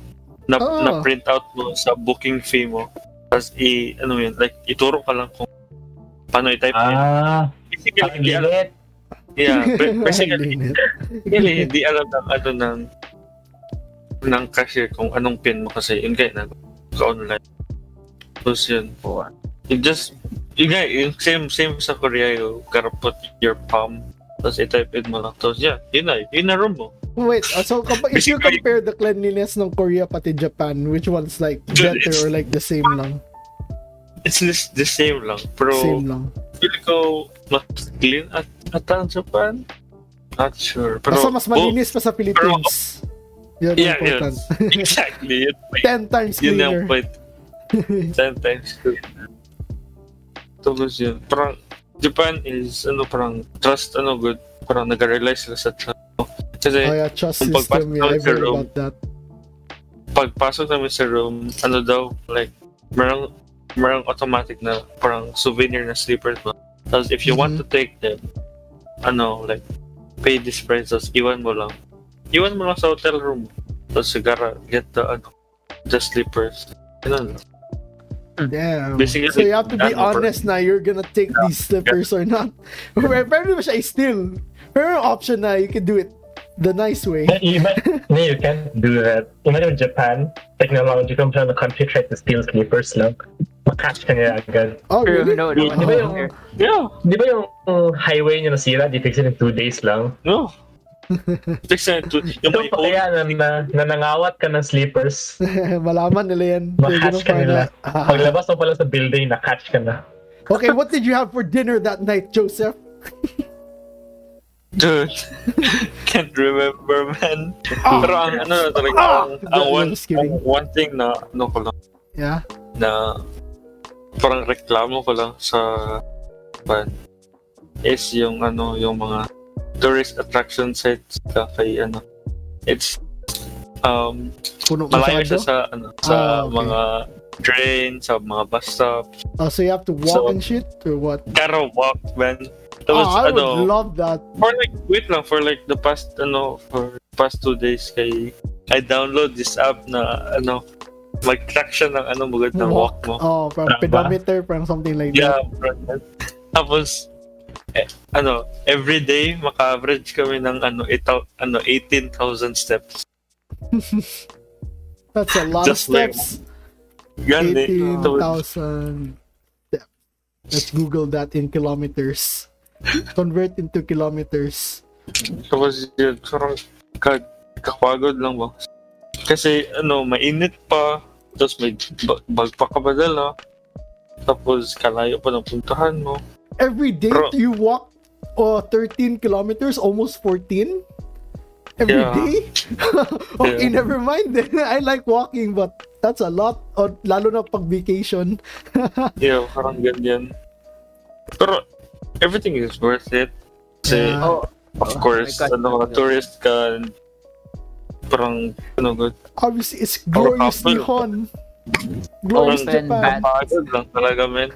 Speaker 3: na,
Speaker 1: Ah.
Speaker 3: na print out mo sa booking fee mo. Tapos, i, ano yun, like, ituro ka lang kung paano i-type yun.
Speaker 2: Ah,
Speaker 3: Basically,
Speaker 2: ang
Speaker 3: hindi alam.
Speaker 2: limit.
Speaker 3: Yeah, ba- basically,
Speaker 1: Linit.
Speaker 3: Really, hindi alam ng ano ng ng cashier kung anong pin mo kasi yun kaya nag online. Tapos yun. You just, yun nga, yung same, same sa Korea, you gotta put your palm, tapos i-type in mo lang. Tapos yeah, yun na, yun na room mo.
Speaker 1: Wait, uh, so kap- if you
Speaker 3: Basically-
Speaker 1: compare the cleanliness ng Korea pati Japan, which one's like
Speaker 3: Dude,
Speaker 1: better
Speaker 3: it's-
Speaker 1: or like the same lang?
Speaker 3: It's just the same lang. Pero,
Speaker 1: Same lang.
Speaker 3: feel ko, mas clean at, at ang Japan. Not sure. Pero,
Speaker 1: Basta mas malinis pa sa Philippines. Yun
Speaker 3: Oh, yeah,
Speaker 1: yeah,
Speaker 3: yun.
Speaker 1: important.
Speaker 3: Exactly. Yun, pa
Speaker 1: Ten times
Speaker 3: yun na
Speaker 1: cleaner.
Speaker 3: yung point. Ten times two. Tapos yun, parang Japan is ano parang trust ano good parang nag-rely sila sa trust mo.
Speaker 1: Oh
Speaker 3: Kasi
Speaker 1: yeah, trust
Speaker 3: Kung pagpasok
Speaker 1: system. Yeah, I
Speaker 3: sa
Speaker 1: heard
Speaker 3: room.
Speaker 1: about that.
Speaker 3: pagpasok namin sa room, ano daw, like merong merong automatic na parang souvenir na slippers mo. Tapos if you want to
Speaker 1: Mhm.
Speaker 3: take them, ano, like pay this price, tapos iwan mo lang. Iwan mo lang sa hotel room. Tapos you gotta get the ano, the slippers. Ganun lang.
Speaker 1: Damn.
Speaker 3: Basically,
Speaker 1: so you have to be
Speaker 3: ano, parang-
Speaker 1: honest na you're gonna take these slippers or not. Pero pero di ba siya still? Pero yung option na you can do it the nice way.
Speaker 2: Even, no, you can't do that. Even in Japan, technological siya na country tried to steal slippers lang. Makash ka niya agad.
Speaker 1: Oh,
Speaker 4: True,
Speaker 1: really?
Speaker 4: no, no one
Speaker 2: Di ba yung,
Speaker 4: cares.
Speaker 3: Yeah.
Speaker 2: di ba yung um, highway niya nasira, di fix it in two days lang?
Speaker 3: No. Takes na to
Speaker 2: Ito
Speaker 3: yung may
Speaker 2: pa
Speaker 3: old,
Speaker 2: kaya na, na, nanangawat ka ng slippers.
Speaker 1: Malaman nila yan. They're gonna
Speaker 2: Makash ka
Speaker 1: find
Speaker 2: nila.
Speaker 1: out. Ah.
Speaker 2: Paglabas mo pala sa building, nakatch ka na.
Speaker 1: Okay, what did you have for dinner that night, Joseph?
Speaker 3: dude. Can't remember, man. Pero ang ano na talaga,
Speaker 1: Ah!
Speaker 3: ang, ang
Speaker 1: No,
Speaker 3: one,
Speaker 1: just kidding.
Speaker 3: ang one thing na, ano ko lang,
Speaker 1: Yeah.
Speaker 3: na parang reklamo ko lang sa ban is yung ano, yung mga tourist attraction sites sa kay ano. It's, um,
Speaker 1: Puno
Speaker 3: malayo siya
Speaker 1: masyado.
Speaker 3: sa, ano, sa
Speaker 1: Ah, okay.
Speaker 3: mga train, sa mga bus stop.
Speaker 1: Oh, so you have to walk
Speaker 3: So-
Speaker 1: and shit or what?
Speaker 3: Gotta walk, man. Tapos,
Speaker 1: Oh, I would
Speaker 3: ano,
Speaker 1: love that.
Speaker 3: for like wait lang for like the past ano for past two days kay I download this app na ano mag-track siya ng ano magod ng walk mo.
Speaker 1: Oh, parang
Speaker 2: Tama.
Speaker 1: pedometer, parang something like that.
Speaker 3: Yeah, bro. Tapos eh, ano every day maka-average kami ng ano ito, ano 18,000 steps.
Speaker 1: That's a lot
Speaker 3: Just
Speaker 1: of
Speaker 3: like-
Speaker 1: steps.
Speaker 3: Yan eh. Tapos,
Speaker 1: 18,000 steps. Let's Google that in kilometers. Convert into kilometers.
Speaker 3: tapos yun, parang ka- kapagod lang ba? Kasi ano, mainit pa, tapos may ba- bag pa ka padala, tapos kalayo pa ng puntahan mo.
Speaker 1: Every day
Speaker 3: Bro.
Speaker 1: you walk oh, 13 kilometers, almost 14? Every
Speaker 3: Yeah.
Speaker 1: day? okay,
Speaker 3: Yeah.
Speaker 1: never mind. then. I like walking, but that's a lot. Oh, lalo na pag vacation.
Speaker 3: Yeah, parang ganyan. Pero everything is worth it. Kasi,
Speaker 1: Yeah.
Speaker 4: Oh,
Speaker 3: of
Speaker 4: Oh,
Speaker 3: course,
Speaker 4: my God.
Speaker 3: ano, tourist ka, and parang, ano, good.
Speaker 1: Obviously, it's
Speaker 3: Or
Speaker 1: glorious
Speaker 3: couple.
Speaker 1: Nihon. Glorious
Speaker 3: Open
Speaker 1: Japan.
Speaker 4: bat.
Speaker 3: Pagod lang talaga, men.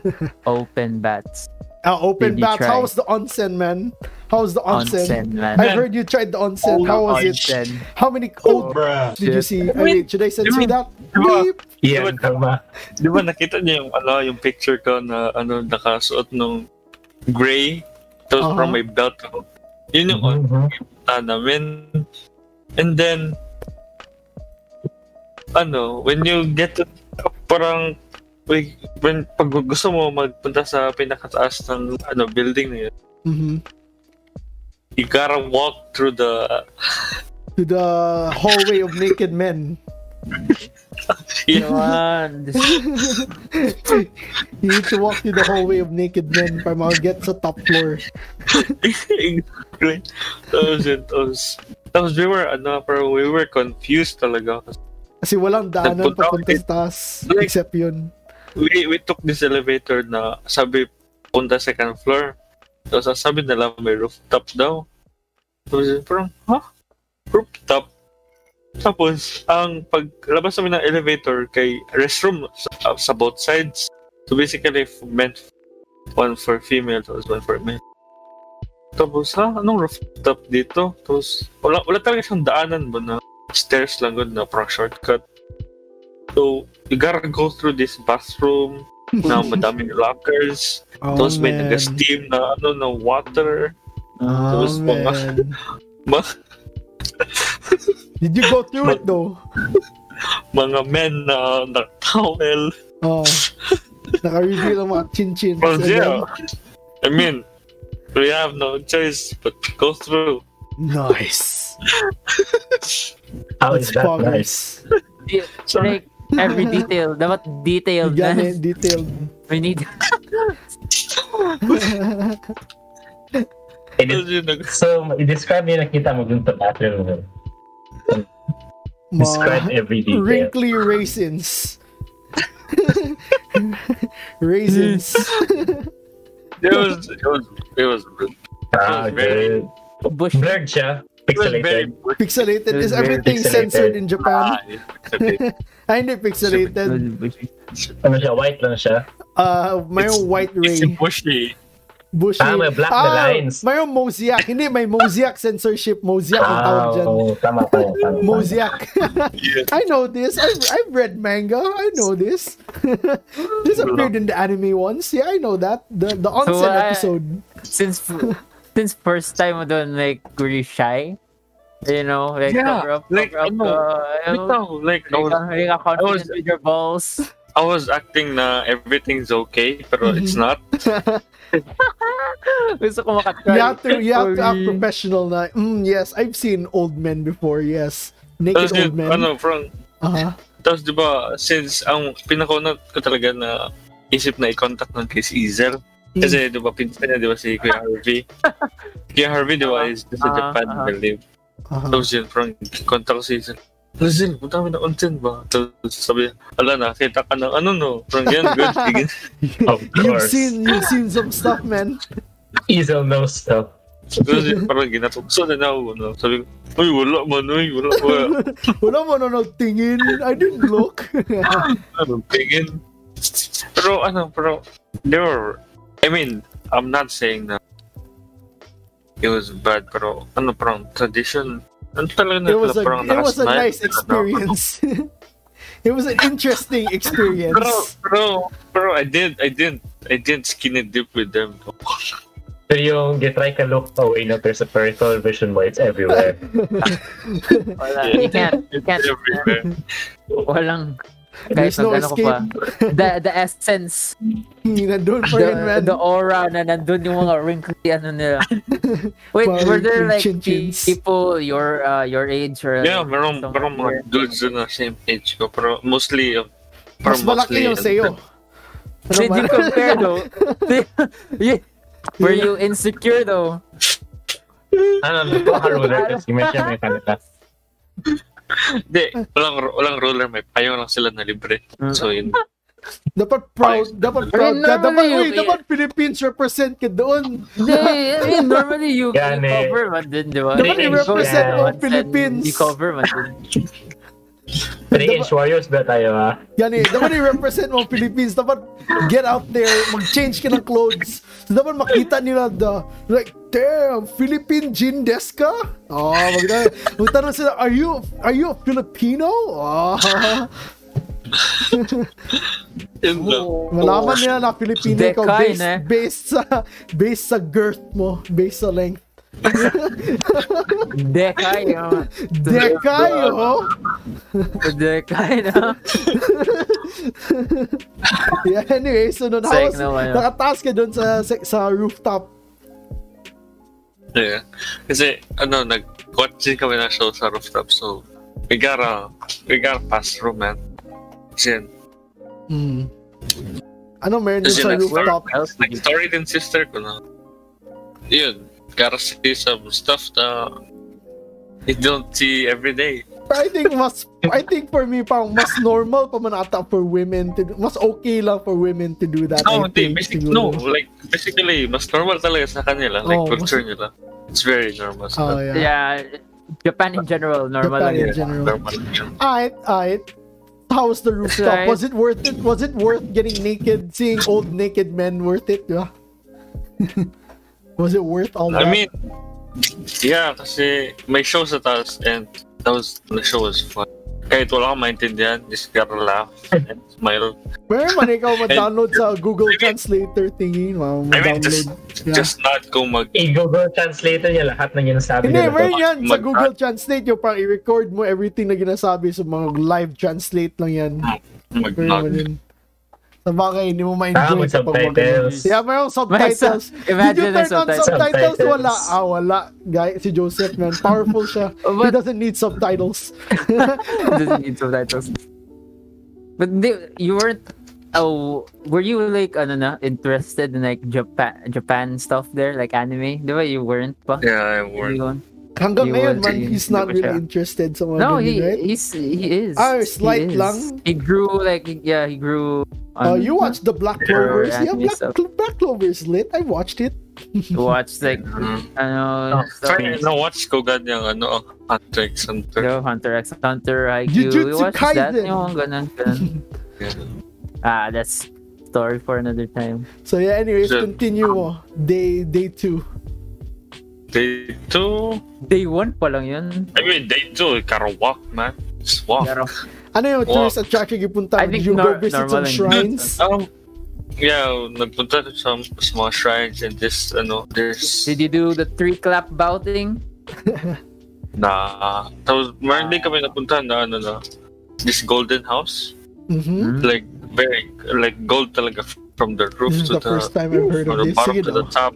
Speaker 4: open bats.
Speaker 1: Ah, open
Speaker 4: Did you
Speaker 1: baths.
Speaker 4: try?
Speaker 1: How was the onsen, man? How was the onsen?
Speaker 4: Onsen, man.
Speaker 1: I heard you tried the onsen.
Speaker 3: Oh,
Speaker 1: How was it?
Speaker 4: Onsen.
Speaker 1: How many
Speaker 2: Oh,
Speaker 1: cold
Speaker 2: Bruh.
Speaker 1: did you see?
Speaker 4: shit.
Speaker 1: I mean, should I send you
Speaker 3: Dude.
Speaker 1: that?
Speaker 3: Diba?
Speaker 1: Beep.
Speaker 2: Iyan ka ba?
Speaker 3: Di ba nakita niyo yung, ano, yung picture ko na, ano, nakasuot ng gray, tapos
Speaker 1: Uh-huh.
Speaker 3: parang may belt ako. Yun yung mm
Speaker 2: Mhm.
Speaker 3: namin. And then, ano, when you get to, parang, like, when, pag gusto mo magpunta sa pinakataas ng ano, building na yun,
Speaker 1: Mhm.
Speaker 3: you gotta walk through the,
Speaker 1: To the hallway of naked men.
Speaker 3: yun,
Speaker 4: Come on. This-
Speaker 1: You need to walk through the hallway of naked men para mag-get sa top floor.
Speaker 3: exactly. Tapos yun, tapos, tapos we were, ano, parang we were confused talaga.
Speaker 1: Kasi walang daanan
Speaker 3: Nagpunta ako
Speaker 1: papunta
Speaker 3: kay-
Speaker 1: sa taas.
Speaker 3: Like-
Speaker 1: Except yun.
Speaker 3: We, we took this elevator na, sabi, punta second floor. Tapos ang sabi nila, may rooftop daw. Tapos yun, parang, ha? Rooftop? Tapos, ang paglabas namin ng elevator kay restroom sa, sa both sides. So basically, f- meant one for female, tapos one for male. Tapos, ha? Anong rooftop dito? Tapos, wala, wala talaga siyang daanan ba na stairs lang good na parang shortcut. So, you gotta go through this bathroom na madaming lockers.
Speaker 1: Oh,
Speaker 3: Tapos may
Speaker 1: man.
Speaker 3: nag-steam na ano na water.
Speaker 1: Oh,
Speaker 3: Tapos mga-
Speaker 1: man.
Speaker 3: Mga,
Speaker 1: Did you go through it though?
Speaker 3: mga men na nag-towel.
Speaker 1: Oh. Naka-reveal ang mga chin-chin.
Speaker 3: Well, yeah. I mean, we have no choice but to go through.
Speaker 1: Nice.
Speaker 2: How is
Speaker 1: That's
Speaker 2: that
Speaker 1: progress.
Speaker 2: nice?
Speaker 3: So,
Speaker 4: Like, every detail. Dapat detailed
Speaker 1: Bigyan eh,
Speaker 4: na.
Speaker 1: detailed.
Speaker 4: We need...
Speaker 2: It is-
Speaker 3: yun, nag-
Speaker 2: So, i-describe yung nakita mo dun sa bathroom room. Describe
Speaker 1: Mga
Speaker 2: every detail.
Speaker 1: wrinkly raisins. raisins.
Speaker 3: it was, it was, it was, it
Speaker 2: Ah,
Speaker 3: very-
Speaker 2: good.
Speaker 4: Bush.
Speaker 2: Blurred siya.
Speaker 3: was very
Speaker 2: Pixelated.
Speaker 1: Pixelated. Is
Speaker 4: Very
Speaker 1: everything
Speaker 2: pixelated.
Speaker 1: censored in Japan?
Speaker 3: bad. Okay.
Speaker 1: Ay, Ah, hindi pixelated.
Speaker 2: Ano siya? White lang siya.
Speaker 1: Uh, mayroong white
Speaker 3: It's
Speaker 1: ray.
Speaker 3: bushy.
Speaker 1: Bushy.
Speaker 2: Ah, may black na lines.
Speaker 1: Mayroong mosaic. Hindi, may mosaic censorship. Mosaic ang tawag dyan.
Speaker 2: Ah, oo, tama pa. Tama, tama.
Speaker 1: Mosaic.
Speaker 3: Yeah.
Speaker 1: I know this. I've, I've read manga. I know this. this appeared in the anime once. Yeah, I know that. The the onsen
Speaker 4: So, uh,
Speaker 1: episode.
Speaker 4: Since f- since first time mo doon, like, were you shy? You know, like,
Speaker 3: Yeah,
Speaker 4: cover up,
Speaker 3: like,
Speaker 4: cover up,
Speaker 3: ano,
Speaker 4: uh,
Speaker 3: But now, like, I
Speaker 4: Like,
Speaker 3: was,
Speaker 4: uh, like a confidence
Speaker 3: I was-
Speaker 4: with your balls.
Speaker 3: I was acting na everything's okay, pero
Speaker 1: Mm-hmm.
Speaker 3: it's not.
Speaker 4: Gusto ko makatry.
Speaker 1: You have to you have to act
Speaker 4: Sorry.
Speaker 1: professional. Na, mm, yes, I've seen old men before. Yes, naked
Speaker 3: Tapos yun,
Speaker 1: old men.
Speaker 3: ano, from,
Speaker 1: Uh-huh.
Speaker 3: tapos di ba, since ang pinakauna ko talaga na isip na i-contact nun kay si Ezel.
Speaker 4: Hmm.
Speaker 3: Kasi di ba, pinsan niya, di ba, si Kuya Harvey. Kuya Harvey, di ba, is sa
Speaker 4: Ah,
Speaker 3: Japan,
Speaker 4: ah.
Speaker 3: I believe.
Speaker 1: Uh-huh.
Speaker 3: Tapos yun, parang contact ko si Hazel. Hazel, madami na onsen ba? Tapos sabi niya, ala nakita ka ng ano no. Parang yan, good. Sige.
Speaker 2: Of
Speaker 1: You've
Speaker 2: course.
Speaker 1: seen you've seen some stuff, man.
Speaker 2: Easel nose stuff.
Speaker 3: Tapos yun, parang ginatukso na ako. No? Sabi ko, uy, wala man, uy, wala ko.
Speaker 1: Wala mo na tingin. I didn't look.
Speaker 3: Ano, tingin. Pero ano, pero, they were, I mean, I'm not saying na it was bad, pero ano, parang tradition. Ano talaga na
Speaker 1: it was
Speaker 3: sila,
Speaker 1: a
Speaker 3: parang
Speaker 1: it was a
Speaker 3: nakasnipe,
Speaker 1: nice
Speaker 3: ano.
Speaker 1: experience. it was an interesting experience.
Speaker 3: Pero, pero, pero I didn't, I didn't, I didn't skin it deep with them.
Speaker 2: So yung you try ka look away na there's a peripheral vision mo, it's everywhere.
Speaker 4: Wala.
Speaker 3: Yeah.
Speaker 4: You can't. You can't.
Speaker 3: It's everywhere.
Speaker 4: Walang.
Speaker 1: There's no
Speaker 4: magkano ko pa. The, the essence.
Speaker 1: Nandun pa rin,
Speaker 4: The,
Speaker 1: man.
Speaker 4: the aura na nandun yung mga wrinkly ano nila. Wait,
Speaker 1: Mga
Speaker 4: were
Speaker 1: wrinkly
Speaker 4: there like pe-
Speaker 1: chin-chins.
Speaker 4: people your uh, your age or
Speaker 3: Yeah,
Speaker 4: like,
Speaker 3: merong,
Speaker 4: somewhere
Speaker 3: merong mga
Speaker 4: here?
Speaker 3: dudes na same age ko, pero mostly, uh, pero
Speaker 1: Mas malaki yung
Speaker 3: mostly,
Speaker 1: sa'yo. Ano
Speaker 4: Did
Speaker 1: ba?
Speaker 4: you compare though? Yeah. Were you insecure though?
Speaker 2: ano, nagpakaruler kasi may siya may kanila.
Speaker 3: Hindi, walang, walang roller map. Ayaw lang sila na libre.
Speaker 4: Mm.
Speaker 3: So, yun.
Speaker 1: Dapat proud, dapat proud ka. Dapat, uy, dapat Philippines represent ka doon.
Speaker 4: Hindi, I mean, normally you,
Speaker 2: Yan
Speaker 4: you
Speaker 2: eh.
Speaker 4: cover man din, di ba?
Speaker 2: Dapat
Speaker 4: You
Speaker 2: i-represent mo
Speaker 4: cover man din.
Speaker 1: Philippines.
Speaker 4: You cover man din.
Speaker 1: Diba?
Speaker 2: 3-inch warriors ba tayo ha?
Speaker 1: Yan eh, dapat i-represent mo ang Philippines. Dapat get out there, mag-change ka ng clothes. Dapat makita nila the, like, damn, Philippine gin desk ka? Oh, magda, magtanong sila, are you, are you a Filipino? Oh,
Speaker 3: Yun lang.
Speaker 1: Oh. malaman nila na Filipino
Speaker 4: Decain,
Speaker 1: ka based,
Speaker 4: Oh, eh.
Speaker 1: based sa, based sa girth mo, based sa length.
Speaker 4: Dekay, no?
Speaker 1: Dekay, oh!
Speaker 4: Dekay, no?
Speaker 1: yeah, anyway, so nun, how
Speaker 4: Psych
Speaker 1: was,
Speaker 4: naman yun.
Speaker 1: nakataas ka dun sa, sa, sa rooftop.
Speaker 3: Yeah. Kasi, ano, nag-watching kami ng show sa rooftop. So, we gotta, we gotta pass through, man. Kasi, yun.
Speaker 1: Mm. Ano meron dun
Speaker 3: Kasi
Speaker 1: sa
Speaker 3: next door.
Speaker 1: rooftop?
Speaker 3: like, story din sister ko na, yun, gotta see some stuff na you don't see every day.
Speaker 1: I think mas, I think for me, parang mas normal pa man ata for women to do, mas okay lang for women to do that.
Speaker 3: No,
Speaker 1: I
Speaker 3: hindi.
Speaker 1: think,
Speaker 3: Oh, Basic,
Speaker 1: siguro.
Speaker 3: no, like, basically, mas normal talaga sa kanila. Like,
Speaker 1: Oo, mas-
Speaker 3: culture nila. It's very normal.
Speaker 1: Oh,
Speaker 3: sa
Speaker 1: yeah.
Speaker 4: Yeah, Japan in general, normal
Speaker 1: Japan
Speaker 4: lang
Speaker 1: in
Speaker 4: yun.
Speaker 1: general.
Speaker 3: Normal yun.
Speaker 1: Alright, alright. How was the rooftop?
Speaker 4: Alright.
Speaker 1: Was it worth it? Was it worth getting naked, seeing old naked men worth it? Yeah. was it worth all
Speaker 3: I
Speaker 1: that?
Speaker 3: mean, yeah, kasi may show sa taas and that was, the show was fun. Kahit wala akong maintindihan, just gotta laugh and smile.
Speaker 1: Where man ikaw ma-download sa Google Translator thingy? Ma-
Speaker 3: I mean, just,
Speaker 1: ma-download. Yeah.
Speaker 3: just not kung mag
Speaker 2: I-Google translator niya lahat ng sinasabi
Speaker 1: Hindi,
Speaker 2: niya.
Speaker 1: meron yan sa
Speaker 3: Mag-
Speaker 1: Google Translate. Yung parang i-record mo everything na ginasabi sa mga live translate lang yan. Meron
Speaker 3: mag-knock.
Speaker 1: man yun. Sa bagay, hindi mo
Speaker 2: Ah,
Speaker 1: ma-enjoy kapag
Speaker 2: with
Speaker 1: mga ganun.
Speaker 2: subtitles.
Speaker 1: Yeah, mayroong subtitles. Did you
Speaker 4: imagine
Speaker 1: turn
Speaker 4: the
Speaker 1: on
Speaker 4: subtitles.
Speaker 1: subtitles?
Speaker 2: Subtitles.
Speaker 1: Wala. Ah, wala. Guy, si Joseph, man. Powerful siya. He
Speaker 4: But-
Speaker 1: doesn't need subtitles.
Speaker 4: doesn't need subtitles. But they, you weren't. Oh, were you like ano na interested in like Japan Japan stuff there, like anime? Di ba you weren't pa?
Speaker 3: Yeah, I worked.
Speaker 4: Yun.
Speaker 1: Hanggang
Speaker 4: He
Speaker 1: ngayon,
Speaker 4: was-
Speaker 1: man,
Speaker 4: he-
Speaker 1: he's not
Speaker 4: hindi
Speaker 1: really
Speaker 4: pa siya.
Speaker 1: interested sa mga
Speaker 4: No,
Speaker 1: ganun,
Speaker 4: he
Speaker 1: Oh, right?
Speaker 4: he's he is.
Speaker 1: Ah,
Speaker 4: He
Speaker 1: slight
Speaker 4: is.
Speaker 1: lang?
Speaker 4: He grew like yeah, he grew.
Speaker 1: Uh,
Speaker 4: on-
Speaker 1: you watched the Black
Speaker 3: Yeah,
Speaker 1: Clovers? Yeah,
Speaker 4: anime
Speaker 1: Black,
Speaker 4: stuff.
Speaker 1: Black Clover is lit. I watched it.
Speaker 4: watched like
Speaker 3: Mm.
Speaker 4: ano stuff.
Speaker 3: Sorry, na-watch ko agad yung ano, ang Hunter x Hunter.
Speaker 4: Yo, Hunter x Hunter, IQ.
Speaker 1: Jujutsu
Speaker 4: You watched that?
Speaker 1: Kaisen.
Speaker 4: Yung ganun, ganun. ah, that's story for another time.
Speaker 1: So yeah, anyways,
Speaker 3: So-
Speaker 1: continue mo. Day, day two.
Speaker 3: Day 2?
Speaker 4: Day one pa lang yun.
Speaker 3: I mean, day 2, you gotta walk, man. Just walk.
Speaker 4: Pero,
Speaker 1: Ano yung
Speaker 3: Wow.
Speaker 1: tourist attraction yung punta?
Speaker 4: I
Speaker 1: mo? Did
Speaker 4: think
Speaker 1: you go
Speaker 4: nor-
Speaker 1: visit some
Speaker 4: normal lang.
Speaker 1: shrines?
Speaker 3: Um, yeah, nagpunta ko sa small shrines and this, ano, this,
Speaker 4: did you do the three clap bow thing?
Speaker 3: na, tapos meron din kami napunta na, ano, na, this golden house,
Speaker 1: Mhm.
Speaker 4: Mm.
Speaker 3: like, very, like, gold talaga from the roof
Speaker 1: This is
Speaker 3: to
Speaker 1: the
Speaker 3: the,
Speaker 1: first time I've heard
Speaker 3: from
Speaker 1: of
Speaker 3: the
Speaker 1: this.
Speaker 3: bottom
Speaker 1: Sige
Speaker 3: to the
Speaker 1: daw.
Speaker 3: top.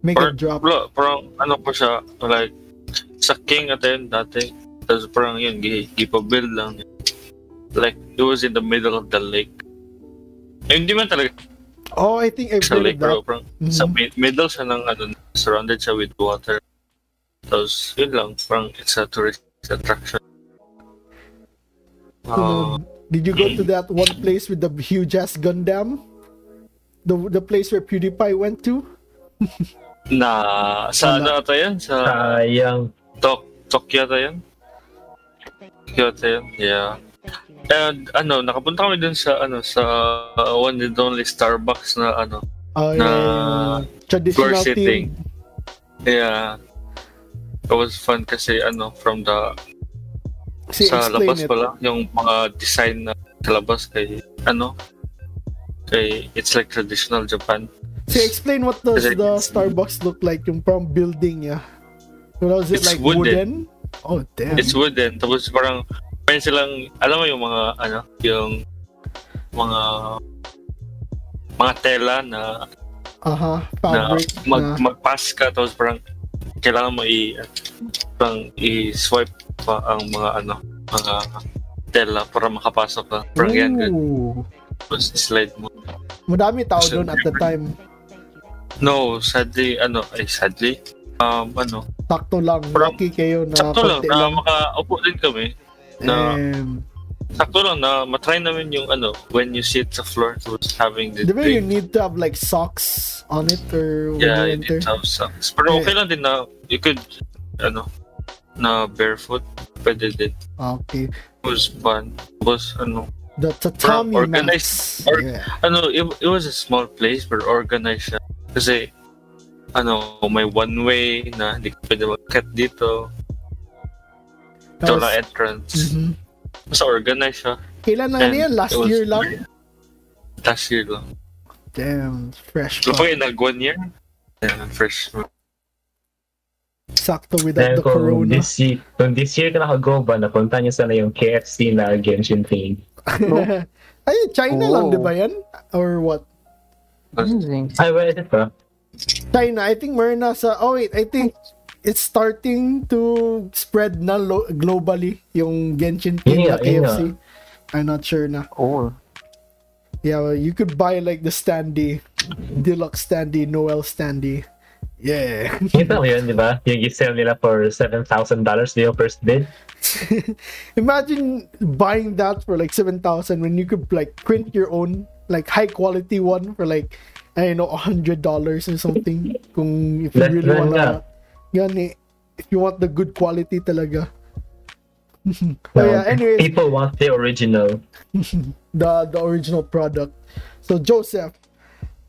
Speaker 1: Make
Speaker 3: Or,
Speaker 1: it drop.
Speaker 3: wala, parang, ano ko siya, like, sa king at yun, dati, tapos parang yun, gi- gipabuild lang. Like, it was in the middle of the lake. Eh, Hindi man talaga
Speaker 1: Oh, I think I've
Speaker 3: sa
Speaker 1: heard of
Speaker 3: lake,
Speaker 1: that.
Speaker 3: bro, Mm-hmm. parang,
Speaker 1: Mhm.
Speaker 3: sa mid- middle siya ng ano, surrounded siya with water. Tapos, yun lang, parang it's a tourist attraction.
Speaker 1: So,
Speaker 3: Uh,
Speaker 1: Did you go to that one place with the huge ass Gundam? The the place where PewDiePie went to?
Speaker 3: na, sa
Speaker 1: Wala.
Speaker 3: ano ata yan? Sa
Speaker 2: Sayang.
Speaker 3: Tok Tokyo ata yan? Tokyo ata yan? Yeah. And ano, nakapunta kami dun sa ano sa uh, one and only Starbucks na ano,
Speaker 1: Oh, yeah, yeah, yeah.
Speaker 3: na floor
Speaker 1: Traditional
Speaker 3: sitting.
Speaker 1: thing.
Speaker 3: Yeah. It was fun kasi ano from the
Speaker 1: Si
Speaker 3: sa
Speaker 1: explain
Speaker 3: labas
Speaker 1: it.
Speaker 3: pala yung mga design na sa labas kay ano kay it's like traditional Japan
Speaker 1: Si explain what does
Speaker 3: Kasi-
Speaker 1: the Starbucks look like? Yung from building niya. Well, was it
Speaker 3: It's
Speaker 1: like wooden?
Speaker 3: wooden.
Speaker 1: Oh, damn.
Speaker 3: it's wooden tapos parang meron silang alam mo yung mga ano yung mga mga tela na
Speaker 1: Aha,
Speaker 3: na
Speaker 1: Uh-huh. fabric ah.
Speaker 3: mag,
Speaker 1: na.
Speaker 3: magpass ka tapos parang kailangan mo i parang i-swipe pa ang mga ano mga tela para makapasok ka parang yan ganun.
Speaker 1: Ooh.
Speaker 3: tapos slide mo
Speaker 1: Madami tao doon at the time.
Speaker 3: no sadly ano ay sadly um ano
Speaker 1: Takto lang.
Speaker 3: Parang-
Speaker 1: Lucky kayo na
Speaker 3: sakto lang
Speaker 1: konti
Speaker 3: na makaupo din kami na-
Speaker 1: Damn.
Speaker 3: sakto lang na matry namin yung ano when you sit sa floor to having the
Speaker 1: Di ba you
Speaker 3: drink
Speaker 1: need to have like socks on it or when
Speaker 3: yeah
Speaker 1: you
Speaker 3: you
Speaker 1: enter?
Speaker 3: need to have socks pero okay lang din na you could ano na barefoot pwede din
Speaker 1: Okay.
Speaker 3: it was fun it was ano
Speaker 1: The tatami mats.
Speaker 3: organized- or-
Speaker 1: yeah.
Speaker 3: ano, it, it was a small place but organized siya. Kasi, ano, may one way na hindi ka pwede mag-cut dito. Ito
Speaker 1: Tapos-
Speaker 3: lang entrance.
Speaker 1: Mhm.
Speaker 3: Basta organized siya.
Speaker 1: Kailan lang
Speaker 3: And
Speaker 1: Ano yan? Last
Speaker 3: it was-
Speaker 1: year lang?
Speaker 3: Last year lang.
Speaker 1: Damn, fresh
Speaker 3: So,
Speaker 1: pa.
Speaker 3: pag nag one year, yeah, first month.
Speaker 1: Sakto without
Speaker 2: Dahil
Speaker 1: the
Speaker 2: kung
Speaker 1: corona.
Speaker 2: this, year, kung this year ka nakago ba, napunta niyo sana yung KFC na Genshin thing.
Speaker 1: Ay, China lang,
Speaker 4: Oh.
Speaker 1: di ba yan? Or what?
Speaker 4: Amazing.
Speaker 2: Ay, where is it ba?
Speaker 1: China, I think meron na sa... Oh wait, I think it's starting to spread na lo- globally yung Genshin King
Speaker 2: Yun
Speaker 1: na
Speaker 2: nga, yun nga.
Speaker 1: KFC. I'm not sure na.
Speaker 4: Oh.
Speaker 1: Yeah, well, you could buy like the standee, deluxe standee, Noel standee. Yeah.
Speaker 2: Kita mo yun, di ba? Yung gisell nila for $7,000 yung first bid.
Speaker 1: Imagine buying that for like 7,000 when you could like print your own like high quality one for like I don't know $100 or something kung if you
Speaker 2: Less
Speaker 1: really
Speaker 2: than
Speaker 1: wanna. Yun eh. if you want the good quality talaga. oh yeah, anyways,
Speaker 2: Um, People want the original.
Speaker 1: the the original product. So Joseph,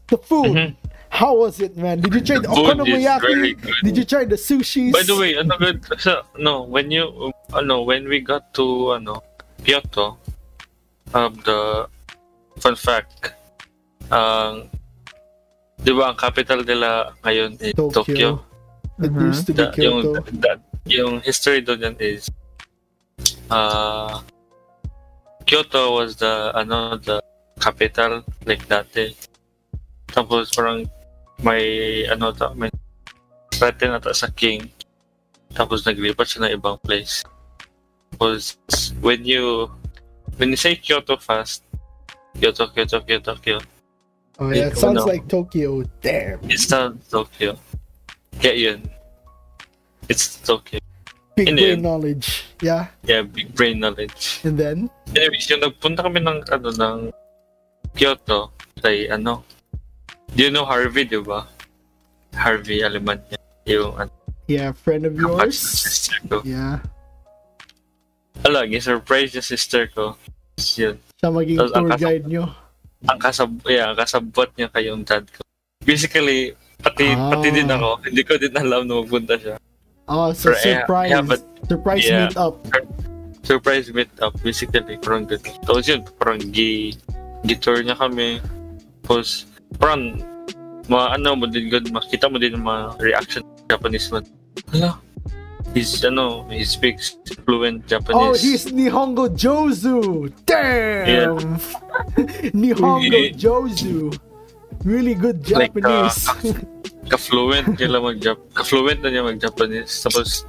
Speaker 1: the food, how was it, man? Did you try the,
Speaker 3: Mm-hmm. The food is very
Speaker 1: okonomiyaki?
Speaker 3: good.
Speaker 1: Did you try the sushis?
Speaker 3: By the way, ano good sa no when you ano when we got to ano Kyoto, um the fun fact, ang di ba ang capital nila ngayon is
Speaker 1: Tokyo.
Speaker 3: Tokyo.
Speaker 1: that
Speaker 4: Mhm.
Speaker 1: used to be
Speaker 3: Da- yung
Speaker 1: Kyoto.
Speaker 3: da- yung history doon yan is uh, Kyoto was the ano the capital like dati. Tapos parang may ano ta may threat na ta sa king. Tapos naglipat siya ng ibang place. Tapos when you when you say Kyoto fast, Kyoto, Kyoto, Kyoto, Kyoto,
Speaker 1: Oh yeah, it
Speaker 3: Ikaw
Speaker 1: sounds
Speaker 3: na.
Speaker 1: like Tokyo. Damn.
Speaker 3: it's not Tokyo. Kaya yun. It's Tokyo.
Speaker 1: Big
Speaker 3: And
Speaker 1: brain
Speaker 3: then-
Speaker 1: knowledge. Yeah.
Speaker 3: Yeah, big brain knowledge.
Speaker 1: And then
Speaker 3: Anyways, yung nagpunta kami ng ano ng Kyoto kay ano. Do you know Harvey, di ba? Harvey Alemania. Yung ano,
Speaker 1: yeah, friend of yours.
Speaker 3: kapatid ng sister ko.
Speaker 1: Yeah.
Speaker 3: Ala, surprise yung sister ko. Tapos Yun.
Speaker 1: Siya maging
Speaker 3: Tapos ang
Speaker 1: tour
Speaker 3: kasama-
Speaker 1: guide nyo.
Speaker 3: Ang kasab yeah, ang kasabot niya kayong dad ko. Basically, pati
Speaker 1: Ah.
Speaker 3: pati din ako. Hindi ko din alam na mapunta siya.
Speaker 1: Oh, so
Speaker 3: Or, eh,
Speaker 1: surprise.
Speaker 3: yeah, but-
Speaker 1: surprise
Speaker 3: yeah.
Speaker 1: meet up.
Speaker 3: Surprise meet up basically parang ganun. Tapos yun, parang gi tour niya kami. Tapos parang ma ano mo din good makita mo din yung mga reaction ng Japanese man. Hala. He's ano, he speaks
Speaker 1: Oh,
Speaker 3: fluent Japanese.
Speaker 1: he's Nihongo Jozu. Damn.
Speaker 3: Yeah.
Speaker 1: Nihongo
Speaker 3: Yeah.
Speaker 1: Jozu. Really good
Speaker 3: Like, uh,
Speaker 1: Japanese.
Speaker 3: ka-fluent nila mag-Jap ka-fluent na niya mag-Japanese. Tapos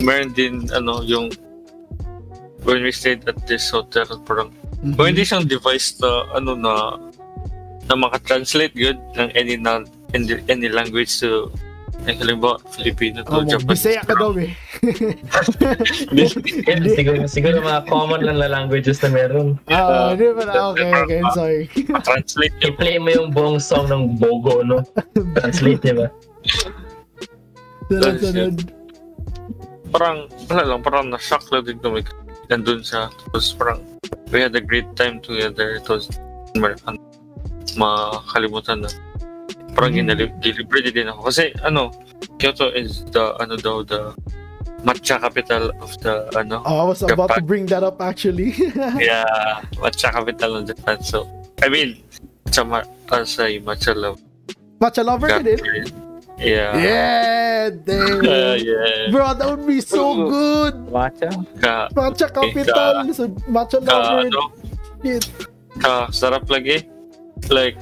Speaker 3: meron din ano yung when we stayed at this hotel parang
Speaker 1: Mhm.
Speaker 3: Pwede siyang device na ano na na maka-translate good ng any na, any, any language to eh, halimbawa Filipino
Speaker 1: Oh,
Speaker 3: to
Speaker 1: mo,
Speaker 3: Japanese.
Speaker 1: Bisaya ka daw eh.
Speaker 2: Yeah, siguro, siguro mga common lang na languages na meron.
Speaker 1: Ah, hindi pala. Okay, okay. I'm sorry.
Speaker 3: translate niya.
Speaker 2: I-play mo yung buong song ng Bogo, no? Translate, di ba?
Speaker 1: Sunod-sunod.
Speaker 3: Parang, wala lang, parang na-shock lang din kami. Nandun siya. Tapos parang, we had a great time together. Tapos, mar- ano, makalimutan na. Parang
Speaker 1: Mm.
Speaker 3: ginalib- gilibre din ako. Kasi, ano, Kyoto is the, ano daw, the matcha capital of the, ano,
Speaker 1: Oh, I was about to bring that up actually.
Speaker 3: Yeah, matcha capital ng Japan. So, I mean, sa ma- as a matcha love.
Speaker 1: Matcha lover ka din? Iya.
Speaker 3: Yeah.
Speaker 1: Yeah,
Speaker 3: Uh,
Speaker 1: damn.
Speaker 3: yeah.
Speaker 1: Bro, that would be so good.
Speaker 4: Watcha?
Speaker 3: Ka,
Speaker 1: Matcha capital. So, matcha
Speaker 3: ka,
Speaker 1: lover.
Speaker 3: ano,
Speaker 1: shit.
Speaker 3: ka, sarap lagi. Like,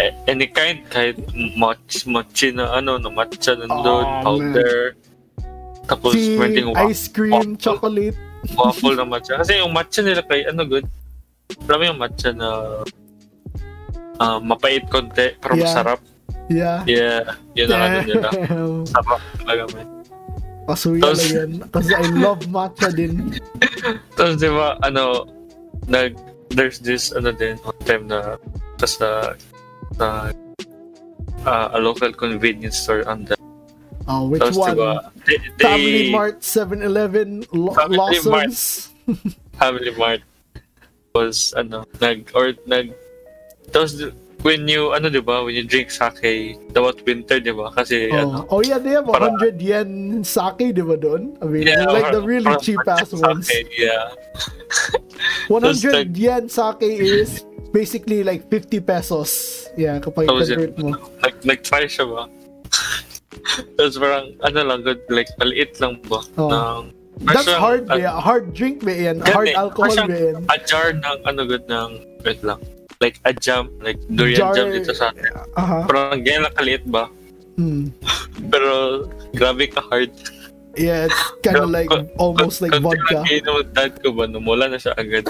Speaker 3: eh, any kind, kahit match, matcha na ano, na matcha nandun,
Speaker 1: Oh,
Speaker 3: powder. Tapos,
Speaker 1: Tea,
Speaker 3: pwedeng wa-
Speaker 1: ice cream, chocolate.
Speaker 3: waffle na matcha. Kasi yung matcha nila kay, ano, good. Alam mo yung matcha na ah, mapait konti, pero
Speaker 1: Yeah.
Speaker 3: masarap.
Speaker 1: Yeah.
Speaker 3: Yeah, yun ang ano nila.
Speaker 1: Damn.
Speaker 3: Sarap talaga, man.
Speaker 1: Pasuya na
Speaker 3: Tapos-
Speaker 1: yan. Kasi I love matcha din.
Speaker 3: Tapos di ba, ano, nag, there's this, ano din, one time na, tapos na, na, ah, a local convenience store on the,
Speaker 1: Oh, which
Speaker 3: tapos di
Speaker 1: one?
Speaker 3: ba, they, they,
Speaker 1: Family Mart, 7-Eleven, Lo-
Speaker 3: Family Mart.
Speaker 1: Lawson's.
Speaker 3: Family Mart, was, ano, nag, or, nag, tapos, di- when you, ano, di ba, when you drink sake, dapat winter, di ba, kasi, ano,
Speaker 1: Oh. oh yeah, they have
Speaker 3: Para-
Speaker 1: 100 yen sake, di ba doon? I mean, like the
Speaker 3: or-
Speaker 1: really
Speaker 3: or-
Speaker 1: cheap ass
Speaker 3: sake,
Speaker 1: ones.
Speaker 3: Yeah,
Speaker 1: 100
Speaker 3: like-
Speaker 1: yen sake is basically like 50 pesos. Yeah, kapag
Speaker 3: Tapos
Speaker 1: convert
Speaker 3: yun.
Speaker 1: mo.
Speaker 3: nag, nag-try siya ba? tapos parang, ano lang, good, like, maliit lang ba?
Speaker 1: Oh.
Speaker 3: Ng,
Speaker 1: That's
Speaker 3: parang-
Speaker 1: hard, yeah. Hard drink ba yan?
Speaker 3: Ganun
Speaker 1: Hard
Speaker 3: eh.
Speaker 1: alcohol
Speaker 3: Parang
Speaker 1: ba yan?
Speaker 3: a jar ng ano good ng wait lang like a jam like durian
Speaker 1: Jar-
Speaker 3: jam dito sa atin
Speaker 1: Aha.
Speaker 3: parang ganyan lang kaliit ba
Speaker 1: Uh-huh. Hmm.
Speaker 3: pero grabe ka hard
Speaker 1: Yeah, it's kind of like almost like
Speaker 3: Konti
Speaker 1: vodka.
Speaker 3: lang inom ang dad ko ba namula na siya agad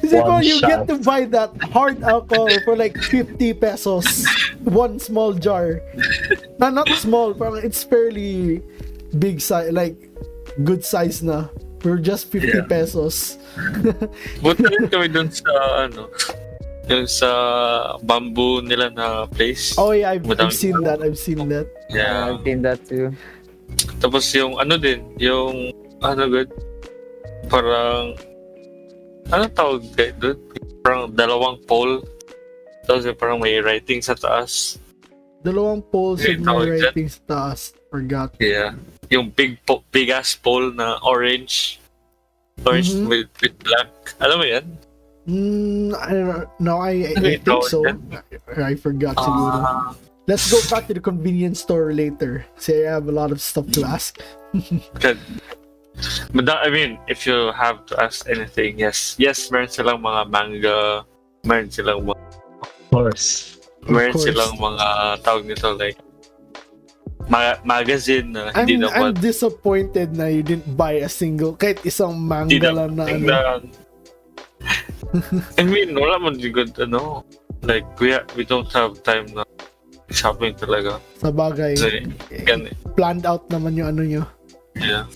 Speaker 1: Siguro
Speaker 2: One
Speaker 1: you get to
Speaker 2: shot.
Speaker 1: buy that hard alcohol for like 50 pesos. One small jar. Na not small, parang it's fairly big size, like good size na. For just 50
Speaker 3: Yeah.
Speaker 1: pesos.
Speaker 3: buta rin kami dun sa ano Yung sa bamboo nila na place.
Speaker 1: Oh yeah, I've, I've
Speaker 3: Madami-
Speaker 1: seen that. I've seen that.
Speaker 3: Yeah.
Speaker 4: I've seen that too.
Speaker 3: Tapos yung ano din, yung ano good, parang ano tawag kayo doon? Parang dalawang pole. Tapos yung parang may writing sa taas.
Speaker 1: Dalawang polls
Speaker 3: Yeah,
Speaker 1: with my
Speaker 3: tawag dyan.
Speaker 1: ratings taas. Forgot.
Speaker 3: Yeah. Yung big po- big ass pole na orange. Orange
Speaker 1: Mhm.
Speaker 3: with, with black. Alam mo yan?
Speaker 1: Mm, I don't know. No, I, I, I
Speaker 3: Wait,
Speaker 1: think
Speaker 3: tawag
Speaker 1: so.
Speaker 3: dyan.
Speaker 1: I
Speaker 3: Ah.
Speaker 1: forgot siguro. Let's go back to the convenience store later. Say I have a lot of stuff to ask.
Speaker 3: Good. But that, I mean, if you have to ask anything, yes. Yes, meron silang mga manga. Meron silang mga,
Speaker 2: Of course.
Speaker 3: meron
Speaker 1: course.
Speaker 3: silang mga tawag nito like ma- magazine na
Speaker 1: I'm,
Speaker 3: hindi
Speaker 1: I'm
Speaker 3: naman
Speaker 1: disappointed na you didn't buy a single, kahit isang
Speaker 3: hindi
Speaker 1: manga lang
Speaker 3: naman
Speaker 1: na ano.
Speaker 3: tingnan. I mean, wala man yung good ano. Like, we, ha- we don't have time na shopping talaga.
Speaker 1: Sa bagay.
Speaker 3: Kasi, gan-
Speaker 1: Planned out naman yung ano nyo.
Speaker 3: yeah.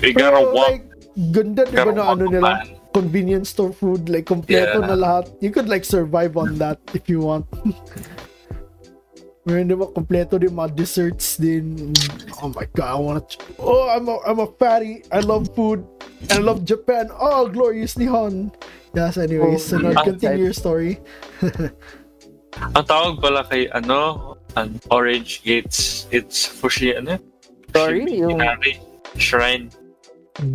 Speaker 3: We gotta
Speaker 1: Pero,
Speaker 3: walk.
Speaker 1: Like, ganda diba
Speaker 3: Gotta
Speaker 1: na
Speaker 3: walk
Speaker 1: ano
Speaker 3: the
Speaker 1: nila?
Speaker 3: plan.
Speaker 1: Convenience store food, like, kompleto
Speaker 3: Yeah.
Speaker 1: na lahat. You could like survive on that if you want. Meron diba kompleto din mga desserts din. Oh my god, I wanna... ch- Oh, I'm a, I'm a fatty. I love food. I love Japan. Oh, glorious Nihon. Yes, anyways, so now
Speaker 4: Ah,
Speaker 1: continue your story.
Speaker 3: Ang tawag pala kay ano, an Orange Gates, it's Fushi, ano?
Speaker 4: Sorry, yung-
Speaker 3: Shinari Shrine.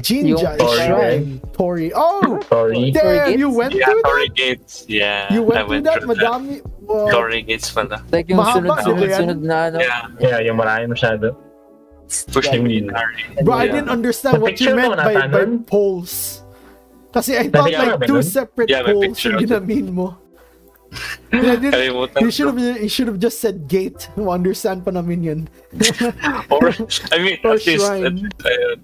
Speaker 1: Jinja is
Speaker 2: Tori,
Speaker 1: shrine. Tori. Oh!
Speaker 2: Sorry.
Speaker 1: Damn,
Speaker 4: Gates?
Speaker 1: you went
Speaker 3: Yeah,
Speaker 1: through that?
Speaker 3: Tori Gates. Yeah,
Speaker 1: You
Speaker 3: I
Speaker 1: went through
Speaker 3: went
Speaker 1: that?
Speaker 3: through that.
Speaker 1: Madami. Wow.
Speaker 3: Tori Gates pala.
Speaker 4: Like yung
Speaker 1: Mahaba
Speaker 4: sunod-sunod
Speaker 1: sila yan.
Speaker 4: sunod na ano.
Speaker 3: Yeah,
Speaker 2: Yeah, yung marami masyado.
Speaker 3: Fushi
Speaker 2: Yeah.
Speaker 3: Minari.
Speaker 1: Bro, I
Speaker 3: Yeah.
Speaker 1: didn't understand
Speaker 2: May
Speaker 1: what you
Speaker 2: picture
Speaker 1: meant
Speaker 2: mo na
Speaker 1: by,
Speaker 2: ba
Speaker 1: by
Speaker 2: nun?
Speaker 1: polls. Kasi I thought
Speaker 2: picture
Speaker 1: like
Speaker 2: mo ba
Speaker 1: two
Speaker 2: nun?
Speaker 1: separate
Speaker 3: Yeah, may
Speaker 1: polls
Speaker 3: picture
Speaker 1: yung
Speaker 3: ako dun.
Speaker 1: ginamin mo. And I didn't-
Speaker 3: Kalimutan
Speaker 1: You
Speaker 3: ko.
Speaker 1: should have you should have just said gate. Mo understand pa namin yun.
Speaker 3: Or, I mean,
Speaker 1: Or
Speaker 3: at least, at,
Speaker 1: shrine.
Speaker 3: least, ayun,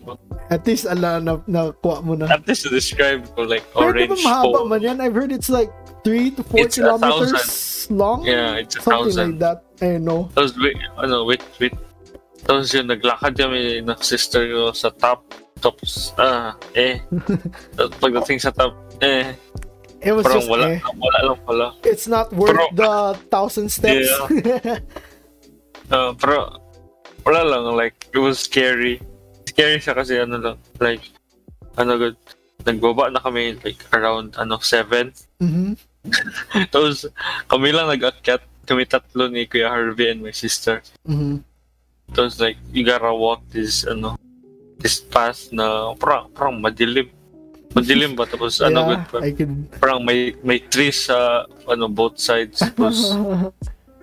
Speaker 1: At least ala na nakuha mo na.
Speaker 3: at least to describe ko like
Speaker 1: Pero di ba
Speaker 3: orange
Speaker 1: mahaba
Speaker 3: pole.
Speaker 1: man yan? I've heard it's like 3 to 4
Speaker 3: It's a
Speaker 1: kilometers long.
Speaker 3: Yeah, it's a
Speaker 1: Something like
Speaker 3: thousand.
Speaker 1: that. I don't know.
Speaker 3: Tapos, wait, ano, wait, wait. Tapos yun, naglakad kami ng sister ko sa top. Tapos, ah, eh. Tapos pagdating sa top, eh.
Speaker 1: It was
Speaker 3: Parang
Speaker 1: just
Speaker 3: wala,
Speaker 1: eh,
Speaker 3: wala lang pala.
Speaker 1: it's not worth
Speaker 3: Pero-
Speaker 1: the thousand steps.
Speaker 3: Uh, pero wala lang like it was scary. Scary siya kasi ano lang like ano good nagbaba na kami like around ano 7.
Speaker 1: Mhm.
Speaker 3: Tapos kami lang nag-akyat kami tatlo ni Kuya Harvey and my sister.
Speaker 1: Mhm.
Speaker 3: Tapos like you gotta walk this ano this path na parang, parang madilim. Madilim ba tapos ano good
Speaker 1: Yeah,
Speaker 3: parang,
Speaker 1: I could
Speaker 3: parang may may trees sa ano both sides tapos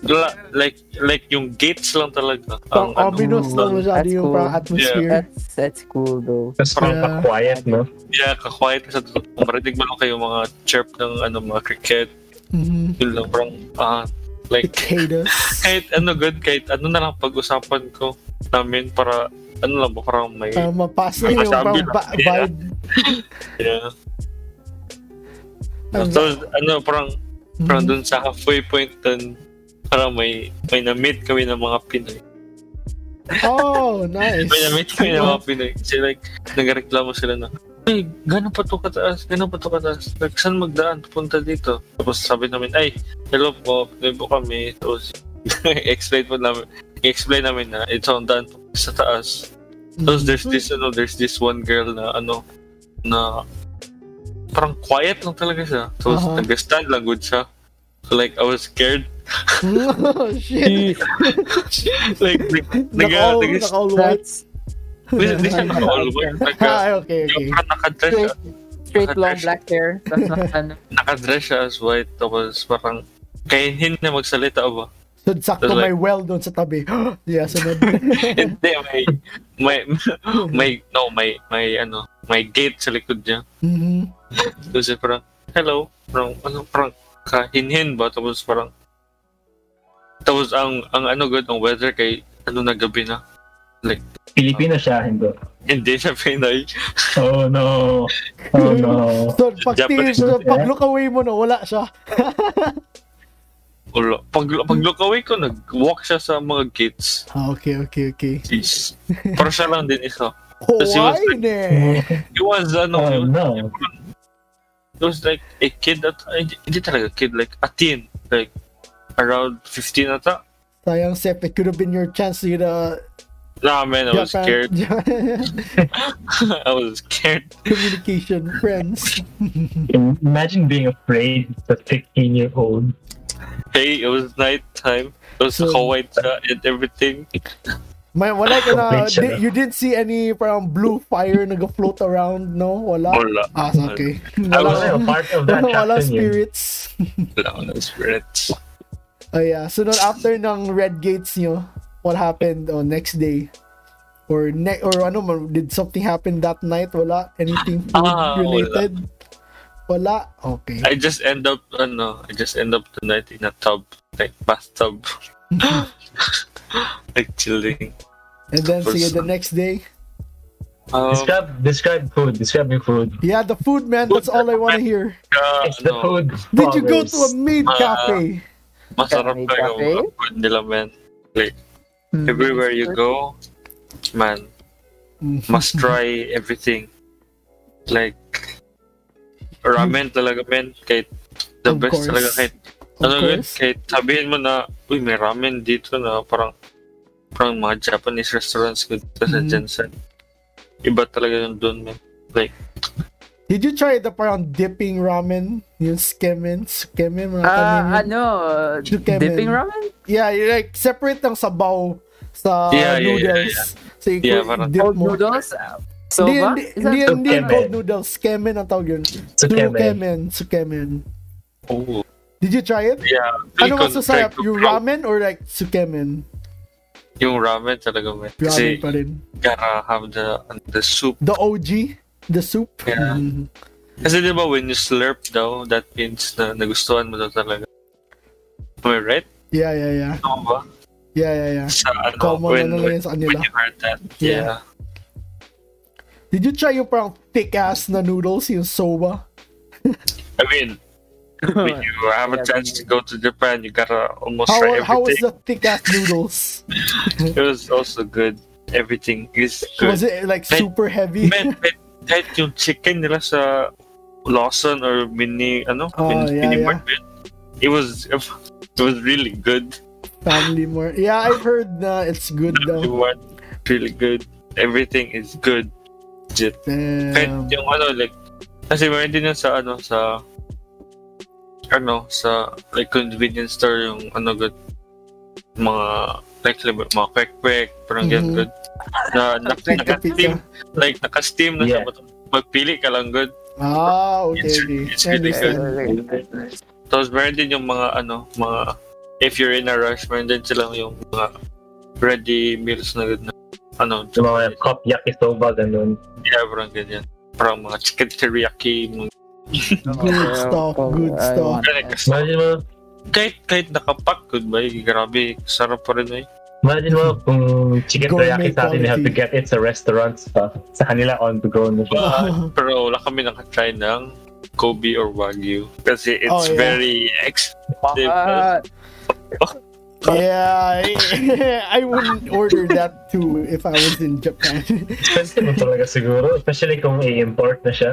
Speaker 3: la, like like yung gates lang talaga
Speaker 1: Pang
Speaker 3: ano,
Speaker 1: ominous lang
Speaker 3: ang-
Speaker 1: masyado
Speaker 4: That's
Speaker 1: yung
Speaker 4: cool.
Speaker 1: parang atmosphere.
Speaker 4: That's that's cool though.
Speaker 2: Tapos parang
Speaker 1: Yeah.
Speaker 2: pa-quiet, no?
Speaker 3: Yeah, ka-quiet sa totoo. Kung Marinig mo lang kayo mga chirp ng ano, mga cricket.
Speaker 1: Mhm.
Speaker 3: Yun lang, parang, ah, like,
Speaker 1: Cicadas.
Speaker 3: kahit ano good, kahit ano na lang pag-usapan ko namin para, ano lang ba, parang may,
Speaker 1: Parang Ah, mapasa yung parang
Speaker 3: Masabi
Speaker 1: ba-
Speaker 3: lang. Yeah.
Speaker 1: vibe.
Speaker 3: yeah.
Speaker 1: Ang-
Speaker 3: Tapos, ano, parang, parang
Speaker 1: Mhm.
Speaker 3: dun sa halfway point dun, parang may, may na-meet kami ng mga Pinoy.
Speaker 1: Oh, nice.
Speaker 3: May na-meet kami ng mga Pinoy. Kasi like, nagreklamo sila na, ay, ganun pa to kataas, ganun pa to kataas. Like, saan magdaan? Punta dito. Tapos sabi namin, ay, hello po, Pinoy po kami. Tapos, explain po namin, explain namin na, ito ang daan po sa taas. Tapos there's
Speaker 1: Mm-hmm.
Speaker 3: this, ano, there's this one girl na, ano, na, parang quiet lang talaga siya. Tapos
Speaker 1: Aha.
Speaker 3: nag-stand lang good siya. So, like, I was scared.
Speaker 1: oh, shit.
Speaker 3: like, nag-
Speaker 1: Naka-all,
Speaker 3: Hmm. nag-
Speaker 1: naka-all white.
Speaker 4: That's
Speaker 3: Hindi siya naka-all white. Nag-
Speaker 1: Ah, okay, okay.
Speaker 3: Naka- Nakadress siya.
Speaker 4: straight, straight long
Speaker 3: Nakadress.
Speaker 4: black hair. Tapos naka- ano,
Speaker 3: Nakadress siya as white. Tapos parang kayahin na magsalita ba?
Speaker 1: So, sakto
Speaker 3: Like-
Speaker 1: may well doon sa tabi. yeah, sunod.
Speaker 3: Hindi, may, may, may, no, may, may, ano, may gate sa likod niya.
Speaker 1: Mhm.
Speaker 3: Tapos eh, parang, hello, parang, ano, parang kahinhin ba? Tapos parang, tapos ang, ang ano good, ang weather kay, ano na gabi na.
Speaker 2: Pilipino siya, hindi.
Speaker 3: Hindi siya Pinay.
Speaker 2: Oh no. Oh no.
Speaker 1: So, pag tingin
Speaker 3: Japanese
Speaker 1: so,
Speaker 2: food,
Speaker 1: pag
Speaker 2: eh?
Speaker 1: look away mo na, wala siya.
Speaker 3: Ulo. Pag, pag look away ko, nag-walk siya sa mga gates.
Speaker 1: Ah, okay, okay, okay.
Speaker 3: Jeez. Pero siya lang din isa. he was
Speaker 1: eh. Hawaii, ne!
Speaker 3: He was, ano,
Speaker 2: Oh
Speaker 3: he was
Speaker 2: no.
Speaker 3: it was like a kid that eh, hindi talaga kid like a teen like around 15 ata
Speaker 1: Sayang, Sep, it could have been your chance to get a
Speaker 3: nah man I was
Speaker 1: Japan-
Speaker 3: scared I was scared
Speaker 1: communication friends.
Speaker 2: Imagine being afraid of a 15 year old.
Speaker 3: hey it was night time it was
Speaker 1: So-
Speaker 3: Hawaii and everything
Speaker 1: Man, wala ka na,
Speaker 2: Complete siya,
Speaker 1: di-
Speaker 2: no?
Speaker 1: you didn't see any parang blue fire nag-float around, no? Wala?
Speaker 3: Wala.
Speaker 1: Ah, so okay.
Speaker 3: I
Speaker 2: Wala
Speaker 3: was-
Speaker 1: Wala,
Speaker 2: kayo, part of that
Speaker 1: wala, wala
Speaker 2: captain yun.
Speaker 1: spirits.
Speaker 3: wala ko ng spirits
Speaker 1: Oh yeah, so nun after ng Red Gates nyo, what happened on next day? Or ne- or ano man, did something happen that night? Wala? Anything food
Speaker 3: Ah, wala.
Speaker 1: related? Wala? Oh, Okay.
Speaker 3: I just end up ano I just end up the night in a tub like bathtub like chilling
Speaker 1: And then see you the
Speaker 3: person.
Speaker 1: next day.
Speaker 3: um,
Speaker 2: Describe, describe food. Describe your food.
Speaker 1: Yeah, the food man, that's all I wanna hear.
Speaker 3: uh,
Speaker 2: It's the
Speaker 3: ano,
Speaker 2: food.
Speaker 1: Did you go to a
Speaker 2: fathers.
Speaker 1: maid
Speaker 3: Ah.
Speaker 1: cafe?
Speaker 3: Masarap
Speaker 4: Cafe,
Speaker 3: talaga
Speaker 4: cafe?
Speaker 3: mga food nila, man. Like,
Speaker 4: Hmm.
Speaker 3: Mm-hmm. everywhere you go, man,
Speaker 1: Mm-hmm.
Speaker 3: must try everything. Like, ramen talaga, man. Kahit the
Speaker 1: Mm-hmm. Of
Speaker 3: best
Speaker 1: course.
Speaker 3: talaga. Kahit,
Speaker 1: Of
Speaker 3: ano yun,
Speaker 1: course.
Speaker 3: kahit sabihin mo na, uy, may ramen dito na parang parang mga Japanese restaurants ko dito sa
Speaker 1: Mhm.
Speaker 3: Jensen. Iba talaga yung doon, man.
Speaker 1: Did you try the parang dipping ramen? Yung skemen? Skemen? Mga
Speaker 4: Ah,
Speaker 1: tanim yun?
Speaker 4: ano, uh,
Speaker 1: Chukemen.
Speaker 4: dipping ramen?
Speaker 1: Yeah, you like separate ng sabaw sa
Speaker 3: Yeah, yeah,
Speaker 1: noodles.
Speaker 3: yeah,
Speaker 1: So you
Speaker 3: Yeah,
Speaker 1: could
Speaker 3: parang-
Speaker 1: dip
Speaker 4: Cold
Speaker 1: mo.
Speaker 4: noodles? Ah,
Speaker 1: Hindi,
Speaker 4: Soba?
Speaker 1: hindi,
Speaker 4: Is that-
Speaker 1: hindi, hindi
Speaker 2: Sukemen.
Speaker 1: cold noodles. Skemen ang tawag yun.
Speaker 2: Tsukeme.
Speaker 1: Sukemen. Sukemen.
Speaker 3: Oh,
Speaker 1: Did you try it?
Speaker 3: yeah.
Speaker 1: Ano
Speaker 3: Bacon
Speaker 1: mas masarap?
Speaker 3: fried to
Speaker 1: Yung
Speaker 3: brown.
Speaker 1: ramen or like sukemen?
Speaker 3: Yung ramen talaga, man.
Speaker 1: Ramen
Speaker 3: Kasi,
Speaker 1: pa rin.
Speaker 3: gotta have the, the soup
Speaker 1: The OG? The soup?
Speaker 3: Yeah.
Speaker 1: Mm.
Speaker 3: Kasi di ba when you slurp daw, that means na nagustuhan mo daw talaga. Am I right?
Speaker 1: Yeah, yeah, yeah.
Speaker 3: Tama ba?
Speaker 1: Yeah, yeah, yeah.
Speaker 3: Sa ano,
Speaker 1: Common
Speaker 3: when,
Speaker 1: ano lang
Speaker 3: when,
Speaker 1: yun sa
Speaker 3: when
Speaker 1: kanila.
Speaker 3: you heard that.
Speaker 1: Yeah.
Speaker 3: Yeah.
Speaker 1: Did you try yung parang thick-ass na noodles? Yung soba?
Speaker 3: I mean, when you have a
Speaker 4: Yeah,
Speaker 3: chance to go to Japan, you gotta almost
Speaker 1: How,
Speaker 3: try
Speaker 1: how was
Speaker 3: everything.
Speaker 1: the thick-ass noodles?
Speaker 3: It was also good. Everything is good.
Speaker 1: was it like
Speaker 3: Med-
Speaker 1: super heavy?
Speaker 3: Man, man, kahit yung chicken nila sa Lawson or mini, ano,
Speaker 1: Oh,
Speaker 3: mini,
Speaker 1: yeah,
Speaker 3: mini
Speaker 1: yeah.
Speaker 3: mart, man, it was, it was really good.
Speaker 1: Family more. Yeah, I've heard na it's good
Speaker 3: Really
Speaker 1: daw.
Speaker 3: what? Really good. Everything is good. Legit. Kahit
Speaker 1: Damn.
Speaker 3: yung ano, like, kasi meron din yun sa ano, sa, ano, sa, like, convenience store, yung ano, good, mga, like, libre- mga kwek-kwek, parang ganyan,
Speaker 1: Mhm.
Speaker 2: Mm-hmm.
Speaker 3: good. Na, na, naka-steam,
Speaker 1: Pika-pika.
Speaker 3: like, naka-steam na siya,
Speaker 2: Yeah.
Speaker 3: but magpili ka lang, good.
Speaker 1: Ah, okay,
Speaker 3: It's-
Speaker 1: okay.
Speaker 3: it's
Speaker 1: I
Speaker 3: really
Speaker 4: Yeah,
Speaker 1: understand.
Speaker 4: yeah, yeah.
Speaker 3: Tapos meron din yung mga, ano, mga, if you're in a rush, meron din silang yung mga ready meals na, good na ano,
Speaker 2: Yung mga cup yakisoba, ganun.
Speaker 3: yeah, parang ganyan. Parang mga chicken teriyaki, mga
Speaker 1: Good stuff, good
Speaker 4: I
Speaker 1: stuff.
Speaker 4: want
Speaker 3: ganyan.
Speaker 4: that.
Speaker 3: Kasi
Speaker 2: Imagine mo,
Speaker 3: kahit, kahit nakapack, good ba? Grabe, sarap pa rin eh.
Speaker 2: imagine mo kung chicken
Speaker 1: Gourmet
Speaker 2: teriyaki sa atin, you have to get it sa restaurants pa. Sa kanila, on the go na siya.
Speaker 1: Ah.
Speaker 3: But, pero wala kami nakatry ng Kobe or Wagyu. Kasi it's
Speaker 1: Oh, yeah.
Speaker 3: very expensive.
Speaker 4: Ah,
Speaker 1: Yeah, I, I wouldn't order that too if I was in Japan.
Speaker 2: Expensive mo talaga siguro. Especially kung i-import na siya.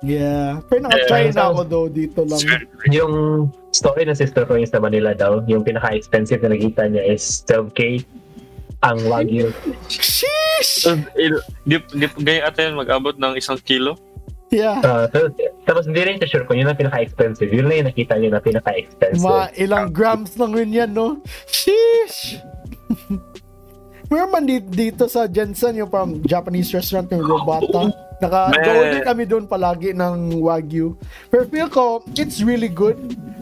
Speaker 1: yeah. Pero naka-try
Speaker 2: Yeah.
Speaker 1: na ako though dito
Speaker 3: it's
Speaker 1: lang.
Speaker 3: very rich.
Speaker 2: Yung story ng sister ko yung sa Manila daw, yung pinaka-expensive na nakita niya is 12K ang Wagyu.
Speaker 3: Uh,
Speaker 1: Sheesh!
Speaker 3: Di, di, ganyan ata yun, mag-abot ng isang kilo.
Speaker 1: Yeah.
Speaker 2: Ah, tapos, tapos hindi rin siya sure kung yun ang pinaka-expensive. Yun lang yung nakita niya na pinaka-expensive.
Speaker 1: Mga ilang
Speaker 3: ah,
Speaker 1: grams lang rin yan, no? Sheesh! Meron man di- dito sa Jensen, yung parang Japanese restaurant yung Robata. Naka,
Speaker 3: Man.
Speaker 1: order kami doon palagi ng Wagyu. Pero feel ko, it's really good.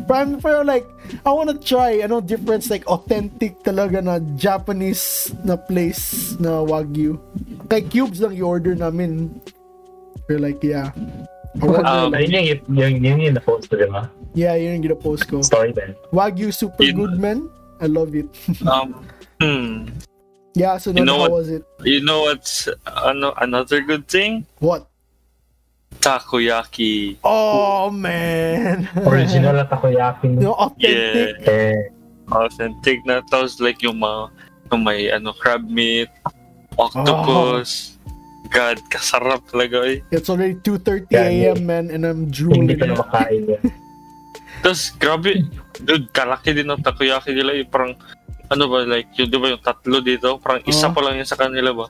Speaker 1: Pero, pero like, I wanna try, ano, difference, like, authentic talaga na Japanese na place na Wagyu. Kay cubes lang i-order namin. Pero like, yeah. I wonder,
Speaker 3: Um,
Speaker 1: like,
Speaker 2: Ayun yung, yung, yung, yung na-post ko, di ba?
Speaker 1: yeah, yun yung ginapost ko.
Speaker 2: Story din.
Speaker 1: Wagyu Super
Speaker 3: Yun.
Speaker 1: Good, man. I love it.
Speaker 3: Um, hmm.
Speaker 1: Yeah, so
Speaker 3: You
Speaker 1: then
Speaker 3: know
Speaker 1: how
Speaker 3: what-
Speaker 1: was it?
Speaker 3: You know what's ano, another good thing?
Speaker 1: What?
Speaker 3: Takoyaki.
Speaker 1: Oh man.
Speaker 2: Original na takoyaki.
Speaker 1: no, authentic.
Speaker 3: Yeah,
Speaker 2: Eh,
Speaker 3: authentic
Speaker 1: Oh.
Speaker 3: na. Tapos like yung mga, yung may ano, crab meat, octopus, God, kasarap talaga eh.
Speaker 1: It's already 2.30
Speaker 2: Yeah,
Speaker 1: a.m. man and I'm drooling.
Speaker 2: Hindi ko na makain yan.
Speaker 3: Tapos, grabe, dude, kalaki din ang takoyaki nila eh. Parang, ano ba, like, yung, di ba yung tatlo dito? Parang isa
Speaker 1: Oh.
Speaker 3: pa lang yun sa kanila ba?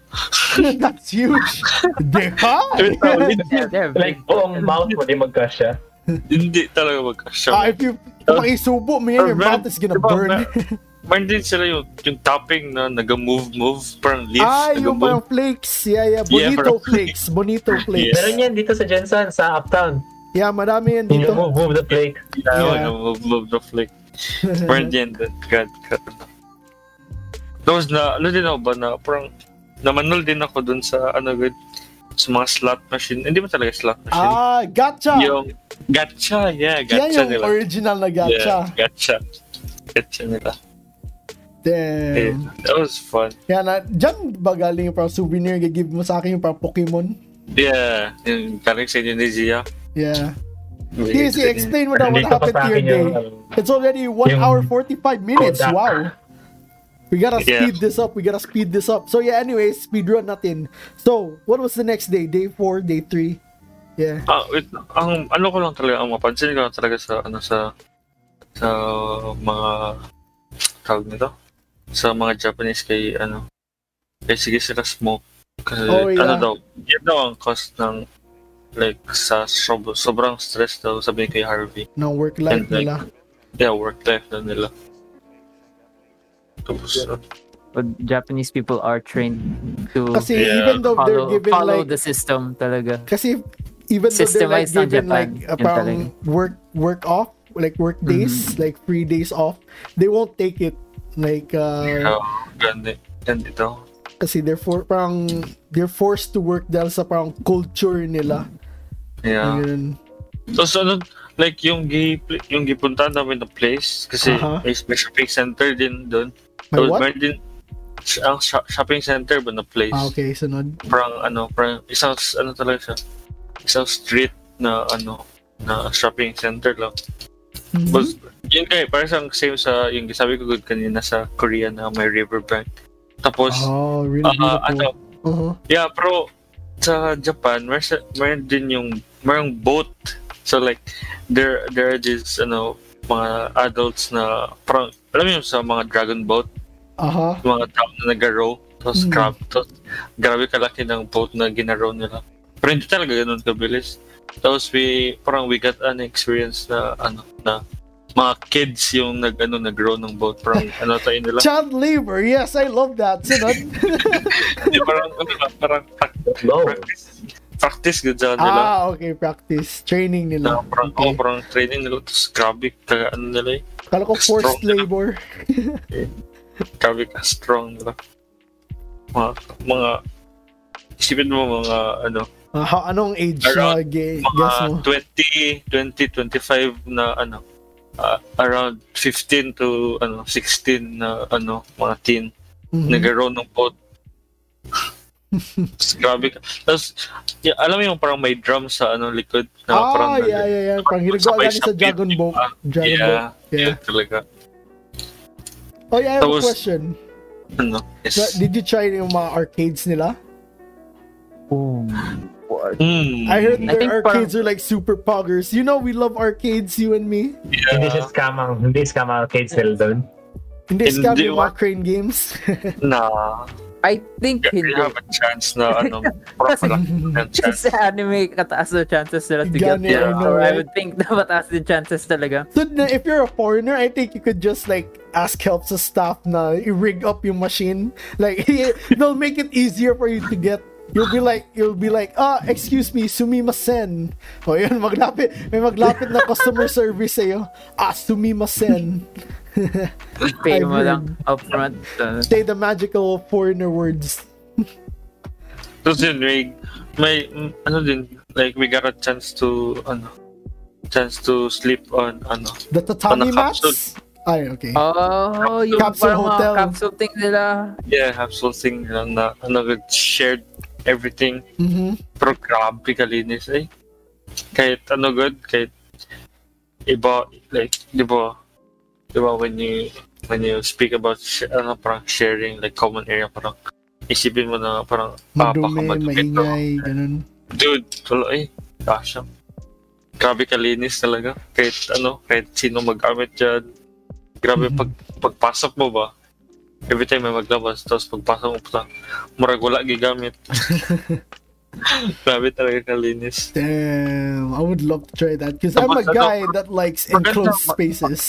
Speaker 1: That's huge. Deka?
Speaker 3: Dude, tao, hindi,
Speaker 4: Yeah, they're
Speaker 2: Like,
Speaker 4: big.
Speaker 2: buong mouth mo, di magkasya.
Speaker 3: hindi talaga magkasya.
Speaker 1: Ah, if you
Speaker 3: Oh.
Speaker 1: makisubo, man, your
Speaker 3: Oh, man.
Speaker 1: mouth is gonna
Speaker 3: Diba,
Speaker 1: burn.
Speaker 3: man? Meron din sila yung, yung topping na nag-move-move, parang leaves,
Speaker 1: Ah, yung
Speaker 3: nag-move.
Speaker 1: parang flakes. Yeah, yeah.
Speaker 3: Yeah,
Speaker 1: Bonito
Speaker 3: parang-
Speaker 1: flakes. Bonito flakes.
Speaker 2: Meron yan dito sa Jensen, sa Uptown.
Speaker 1: Yeah, marami yan
Speaker 2: You
Speaker 1: dito.
Speaker 2: know, move, move the plate.
Speaker 3: Yeah,
Speaker 1: Yeah.
Speaker 3: nag-move-move the flake. Meron din, dude, God, God. Tapos na, ano din ako ba na, parang, namanol din ako dun sa, ano, good, sa mga slot machine. Hindi ba talaga slot machine?
Speaker 1: ah, gotcha.
Speaker 3: Yung gacha, yeah,
Speaker 1: Yan
Speaker 3: gacha
Speaker 1: yung
Speaker 3: nila.
Speaker 1: original na
Speaker 3: Yeah,
Speaker 1: gacha.
Speaker 3: gacha. Gacha nila. Yeah,
Speaker 1: Damn.
Speaker 3: that was fun.
Speaker 1: Yan na, dyan ba galing yung parang souvenir give mo sa akin yung parang Pokemon?
Speaker 3: Yeah, yung galing sa Indonesia.
Speaker 1: Yeah. Casey, explain mo daw what
Speaker 2: Nandito pa
Speaker 1: happened
Speaker 2: sa
Speaker 1: to your
Speaker 2: akin
Speaker 1: day.
Speaker 2: yung...
Speaker 1: It's already 1
Speaker 2: Yung-
Speaker 1: hour 45 minutes.
Speaker 2: Kodak.
Speaker 1: Wow. We gotta
Speaker 3: Yeah.
Speaker 1: speed this up. We gotta speed this up. So yeah, anyways, speedrun natin. So, what was the next day? Day 4, day 3? Yeah.
Speaker 3: Ah, anu wait, ang ano ko lang talaga, ang mapansin ko lang talaga sa, ano, sa, sa mga, tawag nito, sa mga Japanese anu, kay, ano, kay sige sila smoke. anu Kasi,
Speaker 1: Oh, yeah.
Speaker 3: ano daw, yan daw ang cause ng, like, sa sob- sobrang stress daw, sabi kay Harvey.
Speaker 1: No work life
Speaker 3: And, like,
Speaker 1: nila.
Speaker 3: Yeah, work life na nila. Tapos,
Speaker 4: But Japanese people are trained to
Speaker 1: Kasi
Speaker 3: Yeah.
Speaker 1: even though they're
Speaker 4: follow,
Speaker 1: given
Speaker 4: follow
Speaker 1: like
Speaker 4: the system talaga.
Speaker 1: kasi even though they're like
Speaker 4: Systemized ng
Speaker 1: given like
Speaker 4: Japan, Mm-hmm.
Speaker 1: uh,
Speaker 4: yun
Speaker 1: parang work work off, like work days, like free days off, they won't take it. Like uh,
Speaker 3: uh, ganda, ganda daw.
Speaker 1: kasi they're for parang they're forced to work dahil sa parang culture nila.
Speaker 3: Yeah.
Speaker 1: Ganun.
Speaker 3: Tapos ano, like yung gay, pl- yung gipuntahan namin na place kasi
Speaker 1: Aha.
Speaker 3: may, may shopping center din doon.
Speaker 1: May
Speaker 3: Tapos
Speaker 1: what?
Speaker 3: meron din sh- ang sho- shopping center ba na place.
Speaker 1: Ah, okay, sunod.
Speaker 3: Parang ano, parang isang s- ano talaga siya. Isang street na ano na shopping center lang.
Speaker 1: Mhm.
Speaker 3: Tapos yun kay parang siyang same sa yung sabi ko good kanina sa Korea na may riverbank. Tapos
Speaker 1: Oh, really
Speaker 3: ah,
Speaker 1: beautiful.
Speaker 3: ano,
Speaker 1: Uh-huh.
Speaker 3: Yeah, pero sa Japan, meron, siya- meron din yung merong boat. So like there there are these ano mga adults na parang alam mo yung sa mga dragon boat,
Speaker 1: Aha.
Speaker 3: yung mga tao na nag-row, tapos
Speaker 1: Mm.
Speaker 3: crab, tapos grabe kalaki ng boat na ginarow nila. Pero hindi talaga ganun kabilis. Tapos we, parang we got an experience na ano na mga kids yung nag ano nag-row ng boat parang ano tayo nila
Speaker 1: Child labor. Yes, I love that. Sunod.
Speaker 3: Hindi, parang ano lang, parang
Speaker 2: No.
Speaker 3: practice practice good sa nila
Speaker 1: ah, okay, practice. Training
Speaker 3: na
Speaker 1: nila.
Speaker 3: parang,
Speaker 1: Okay.
Speaker 3: oh, parang training nila. Tapos grabe ka, ano nila eh.
Speaker 1: Kala ko forced
Speaker 3: strong na.
Speaker 1: labor.
Speaker 3: Grabe ka strong nila. Mga, mga, isipin mo mga, ano,
Speaker 1: Ah, ha- anong age na
Speaker 3: Around
Speaker 1: gay? Guess mo.
Speaker 3: mga 20, 20, 25 na, ano, ah, around 15 to, ano, 16 na, ano, mga teen.
Speaker 1: Mhm.
Speaker 3: nagkaroon ng boat. Tapos grabe ka. Tapos, y- alam mo yung parang may drum sa, ano, likod. Na parang,
Speaker 1: Ah, yeah, yeah, yeah. Parang ginagawa
Speaker 3: Sabay
Speaker 1: lagi sa
Speaker 3: sa
Speaker 1: Dragon
Speaker 3: beat,
Speaker 1: Ball.
Speaker 3: diba?
Speaker 1: Dragon
Speaker 3: yeah,
Speaker 1: Ball.
Speaker 3: yeah,
Speaker 1: Yeah.
Speaker 3: talaga.
Speaker 1: Oh, yeah, I have
Speaker 3: Tapos-
Speaker 1: a question.
Speaker 3: Ano,
Speaker 1: Tra-
Speaker 3: yes.
Speaker 1: Did you try yung mga arcades nila?
Speaker 4: Boom.
Speaker 3: Hmm.
Speaker 1: I heard
Speaker 4: I think
Speaker 1: their
Speaker 4: parang-
Speaker 1: arcades are like super poggers. You know we love arcades, you and me.
Speaker 3: Yeah.
Speaker 2: Hindi siya
Speaker 1: Ah.
Speaker 2: scam ang, hindi scam ang arcade sale doon.
Speaker 1: Hindi
Speaker 3: Hindi,
Speaker 1: scam yung mga
Speaker 3: what?
Speaker 1: crane games.
Speaker 3: Nah.
Speaker 4: I think
Speaker 3: you
Speaker 4: hindi.
Speaker 3: have a chance na ano, parang malaki chance.
Speaker 4: Kasi sa anime, kataas na chances nila to get
Speaker 1: Gani,
Speaker 4: there.
Speaker 3: I know,
Speaker 4: So I
Speaker 1: right?
Speaker 4: would think na mataas din chances talaga.
Speaker 1: So na- if you're a foreigner, I think you could just like ask help sa staff na rig up yung machine. Like they'll make it easier for you to get. You'll be like, you'll be like, ah, excuse me, sumimasen. O yun, maglapit, may maglapit na customer service sa'yo. Ah, sumimasen. I've
Speaker 4: Pay mo
Speaker 1: heard.
Speaker 4: lang upfront. Uh,
Speaker 1: Say the magical foreigner words.
Speaker 3: Tapos yun, may, may, mm, ano din, like, we got a chance to, ano, chance to sleep on, ano,
Speaker 1: The tatami
Speaker 3: On the capsule.
Speaker 1: mats? Ay, okay.
Speaker 3: Ah,
Speaker 4: oh, yung
Speaker 1: Capsule
Speaker 4: parang mga
Speaker 1: hotel.
Speaker 4: capsule thing nila.
Speaker 3: yeah, have something lang na, ano, we shared everything.
Speaker 1: Mhm.
Speaker 3: Pero grabe kalinis, eh. Kahit, ano, good, kahit, iba, like, di ba, di ba, when you, when you speak about, sh- ano, parang sharing, like, common area, parang, isipin mo na parang
Speaker 1: Madumi,
Speaker 3: papakamadumi to.
Speaker 1: maingay, ganun.
Speaker 3: Dude, tuloy. Gosh, um, grabe kalinis talaga. Kahit ano, kahit sino magamit dyan. Grabe
Speaker 1: Mhm.
Speaker 3: pag pagpasok mo ba? Every time may maglabas, tapos pagpasok mo pa, murag wala gigamit. grabe talaga kalinis.
Speaker 1: Damn, I would love to try that because I'm a
Speaker 3: Maganda-
Speaker 1: guy that likes
Speaker 3: maganda-
Speaker 1: enclosed
Speaker 3: ma-
Speaker 1: spaces.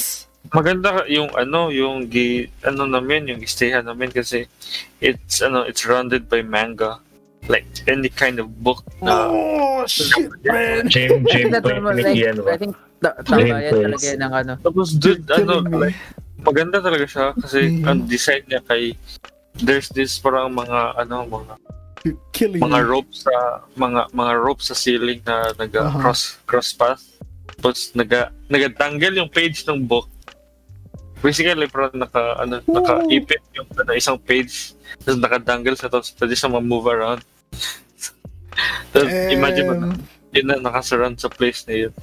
Speaker 3: Maganda yung ano, yung gi, ano namin, yung stayhan namin kasi it's ano, it's surrounded by manga. Like any kind of book na
Speaker 1: Oh shit, man!
Speaker 2: Jim,
Speaker 4: I
Speaker 2: Jim,
Speaker 4: think, that's
Speaker 2: point
Speaker 4: almost
Speaker 2: ni
Speaker 4: like,
Speaker 2: Ian
Speaker 4: I
Speaker 2: ba?
Speaker 4: think ta- tama
Speaker 2: Game
Speaker 4: yan
Speaker 2: place.
Speaker 4: talaga yun ng ano.
Speaker 3: Tapos dude,
Speaker 1: You're
Speaker 3: ano,
Speaker 1: killing me.
Speaker 3: like, maganda talaga siya kasi
Speaker 1: Mhm.
Speaker 3: ang design niya kay there's this parang mga ano mga
Speaker 1: You're killing
Speaker 3: mga
Speaker 1: me.
Speaker 3: rope sa mga mga rope sa ceiling na naga
Speaker 1: Aha.
Speaker 3: cross cross path tapos naga nagatanggal yung page ng book basically parang naka ano
Speaker 1: Ooh.
Speaker 3: nakaipit yung ano, isang page tapos nakadanggal sa tapos pwede siya ma-move around tapos imagine mo na,
Speaker 1: Damn.
Speaker 3: yun na nakasurround sa place na yun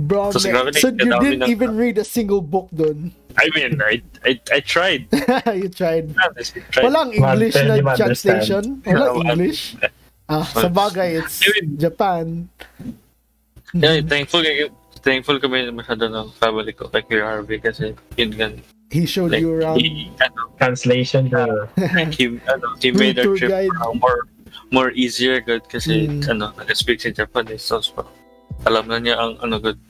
Speaker 1: Bro,
Speaker 3: Tapos
Speaker 1: man.
Speaker 3: grabe na
Speaker 1: so
Speaker 3: yung
Speaker 1: you
Speaker 3: kadami
Speaker 1: didn't
Speaker 3: ng-
Speaker 1: even read a single book dun.
Speaker 3: I mean I I, I tried
Speaker 1: you tried.
Speaker 3: honestly tried
Speaker 1: Walang English
Speaker 2: Well,
Speaker 1: na
Speaker 2: you understand.
Speaker 1: translation. Walang
Speaker 3: Well,
Speaker 1: English. Ah, sa bagay, it's
Speaker 3: I mean-
Speaker 1: Japan.
Speaker 3: Yeah, thankful thankful kami masyado ng family ko kay Kuya Harvey kasi yun nga
Speaker 1: He showed
Speaker 3: like
Speaker 1: you around.
Speaker 3: he, ano,
Speaker 2: Translation to
Speaker 3: he, ano, he made our
Speaker 1: Tour
Speaker 3: trip
Speaker 1: guide.
Speaker 3: uh, more more easier good kasi
Speaker 1: Mm.
Speaker 3: ano nag-speak in Japanese so, so alam na niya ang ano good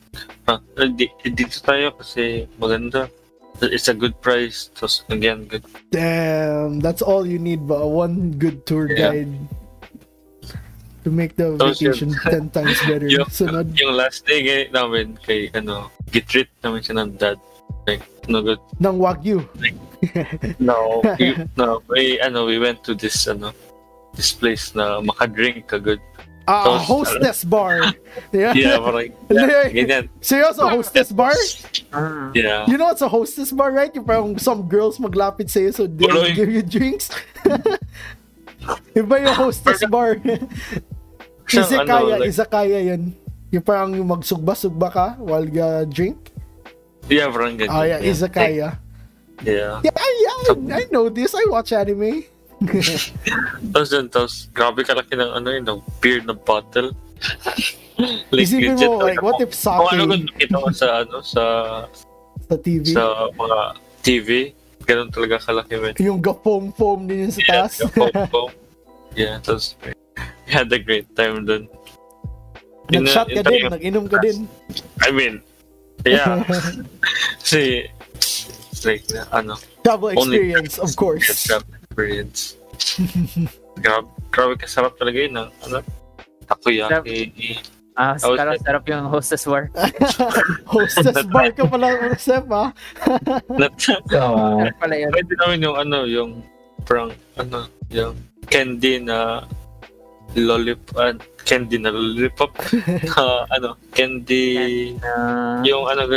Speaker 3: ah, di- dito tayo kasi maganda it's a good price so again good
Speaker 1: Damn, that's all you need, but one good tour
Speaker 3: Yeah.
Speaker 1: guide to make the
Speaker 3: Tapos
Speaker 1: vacation
Speaker 3: yun.
Speaker 1: 10 times better.
Speaker 3: yung,
Speaker 1: Sunod.
Speaker 3: yung last day eh, namin kay ano gitreat namin siya ng dad like no good
Speaker 1: ng Wagyu.
Speaker 3: No, we, no, we, ano, we went to this, ano, this place na makadrink ka good.
Speaker 1: Ah,
Speaker 3: Tapos-
Speaker 1: hostess bar. Yeah.
Speaker 3: Yeah, parang,
Speaker 1: Yeah.
Speaker 3: yeah, ganyan.
Speaker 1: Seryoso, hostess bar?
Speaker 4: Ah.
Speaker 3: Yeah.
Speaker 1: You know what's a hostess bar, right? Yung parang some girls maglapit sa'yo so they
Speaker 3: Tuloy.
Speaker 1: give you drinks. Iba yung hostess bar.
Speaker 3: Siyang,
Speaker 1: izakaya,
Speaker 3: ano, like,
Speaker 1: izakaya yun. Yung parang yung magsugba-sugba ka while you drink.
Speaker 3: yeah, parang ganyan.
Speaker 1: Ah, yeah, izakaya.
Speaker 3: Yeah.
Speaker 1: Yeah, I, I, I know this. I watch anime.
Speaker 3: Tapos dyan, tapos, grabe kalaki ng, ano, yun, ng beer na bottle. like,
Speaker 1: Isipin
Speaker 3: legit
Speaker 1: mo, like,
Speaker 3: talaga.
Speaker 1: what if sake
Speaker 3: Kung ano kung nakita ko sa, ano, sa,
Speaker 1: sa TV?
Speaker 3: sa mga TV, ganun talaga kalaki, man.
Speaker 1: yung gapong-foam din yun sa
Speaker 3: Yeah,
Speaker 1: taas.
Speaker 3: yung pop pop. yeah, tapos, we had a great time dun. Yun na-
Speaker 1: Nag-shot
Speaker 3: yun
Speaker 1: ka din,
Speaker 3: talaga-
Speaker 1: nag-inom ka din.
Speaker 3: I mean, yeah. Kasi, it's like, na- ano,
Speaker 1: Travel
Speaker 3: Only-
Speaker 1: experience, of
Speaker 3: just
Speaker 1: course.
Speaker 3: grab experience. Grab, grabe kasarap talaga yun, ang, ano, takoyaki.
Speaker 4: Ah,
Speaker 3: I was
Speaker 4: sarap,
Speaker 3: like-
Speaker 4: sarap yung hostess war.
Speaker 1: Ah. Hostess bar ka pala, Sef, ha?
Speaker 3: Not,
Speaker 2: uh,
Speaker 4: Sarap pala yun. ah.
Speaker 3: pwede namin yung, ano, yung, parang, ano, yung candy na lollipop, ah, candy na lollipop, na, ano, candy,
Speaker 4: Ah.
Speaker 3: yung, ano,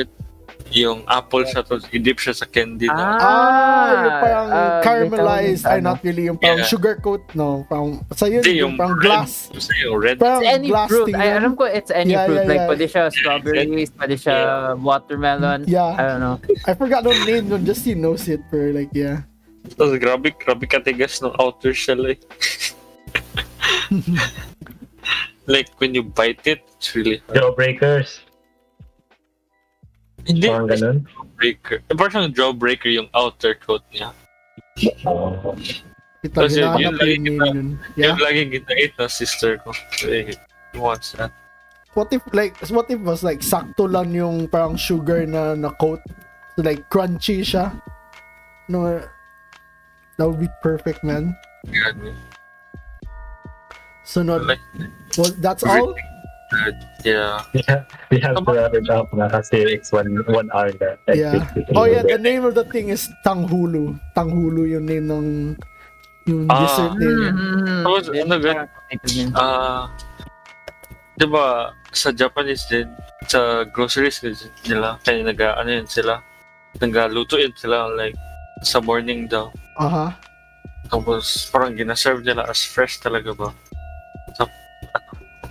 Speaker 3: yung apple siya, tapos i-dip siya sa candy na,
Speaker 1: Ah, yung parang
Speaker 4: ah, ano? may
Speaker 1: caramelized,
Speaker 4: tawag
Speaker 1: ay
Speaker 4: yun sa
Speaker 1: not really, yung parang
Speaker 3: Yeah.
Speaker 1: sugar coat, no? Parang, sa yun,
Speaker 3: Hindi,
Speaker 1: yung
Speaker 3: yung
Speaker 1: parang
Speaker 3: red.
Speaker 1: glass.
Speaker 3: Tapos yung red
Speaker 1: Parang
Speaker 4: It's any
Speaker 1: Oh, glass
Speaker 4: fruit. ano?
Speaker 1: thing
Speaker 4: I,
Speaker 1: yun.
Speaker 4: alam ko it's any
Speaker 1: Yeah,
Speaker 4: fruit.
Speaker 1: yeah,
Speaker 4: like,
Speaker 1: yeah.
Speaker 4: pwede siya strawberries, pwede siya watermelon. I
Speaker 1: Mm, Yeah,
Speaker 4: don't know.
Speaker 1: I forgot the name nun, just he knows it, pero like, yeah.
Speaker 3: Tapos grabe, grabe katigas ng outer shell eh. like when you bite it, it's really hard.
Speaker 2: jawbreakers.
Speaker 3: Hindi,
Speaker 2: Parang ganun.
Speaker 3: breaker. Parang siyang jawbreaker yung outer coat niya.
Speaker 1: Ito,
Speaker 3: Tapos yun, yun
Speaker 1: hinahanap
Speaker 3: lang
Speaker 1: yung
Speaker 3: yung
Speaker 1: name
Speaker 3: iba.
Speaker 1: nun.
Speaker 3: Yeah.
Speaker 1: Yeah.
Speaker 3: Yung laging ginait ng sister ko. Like, he wants that.
Speaker 1: What if like what if was like sakto lang yung parang sugar na na coat so, like crunchy siya no that would be perfect man
Speaker 3: Grabe.
Speaker 1: sunod
Speaker 3: Like,
Speaker 1: well that's all
Speaker 3: that, yeah.
Speaker 2: Yeah, we have to wrap it up na kasi it's one, one hour na.
Speaker 1: yeah oh yeah the name of the thing is tanghulu tanghulu yung name ng yung
Speaker 3: Ah.
Speaker 1: dessert name niya.
Speaker 4: Mm,
Speaker 3: Tapos,
Speaker 4: yun,
Speaker 3: ano, gan-
Speaker 4: parang connected yun.
Speaker 3: Ah, di ba, sa Japanese din, sa groceries din nila, kaya nag, ano yun sila, nagalutuin sila, like, sa morning daw.
Speaker 1: aha
Speaker 3: Tapos parang ginaserve nila as fresh talaga ba? Sa,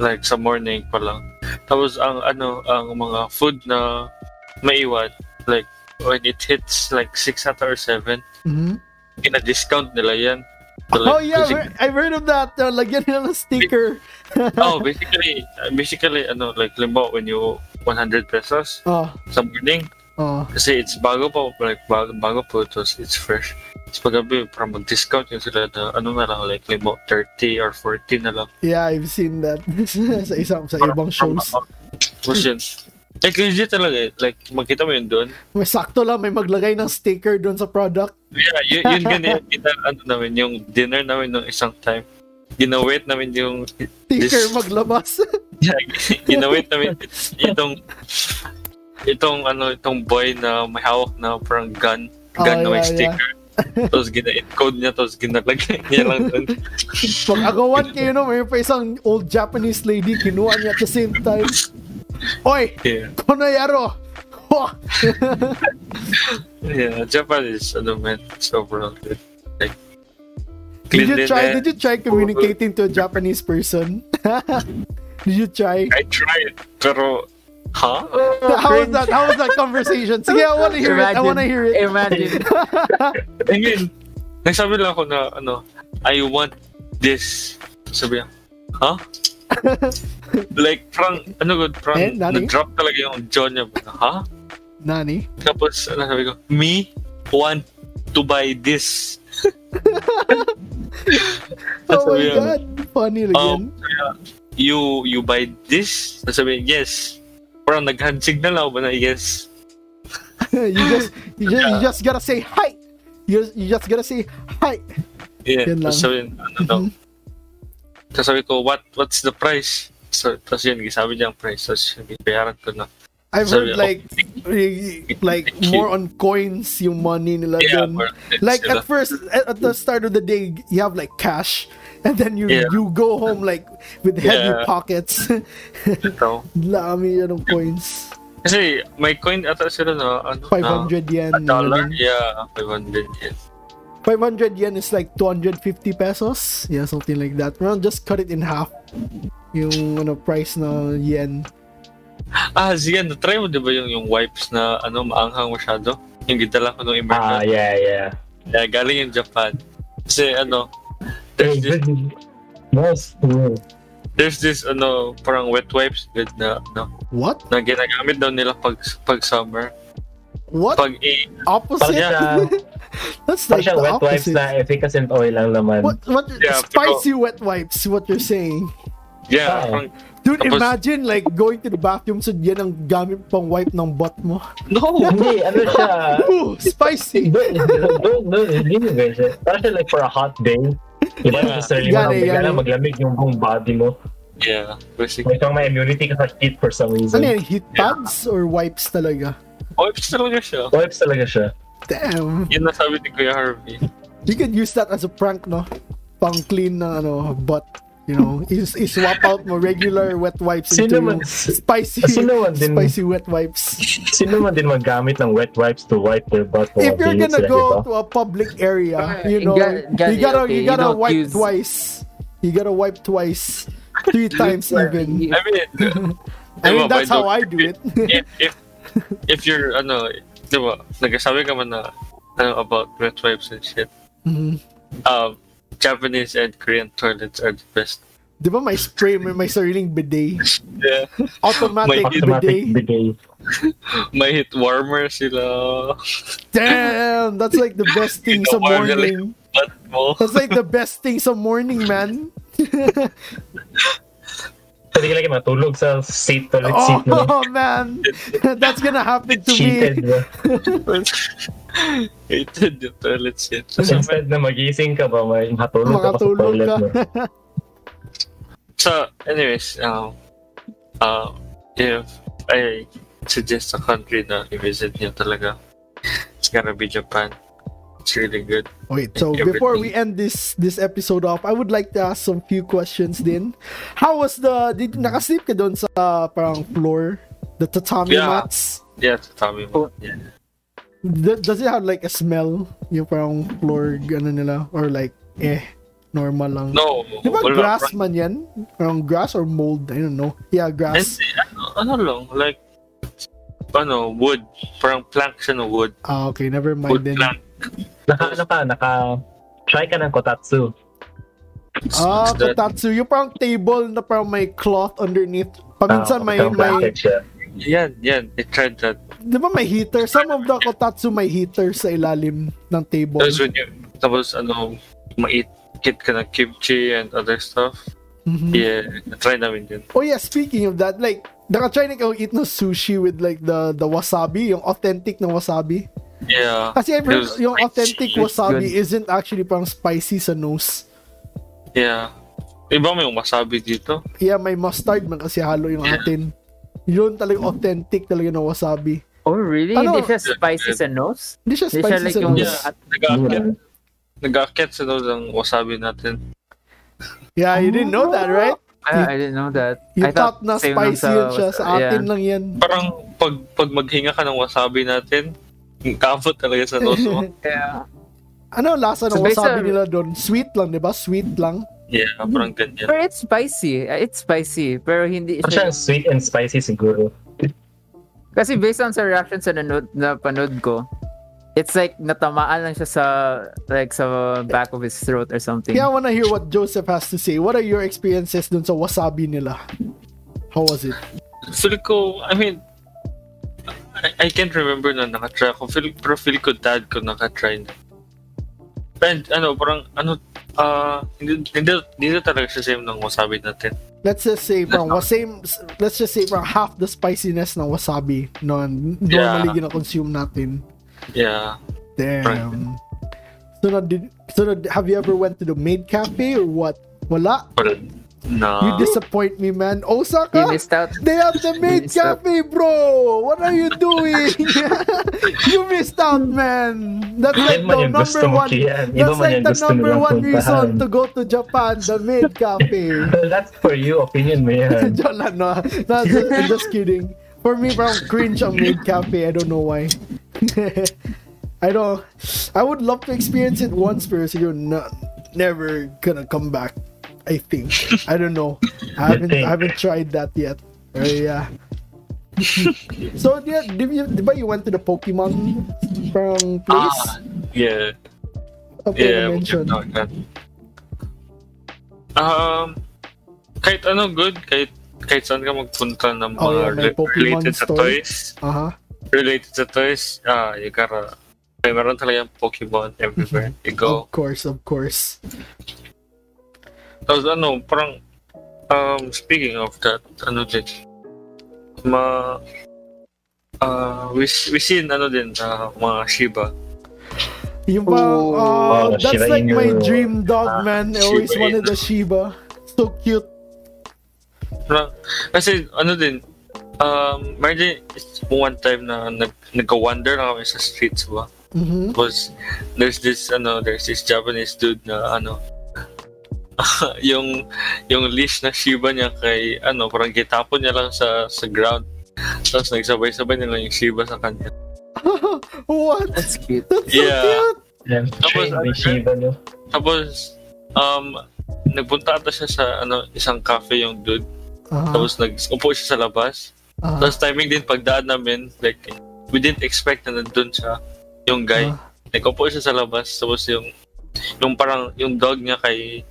Speaker 3: like sa morning pa lang. Tapos ang ano, ang mga food na maiwan, like when it hits like 6 ata or 7,
Speaker 1: mhm
Speaker 3: ina-discount nila yan.
Speaker 1: Oh
Speaker 3: Like,
Speaker 1: yeah,
Speaker 3: basic-
Speaker 1: we're- I've heard of that. Uh, lagyan nila ng sticker.
Speaker 3: oh, basically, basically, ano, like, limbawa, when you 100 pesos
Speaker 1: Oh,
Speaker 3: sa morning,
Speaker 1: oh.
Speaker 3: kasi it's bago pa, like, bago, bago po ito, it's fresh. Tapos paggabi, para mag-discount yung sila na, ano na lang, like, limbawa, 30 or 40 na lang.
Speaker 1: Yeah, I've seen that sa isang sa
Speaker 3: Parang-
Speaker 1: ibang shows.
Speaker 3: Tapos yun, like, legit talaga, eh. like, makita mo yun doon.
Speaker 1: May sakto lang may maglagay ng sticker doon sa product.
Speaker 3: Yeah, yun, yun ganyan, kita, ano namin, yung dinner namin nung isang time, ginawait namin yung
Speaker 1: Sticker
Speaker 3: This-
Speaker 1: maglabas.
Speaker 3: ginawait namin itong itong ano itong boy na may hawak na parang gun
Speaker 1: Oh,
Speaker 3: gun na may
Speaker 1: yeah,
Speaker 3: sticker tapos gina-encode niya tapos ginalagay niya lang dun.
Speaker 1: Pag agawan kayo no, may pa isang old Japanese lady kinuha niya at the same time. Oy,
Speaker 3: yeah.
Speaker 1: Konoyaro! Wah!
Speaker 3: yeah Japan is ano man it's overall good like
Speaker 1: did you try?
Speaker 3: cleanliness.
Speaker 1: Did you try communicating to a Japanese person? did you try?
Speaker 3: I tried pero huh
Speaker 1: How was that? How was that conversation? Sige, I wanna hear it. I wanna hear it.
Speaker 4: Imagine.
Speaker 3: I mean nagsabi lang ako na ano I want this sabi niya huh like prang ano good prang
Speaker 1: Eh, nani?
Speaker 3: nag-drop talaga yung jaw niya huh
Speaker 1: Nani?
Speaker 3: Tapos, ano sabi ko, me want to buy this.
Speaker 1: Oh my
Speaker 3: Sabi niya,
Speaker 1: god, funny
Speaker 3: Oh,
Speaker 1: again.
Speaker 3: kaya, you you buy this? Tapos Sabi niya, yes. Parang nag-handshake na lang ako na yes. Oh.
Speaker 1: you just you just you just gotta say hi. You just, you just gotta say hi.
Speaker 3: Yeah.
Speaker 1: Yun lang. Mm-hmm.
Speaker 3: Tapos sabi niya, ano daw. Tapos sabi ko, what what's the price? So, tapos yun, sabi niya ang price. Tapos sabi, bayaran ko na.
Speaker 1: I've heard
Speaker 3: Sabi niya,
Speaker 1: like y- y- like more on coins yung money nila
Speaker 3: Yeah,
Speaker 1: dun.
Speaker 3: parang tips
Speaker 1: Like
Speaker 3: nila.
Speaker 1: at first at, at the start of the day you have like cash and then you
Speaker 3: Yeah.
Speaker 1: you go home like with heavy
Speaker 3: Yeah.
Speaker 1: pockets.
Speaker 3: Ito.
Speaker 1: Dami yan ng coins.
Speaker 3: Kasi may coin ata sila na ano, na
Speaker 1: 500
Speaker 2: Ah,
Speaker 1: yen.
Speaker 3: a dollar.
Speaker 1: ganun.
Speaker 3: Yeah, 500 yen.
Speaker 1: 500 yen is like 250 pesos. Yeah, something like that. Well, just cut it in half. Yung ano, price na yen.
Speaker 3: Ah, Zian, na-try mo di ba yung, yung wipes na ano, maanghang masyado? Yung gitala ko nung
Speaker 2: Ah,
Speaker 3: immersion.
Speaker 2: yeah, yeah.
Speaker 3: Yeah, galing yung Japan. Kasi ano, there's
Speaker 2: Wait,
Speaker 3: this,
Speaker 2: did- Most, mm,
Speaker 3: there's this ano, parang wet wipes good na, ano,
Speaker 1: What?
Speaker 3: na ginagamit daw nila pag, pag summer.
Speaker 1: What?
Speaker 3: Pag i-
Speaker 1: opposite?
Speaker 2: parang siya-
Speaker 1: That's
Speaker 2: parang
Speaker 1: like
Speaker 2: siya
Speaker 1: the
Speaker 2: wet wipes
Speaker 1: opposite.
Speaker 2: na efficacy and oil lang naman.
Speaker 1: What? What?
Speaker 3: Yeah,
Speaker 1: spicy wet wipes. What you're saying,
Speaker 2: Oo.
Speaker 3: yeah, parang,
Speaker 1: dude?
Speaker 3: Tapos-
Speaker 1: imagine like going to the bathroom so yan ang gamit pang wipe ng butt mo.
Speaker 3: no!
Speaker 2: Hindi, ano siya,
Speaker 1: Ooh, spicy.
Speaker 2: don't, don't, don't, don't, hindi ba siya? Parang siya like for a hot day. Diba
Speaker 3: Yeah.
Speaker 2: yeah. sa sarili mo
Speaker 1: Yan eh, yan
Speaker 2: lang, bigla
Speaker 1: eh.
Speaker 2: lang maglamig yung buong body mo.
Speaker 3: Yeah, basically.
Speaker 2: May kang may immunity ka sa heat for some
Speaker 1: Ano
Speaker 2: reason.
Speaker 1: yan? Heat pads or wipes talaga?
Speaker 3: Wipes talaga siya.
Speaker 2: Wipes talaga siya.
Speaker 1: Damn.
Speaker 3: Yun na sabi ni Kuya Harvey.
Speaker 1: You could use that as a prank, no? Pang clean ng ano, butt. You know, is swap out mo regular wet wipes into
Speaker 2: Sino man-
Speaker 1: spicy,
Speaker 2: sino man din-
Speaker 1: spicy wet wipes.
Speaker 2: Sino man din maggamit ng wet wipes to wipe their butt while
Speaker 1: if you're
Speaker 2: being
Speaker 1: gonna
Speaker 2: Oh, sila,
Speaker 1: go
Speaker 2: diba?
Speaker 1: to a public area, you
Speaker 4: You
Speaker 1: know,
Speaker 4: got- got
Speaker 1: you
Speaker 4: it,
Speaker 1: gotta
Speaker 4: okay,
Speaker 1: you
Speaker 4: you
Speaker 1: gotta
Speaker 4: don't
Speaker 1: wipe
Speaker 4: use-
Speaker 1: twice. You gotta wipe twice, three times even.
Speaker 3: I mean,
Speaker 1: I
Speaker 3: diba,
Speaker 1: mean, that's
Speaker 3: by
Speaker 1: how
Speaker 3: the-
Speaker 1: I do it.
Speaker 3: if if if you're ano, 'di ba? Nagsasabi ka man na ano about wet wipes and shit.
Speaker 1: Mhm.
Speaker 3: Um, Japanese and Korean toilets are the best.
Speaker 1: Di ba may Diba, spray, may, may sariling bidet?
Speaker 3: Yeah.
Speaker 1: Automatic,
Speaker 3: May
Speaker 2: Automatic
Speaker 1: bidet.
Speaker 2: bidet.
Speaker 3: May heat warmer sila.
Speaker 1: Damn! That's like the best thing sa
Speaker 3: Warm na lang
Speaker 1: morning.
Speaker 3: yung butt mo.
Speaker 1: That's like the best thing sa morning, man.
Speaker 2: Pwede ka lagi matulog sa seat, toilet seat mo.
Speaker 1: oh, man. That's gonna happen to
Speaker 2: Cheated
Speaker 1: me.
Speaker 2: ba?
Speaker 3: Hated yung toilet shit.
Speaker 2: So,
Speaker 3: Sa,
Speaker 2: instead na magising ka ba, may matulog ka pa sa
Speaker 1: Makatulog
Speaker 2: toilet
Speaker 1: ka.
Speaker 2: mo.
Speaker 3: so anyways, um, uh, if I suggest a country na i-visit niyo talaga, it's gonna be Japan. It's really good.
Speaker 1: Wait, so
Speaker 3: Everything.
Speaker 1: before we end this this episode off, I would like to ask some few questions din. How was the did nakasleep ka doon sa parang floor, the tatami
Speaker 3: Yeah.
Speaker 1: mats?
Speaker 3: Yeah, tatami
Speaker 1: Oh.
Speaker 3: mo. Yeah.
Speaker 1: D- does it have like a smell? Yung parang floor ano nila or like eh normal lang.
Speaker 3: No,
Speaker 1: Di ba
Speaker 3: wala.
Speaker 1: grass man yan? Parang grass or mold? I don't know. Yeah, grass.
Speaker 3: Hindi, ano, ano lang, like, ano, wood. Parang plank siya ng wood.
Speaker 1: Ah, okay, never mind
Speaker 3: Wood
Speaker 1: then.
Speaker 3: plank.
Speaker 2: Naka, ano ka, naka, try ka ng kotatsu.
Speaker 1: Ah,
Speaker 3: It's that-
Speaker 1: kotatsu. Yung parang table na parang may cloth underneath. Paminsan
Speaker 2: Ah,
Speaker 1: may,
Speaker 2: isang
Speaker 1: may,
Speaker 2: bracket siya.
Speaker 3: Yan, yan. I tried that.
Speaker 1: di ba may heater? Some of the kotatsu may heater sa ilalim ng table.
Speaker 3: Tapos when you, tapos ano, mait kit ka ng kimchi and other stuff.
Speaker 1: Mhm.
Speaker 3: Yeah, try namin yun.
Speaker 1: Oh yeah, speaking of that, like, nakatry na ikaw eat ng sushi with like the the wasabi, yung authentic na wasabi.
Speaker 3: Yeah.
Speaker 1: Kasi I've heard
Speaker 3: It was
Speaker 1: yung
Speaker 3: spicy.
Speaker 1: authentic
Speaker 4: It's
Speaker 1: wasabi
Speaker 4: good.
Speaker 1: isn't actually parang spicy sa nose.
Speaker 3: Yeah. Iba may wasabi dito.
Speaker 1: Yeah, may mustard man kasi halo yung
Speaker 3: Yeah.
Speaker 1: atin. Yun talaga authentic talaga ng wasabi.
Speaker 4: Oh, really?
Speaker 1: Ano?
Speaker 4: Hindi siya spicy sa nose?
Speaker 1: Hindi siya
Speaker 4: Hindi
Speaker 1: spicy
Speaker 4: siya like
Speaker 1: sa
Speaker 4: yung...
Speaker 1: nose.
Speaker 3: Yeah.
Speaker 4: At,
Speaker 3: Nag-aakyat.
Speaker 2: Yun.
Speaker 3: Nag-aakyat sa nose ang wasabi natin.
Speaker 1: Yeah, you didn't know that, right?
Speaker 4: Ah, I didn't know that.
Speaker 1: You
Speaker 4: I
Speaker 1: thought, na
Speaker 4: same lang
Speaker 1: spicy yun siya. Sa atin
Speaker 4: yeah.
Speaker 1: lang yan.
Speaker 3: Parang pag, pag maghinga ka ng wasabi natin, kaabot talaga sa nose mo.
Speaker 4: Yeah.
Speaker 1: ano lasa ng
Speaker 4: So based
Speaker 1: wasabi
Speaker 4: on-
Speaker 1: nila doon? Sweet lang, di ba? Sweet lang.
Speaker 3: Yeah, parang ganyan.
Speaker 4: Pero it's spicy. Uh, It's spicy. Pero hindi
Speaker 2: Parang siyang
Speaker 4: siya...
Speaker 2: Ano sweet and spicy siguro.
Speaker 4: Kasi based on sa reaction sa nanood, na panood ko, it's like natamaan lang siya sa like sa back of his throat or something.
Speaker 1: Kaya I wanna hear what Joseph has to say. What are your experiences doon sa wasabi nila? How was it?
Speaker 3: Feel ko, I mean, I, I can't remember na nakatry ako. Feel, pero feel ko dad ko nakatry na. And ano, parang ano, ah, hindi, hindi, hindi talaga siya same ng wasabi natin.
Speaker 1: Let's just say parang was same let's just say parang half the spiciness ng wasabi non normally
Speaker 3: Yeah.
Speaker 1: gina-consume natin.
Speaker 3: Yeah.
Speaker 1: Damn. So na did so na, have you ever went to the maid cafe or what? Wala.
Speaker 3: Pero,
Speaker 1: You
Speaker 3: na,
Speaker 1: disappoint me, man.
Speaker 4: He
Speaker 1: Osaka.
Speaker 4: missed out.
Speaker 1: They have the maid
Speaker 4: missed out.
Speaker 1: cafe, bro. What are you doing? you missed out, man. That's like
Speaker 2: Yan man
Speaker 1: the
Speaker 2: yung gusto
Speaker 1: number
Speaker 2: mo,
Speaker 1: one.
Speaker 2: Kian. Iba
Speaker 1: That's
Speaker 2: man
Speaker 1: like
Speaker 2: yung
Speaker 1: the
Speaker 2: gusto
Speaker 1: number
Speaker 2: nilang
Speaker 1: one
Speaker 2: puntahan.
Speaker 1: reason to go to Japan, the maid cafe.
Speaker 2: Well, that's for you. Opinion mo yan.
Speaker 1: Joke lang, no. No, I'm just, I'm just kidding. For me, parang cringe ang maid cafe. I don't know why. I don't. I would love to experience it once, pero siguro na, never gonna come back. I think. I don't know. I haven't.
Speaker 2: think?
Speaker 1: I haven't tried that yet. Pero yeah. so yeah, did you, di ba you went to the Pokemon parang place?
Speaker 3: Ah, yeah.
Speaker 1: okay,
Speaker 3: Yeah,
Speaker 1: na
Speaker 3: we
Speaker 1: mention.
Speaker 3: can talk that. Um, kahit ano good, kahit kahit saan ka magpunta ng mga
Speaker 1: Oh, yeah, may
Speaker 3: re-
Speaker 1: Pokemon
Speaker 3: related sa
Speaker 1: store.
Speaker 3: toys,
Speaker 1: Uh-huh.
Speaker 3: related sa toys, ah, you gotta, may meron talaga yung Pokemon everywhere you go.
Speaker 1: Of course, of course.
Speaker 3: Tapos ano, parang, um, speaking of that, ano din, ma, ah, we, we seen ano din, ah, mga Shiba.
Speaker 1: Yung pa, ah,
Speaker 4: Ooh.
Speaker 2: Wow,
Speaker 1: that's
Speaker 2: Shiba
Speaker 1: like
Speaker 2: Inu.
Speaker 1: my dream dog,
Speaker 2: Ah,
Speaker 1: man. I
Speaker 3: Shiba
Speaker 1: always wanted
Speaker 3: Inu.
Speaker 1: a Shiba. So cute.
Speaker 3: Parang, kasi ano din, um, meron din one time na nag, nagka-wander na kami sa streets ba?
Speaker 1: Mhm.
Speaker 3: Tapos, there's this, ano, there's this Japanese dude na, ano, yung, yung leash na Shiba niya kay, ano, parang gitapon niya lang sa, sa ground. Tapos, nagsabay-sabay nila yung Shiba sa kanya.
Speaker 1: What?
Speaker 4: That's cute.
Speaker 1: That's so
Speaker 3: Yeah.
Speaker 1: cute.
Speaker 2: Yan,
Speaker 3: Tapos,
Speaker 2: train ni
Speaker 3: ano,
Speaker 2: Shiba, no?
Speaker 3: Tapos, um, nagpunta ata siya sa, ano, isang cafe yung dude.
Speaker 1: Ah,
Speaker 3: Tapos, nag-upo siya sa labas.
Speaker 1: ah,
Speaker 3: Tapos timing din pagdaan namin, like, we didn't expect na nandun siya, yung guy.
Speaker 1: Ah.
Speaker 3: Like, upo siya sa labas, tapos yung, yung parang, yung dog niya kay,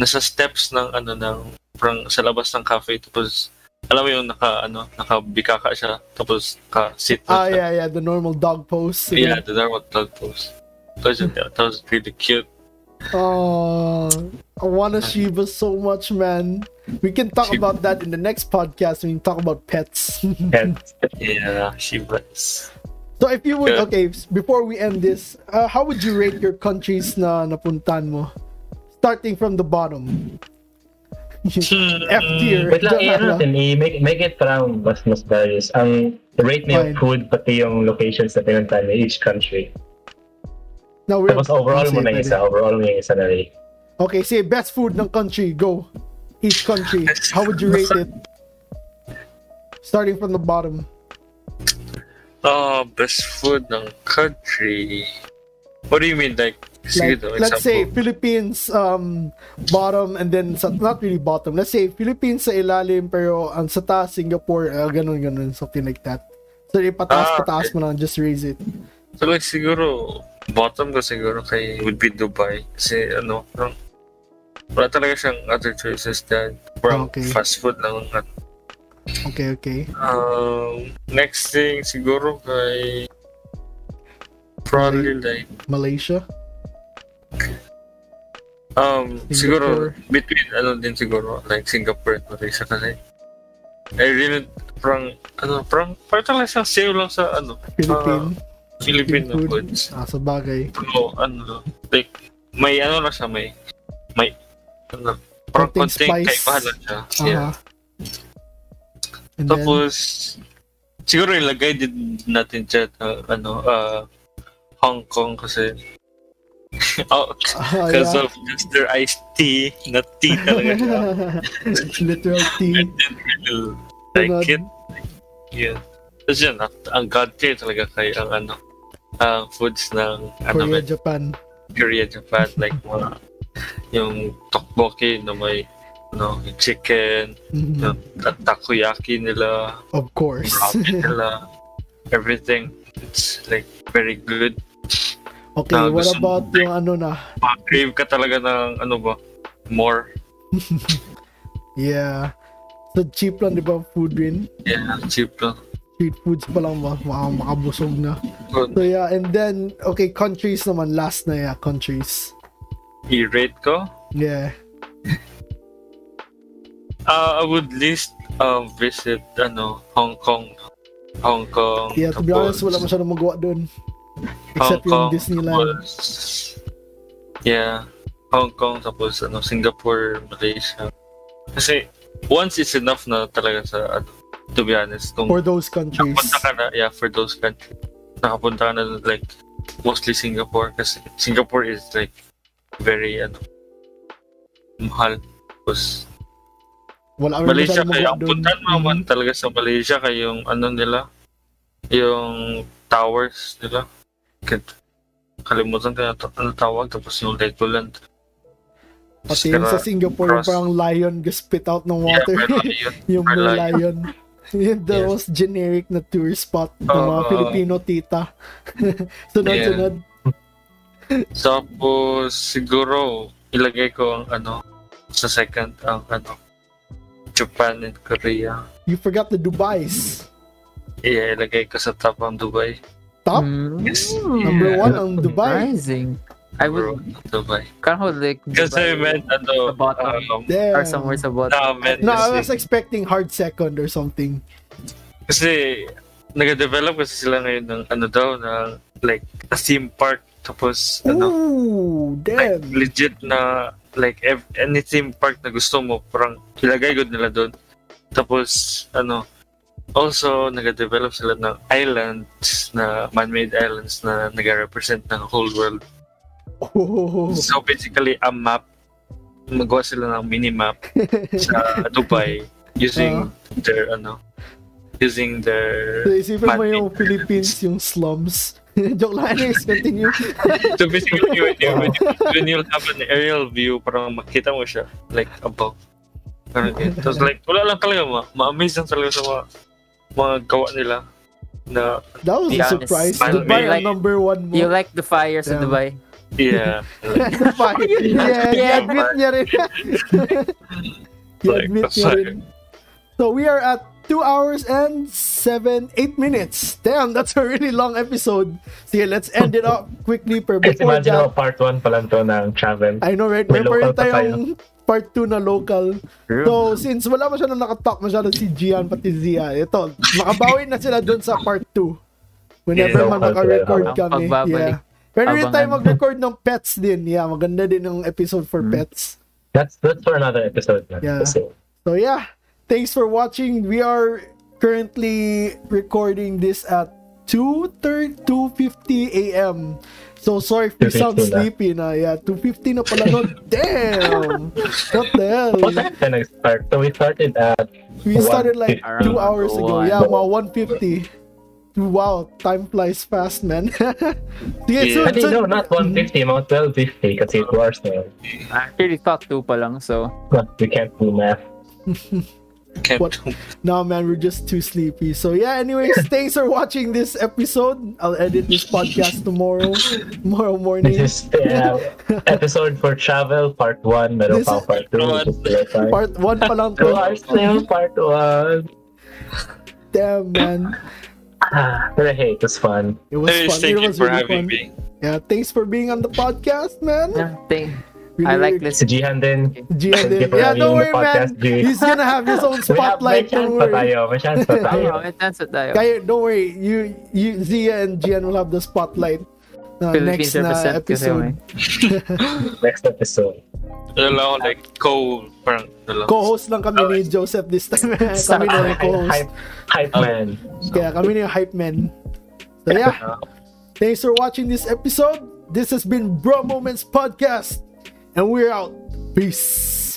Speaker 3: nasa steps ng, ano, ng, parang sa labas ng cafe, tapos, alam mo yung naka, ano, nakabikaka siya, tapos, ka-sit
Speaker 1: ah,
Speaker 3: na siya.
Speaker 1: yeah, yeah. The normal dog pose.
Speaker 3: Yeah, the normal dog pose. Tapos, yun, yeah, that was really cute.
Speaker 1: Oh, I want a Shiba so much, man. We can talk
Speaker 3: Shiba.
Speaker 1: about that in the next podcast when we talk about pets.
Speaker 2: Yan.
Speaker 3: Yeah, she was.
Speaker 1: so if you would,
Speaker 3: Yeah.
Speaker 1: okay, s- before we end this, uh, how would you rate your countries na napuntan mo? Starting from the bottom. F tier.
Speaker 2: Wait lang,
Speaker 1: Joke
Speaker 2: i-ano
Speaker 1: lang.
Speaker 2: natin, i-make make it parang mas mas various. Ang rate na yung
Speaker 1: Fine.
Speaker 2: food, pati yung locations na pinuntahan ni each country.
Speaker 1: No, we're
Speaker 2: Tapos overall mo na
Speaker 1: Sige,
Speaker 2: isa, overall mo yung isa na rate.
Speaker 1: Okay, say best food ng country. Go. Each country. How would you rate it? Starting from the bottom.
Speaker 3: Oh, best food ng country. What do you mean, like, sige
Speaker 1: Like,
Speaker 3: daw,
Speaker 1: let's say
Speaker 3: example.
Speaker 1: Philippines um bottom and then sa, not really bottom. Let's say Philippines sa ilalim pero ang sa taas Singapore uh, ganun ganun something like that. So ipataas
Speaker 3: Ah,
Speaker 1: pataas mo lang just raise it.
Speaker 3: So like siguro bottom ko siguro kay would be Dubai kasi ano parang Wala talaga siyang other choices dyan. Bro,
Speaker 1: Okay.
Speaker 3: fast food lang. ang-
Speaker 1: Okay, okay.
Speaker 3: Um, next thing siguro kay... Probably like...
Speaker 1: Malaysia?
Speaker 3: Um,
Speaker 1: Singapore.
Speaker 3: siguro, between ano din siguro, like Singapore at Malaysia kasi. I really, parang, ano, parang, parang talaga siyang same lang sa, ano,
Speaker 1: Philippine?
Speaker 3: Filipino
Speaker 1: Philippine food?
Speaker 3: foods.
Speaker 1: Ah, sa bagay.
Speaker 3: Pero, ano, like, may ano lang siya, may, may, ano, parang
Speaker 1: Konting
Speaker 3: konting
Speaker 1: spice.
Speaker 3: kaibahan lang siya. Yeah.
Speaker 1: Aha. Uh-huh. And then,
Speaker 3: Tapos, siguro ilagay din natin siya, uh, ano, uh, Hong Kong kasi, oh,
Speaker 1: ah,
Speaker 3: because of just their iced tea, na tea talaga siya.
Speaker 1: Literal
Speaker 3: I
Speaker 1: tea.
Speaker 3: didn't really like it. Yeah. Tapos yun, ang- ang godly talaga kay ang ano, ang foods ng ano,
Speaker 1: Korea,
Speaker 3: Korea,
Speaker 1: Japan.
Speaker 3: Korea Japan, like mga, yung tteokbokki na may, ano, yung chicken,
Speaker 1: Mhm.
Speaker 3: yung ta- takoyaki nila,
Speaker 1: Of course.
Speaker 3: ramen nila, everything. It's like very good.
Speaker 1: okay,
Speaker 3: Ah,
Speaker 1: what
Speaker 3: gusto mo-
Speaker 1: about yung ano na?
Speaker 3: Crave ka talaga ng ano ba, more.
Speaker 1: Yeah. So cheap lang, di ba, food rin?
Speaker 3: Yeah, cheap lang.
Speaker 1: Street foods pa lang, ma- maka- makabusog na.
Speaker 3: Good.
Speaker 1: So yeah, and then, okay, countries naman. Last na, yeah, countries.
Speaker 3: I-rate ko.
Speaker 1: Yeah.
Speaker 3: Uh, I would list um visit ano Hong Kong, Hong Kong.
Speaker 1: Yeah, to be honest, wala
Speaker 3: tapos
Speaker 1: masyadong magawa doon.
Speaker 3: Hong
Speaker 1: Except yung
Speaker 3: Kong,
Speaker 1: Disneyland.
Speaker 3: tapos- yeah, Hong Kong tapos ano Singapore, Malaysia. Kasi once is enough na talaga sa ano, to be honest kung
Speaker 1: For those countries.
Speaker 3: nakapunta ka na yeah for those countries nakapunta ka na like mostly Singapore kasi Singapore is like very ano mahal tapos
Speaker 1: Wala rin
Speaker 3: Malaysia
Speaker 1: masyadong
Speaker 3: kayo.
Speaker 1: magawa
Speaker 3: Ang
Speaker 1: doon.
Speaker 3: puntan mo man
Speaker 1: Mhm.
Speaker 3: talaga sa Malaysia kayo yung ano nila, yung towers nila. Kat- Kalimutan ko na to- ano tawag tapos yung Legoland.
Speaker 1: Mm-hmm. Pati yung sa Singapore, yung
Speaker 3: cross.
Speaker 1: parang lion spit out ng
Speaker 3: Yeah,
Speaker 1: water.
Speaker 3: pero yun.
Speaker 1: yung
Speaker 3: Or
Speaker 1: blue
Speaker 3: like-
Speaker 1: lion. Yun, the
Speaker 3: Yes.
Speaker 1: most generic na tourist spot ng mga
Speaker 3: Oo.
Speaker 1: Filipino tita. Sunod-sunod.
Speaker 3: Tapos siguro ilagay ko ang ano sa second ang ano Japan and Korea.
Speaker 1: You forgot the Dubais.
Speaker 3: Yeah, ilagay ko sa top ang Dubai.
Speaker 1: Top?
Speaker 4: Mm,
Speaker 3: Yes.
Speaker 1: Number
Speaker 3: Hmm. yeah.
Speaker 1: one ang Dubai.
Speaker 4: Surprising. I would
Speaker 3: Dubai.
Speaker 4: kind of like
Speaker 3: Kasi
Speaker 4: Dubai
Speaker 3: man, ano,
Speaker 4: Sa bottom.
Speaker 3: um,
Speaker 1: Damn.
Speaker 4: or somewhere sa bottom.
Speaker 3: nah, man,
Speaker 1: No, I
Speaker 3: kasi-
Speaker 1: was expecting hard second or something.
Speaker 3: Kasi nag-develop kasi sila ngayon ng ano daw na like a theme park tapos ano
Speaker 1: Ooh,
Speaker 3: like,
Speaker 1: damn.
Speaker 3: legit na like ev- any theme park na gusto mo parang ilagay good nila doon. Tapos ano also nag-develop sila ng islands na man-made islands na nag-represent ng whole world.
Speaker 1: Oh,
Speaker 3: So basically a map magawa sila ng mini-map sa Dubai using their ano using
Speaker 1: Ah.
Speaker 3: their
Speaker 1: So, isipin mo
Speaker 3: Man-made
Speaker 1: yung Philippines, yung slums. Joke lang, anyways, continue.
Speaker 3: So basically, when, you, when, you, when you'll have an aerial view, parang makita mo siya, like, above. Parang ganyan. Tapos like, wala lang talaga, ma- ma-amaze lang talaga sa mga, mga gawa nila. Na,
Speaker 1: That was a
Speaker 4: Yeah,
Speaker 1: surprise.
Speaker 3: it's-
Speaker 1: Dubai ang
Speaker 4: Like-
Speaker 1: number one
Speaker 4: You
Speaker 1: mo.
Speaker 4: like the fire sa
Speaker 1: Yeah.
Speaker 4: Dubai?
Speaker 3: yeah.
Speaker 1: Dubai. Yeah,
Speaker 4: Yeah.
Speaker 1: i-admit niya rin.
Speaker 3: like,
Speaker 1: i-admit niya
Speaker 3: sorry.
Speaker 1: rin. So we are at 2 hours and 7, 8 minutes. Damn, that's a really long episode. Sige, let's end it up quickly per
Speaker 2: Just
Speaker 1: before
Speaker 2: imagine
Speaker 1: that.
Speaker 2: mo, part 1 pa lang to ng travel.
Speaker 1: I know, right?
Speaker 2: May
Speaker 1: Meron pa rin
Speaker 2: local pa
Speaker 1: tayong part 2 na local. So, since wala masyadong nakatalk masyado si Gian pati Zia, ito, makabawi na sila dun sa part 2. Whenever
Speaker 2: Yeah,
Speaker 1: man
Speaker 2: local
Speaker 1: maka-record
Speaker 2: talaga.
Speaker 1: kami.
Speaker 4: Pagbabalik.
Speaker 1: Yeah. Pero rin tayo
Speaker 4: Abangan.
Speaker 1: mag-record ng pets din. Yeah, maganda din yung episode for
Speaker 2: Hmm.
Speaker 1: pets.
Speaker 2: That's that's for another episode. oh, Man.
Speaker 1: Yeah. So yeah, thanks for watching. We are currently recording this at 2:30 2:50 a.m. So sorry if we sound
Speaker 2: 2:50 na.
Speaker 1: sleepy na. Yeah, 2:50 na pala nun. Damn! What the hell?
Speaker 2: What time can I start? So we started at
Speaker 1: We started like
Speaker 2: 1:50.
Speaker 1: two hours ago.
Speaker 4: Around
Speaker 1: Yeah, mga 1:50. Wow, time flies fast, man. yeah, so,
Speaker 3: Yeah.
Speaker 2: I
Speaker 1: so,
Speaker 2: mean, no, not 150, mga 1250 kasi it hours na yun.
Speaker 4: Actually, talk two pa lang, so
Speaker 2: But we can't do math.
Speaker 3: Can't
Speaker 1: What? No, man, we're just too sleepy. So, yeah, anyways, thanks for watching this episode. I'll edit this podcast tomorrow, tomorrow morning.
Speaker 2: This is the uh, episode for travel, part 1.
Speaker 1: This
Speaker 2: Meron pa
Speaker 1: is-
Speaker 2: part 2.
Speaker 3: Part
Speaker 2: Part
Speaker 1: Part 1 pa lang
Speaker 2: 2
Speaker 1: to.
Speaker 2: are still part 1.
Speaker 1: Damn, man.
Speaker 2: Ah, but hey, it was fun.
Speaker 1: It was
Speaker 3: Anyways,
Speaker 1: fun. it
Speaker 3: thank you
Speaker 1: was
Speaker 3: for
Speaker 1: really
Speaker 3: having
Speaker 1: fun.
Speaker 3: me.
Speaker 1: Yeah, thanks for being on the podcast, man.
Speaker 4: Yeah, thank- I like
Speaker 2: Si
Speaker 4: listening.
Speaker 2: Jihan din.
Speaker 1: Gian
Speaker 2: Thank
Speaker 1: din.
Speaker 2: you for
Speaker 1: Yeah,
Speaker 2: having
Speaker 1: don't
Speaker 2: me on the
Speaker 1: worry, man.
Speaker 2: podcast, G.
Speaker 1: He's gonna have his own
Speaker 2: We have, may
Speaker 1: spotlight.
Speaker 2: chance
Speaker 1: Don't
Speaker 2: pa
Speaker 1: worry.
Speaker 2: tayo. May chance pa tayo.
Speaker 4: Oo, may chance na tayo.
Speaker 1: Kaya, don't worry. You, you, Zia and Gian will have the spotlight. Uh, next
Speaker 4: Philippines
Speaker 1: na
Speaker 4: represent kasi ako eh.
Speaker 1: episode.
Speaker 2: Next episode.
Speaker 3: Wala ako, like, co, parang, wala.
Speaker 1: Co-host lang kami
Speaker 3: Oh,
Speaker 1: ni Joseph this time. kami na yung
Speaker 2: Hype,
Speaker 1: co-host.
Speaker 2: hype, hype man. Uh,
Speaker 1: Kaya kami na yung hype men. So yeah, thanks for watching this episode. This has been Bro Moments Podcast. And we're out. Peace.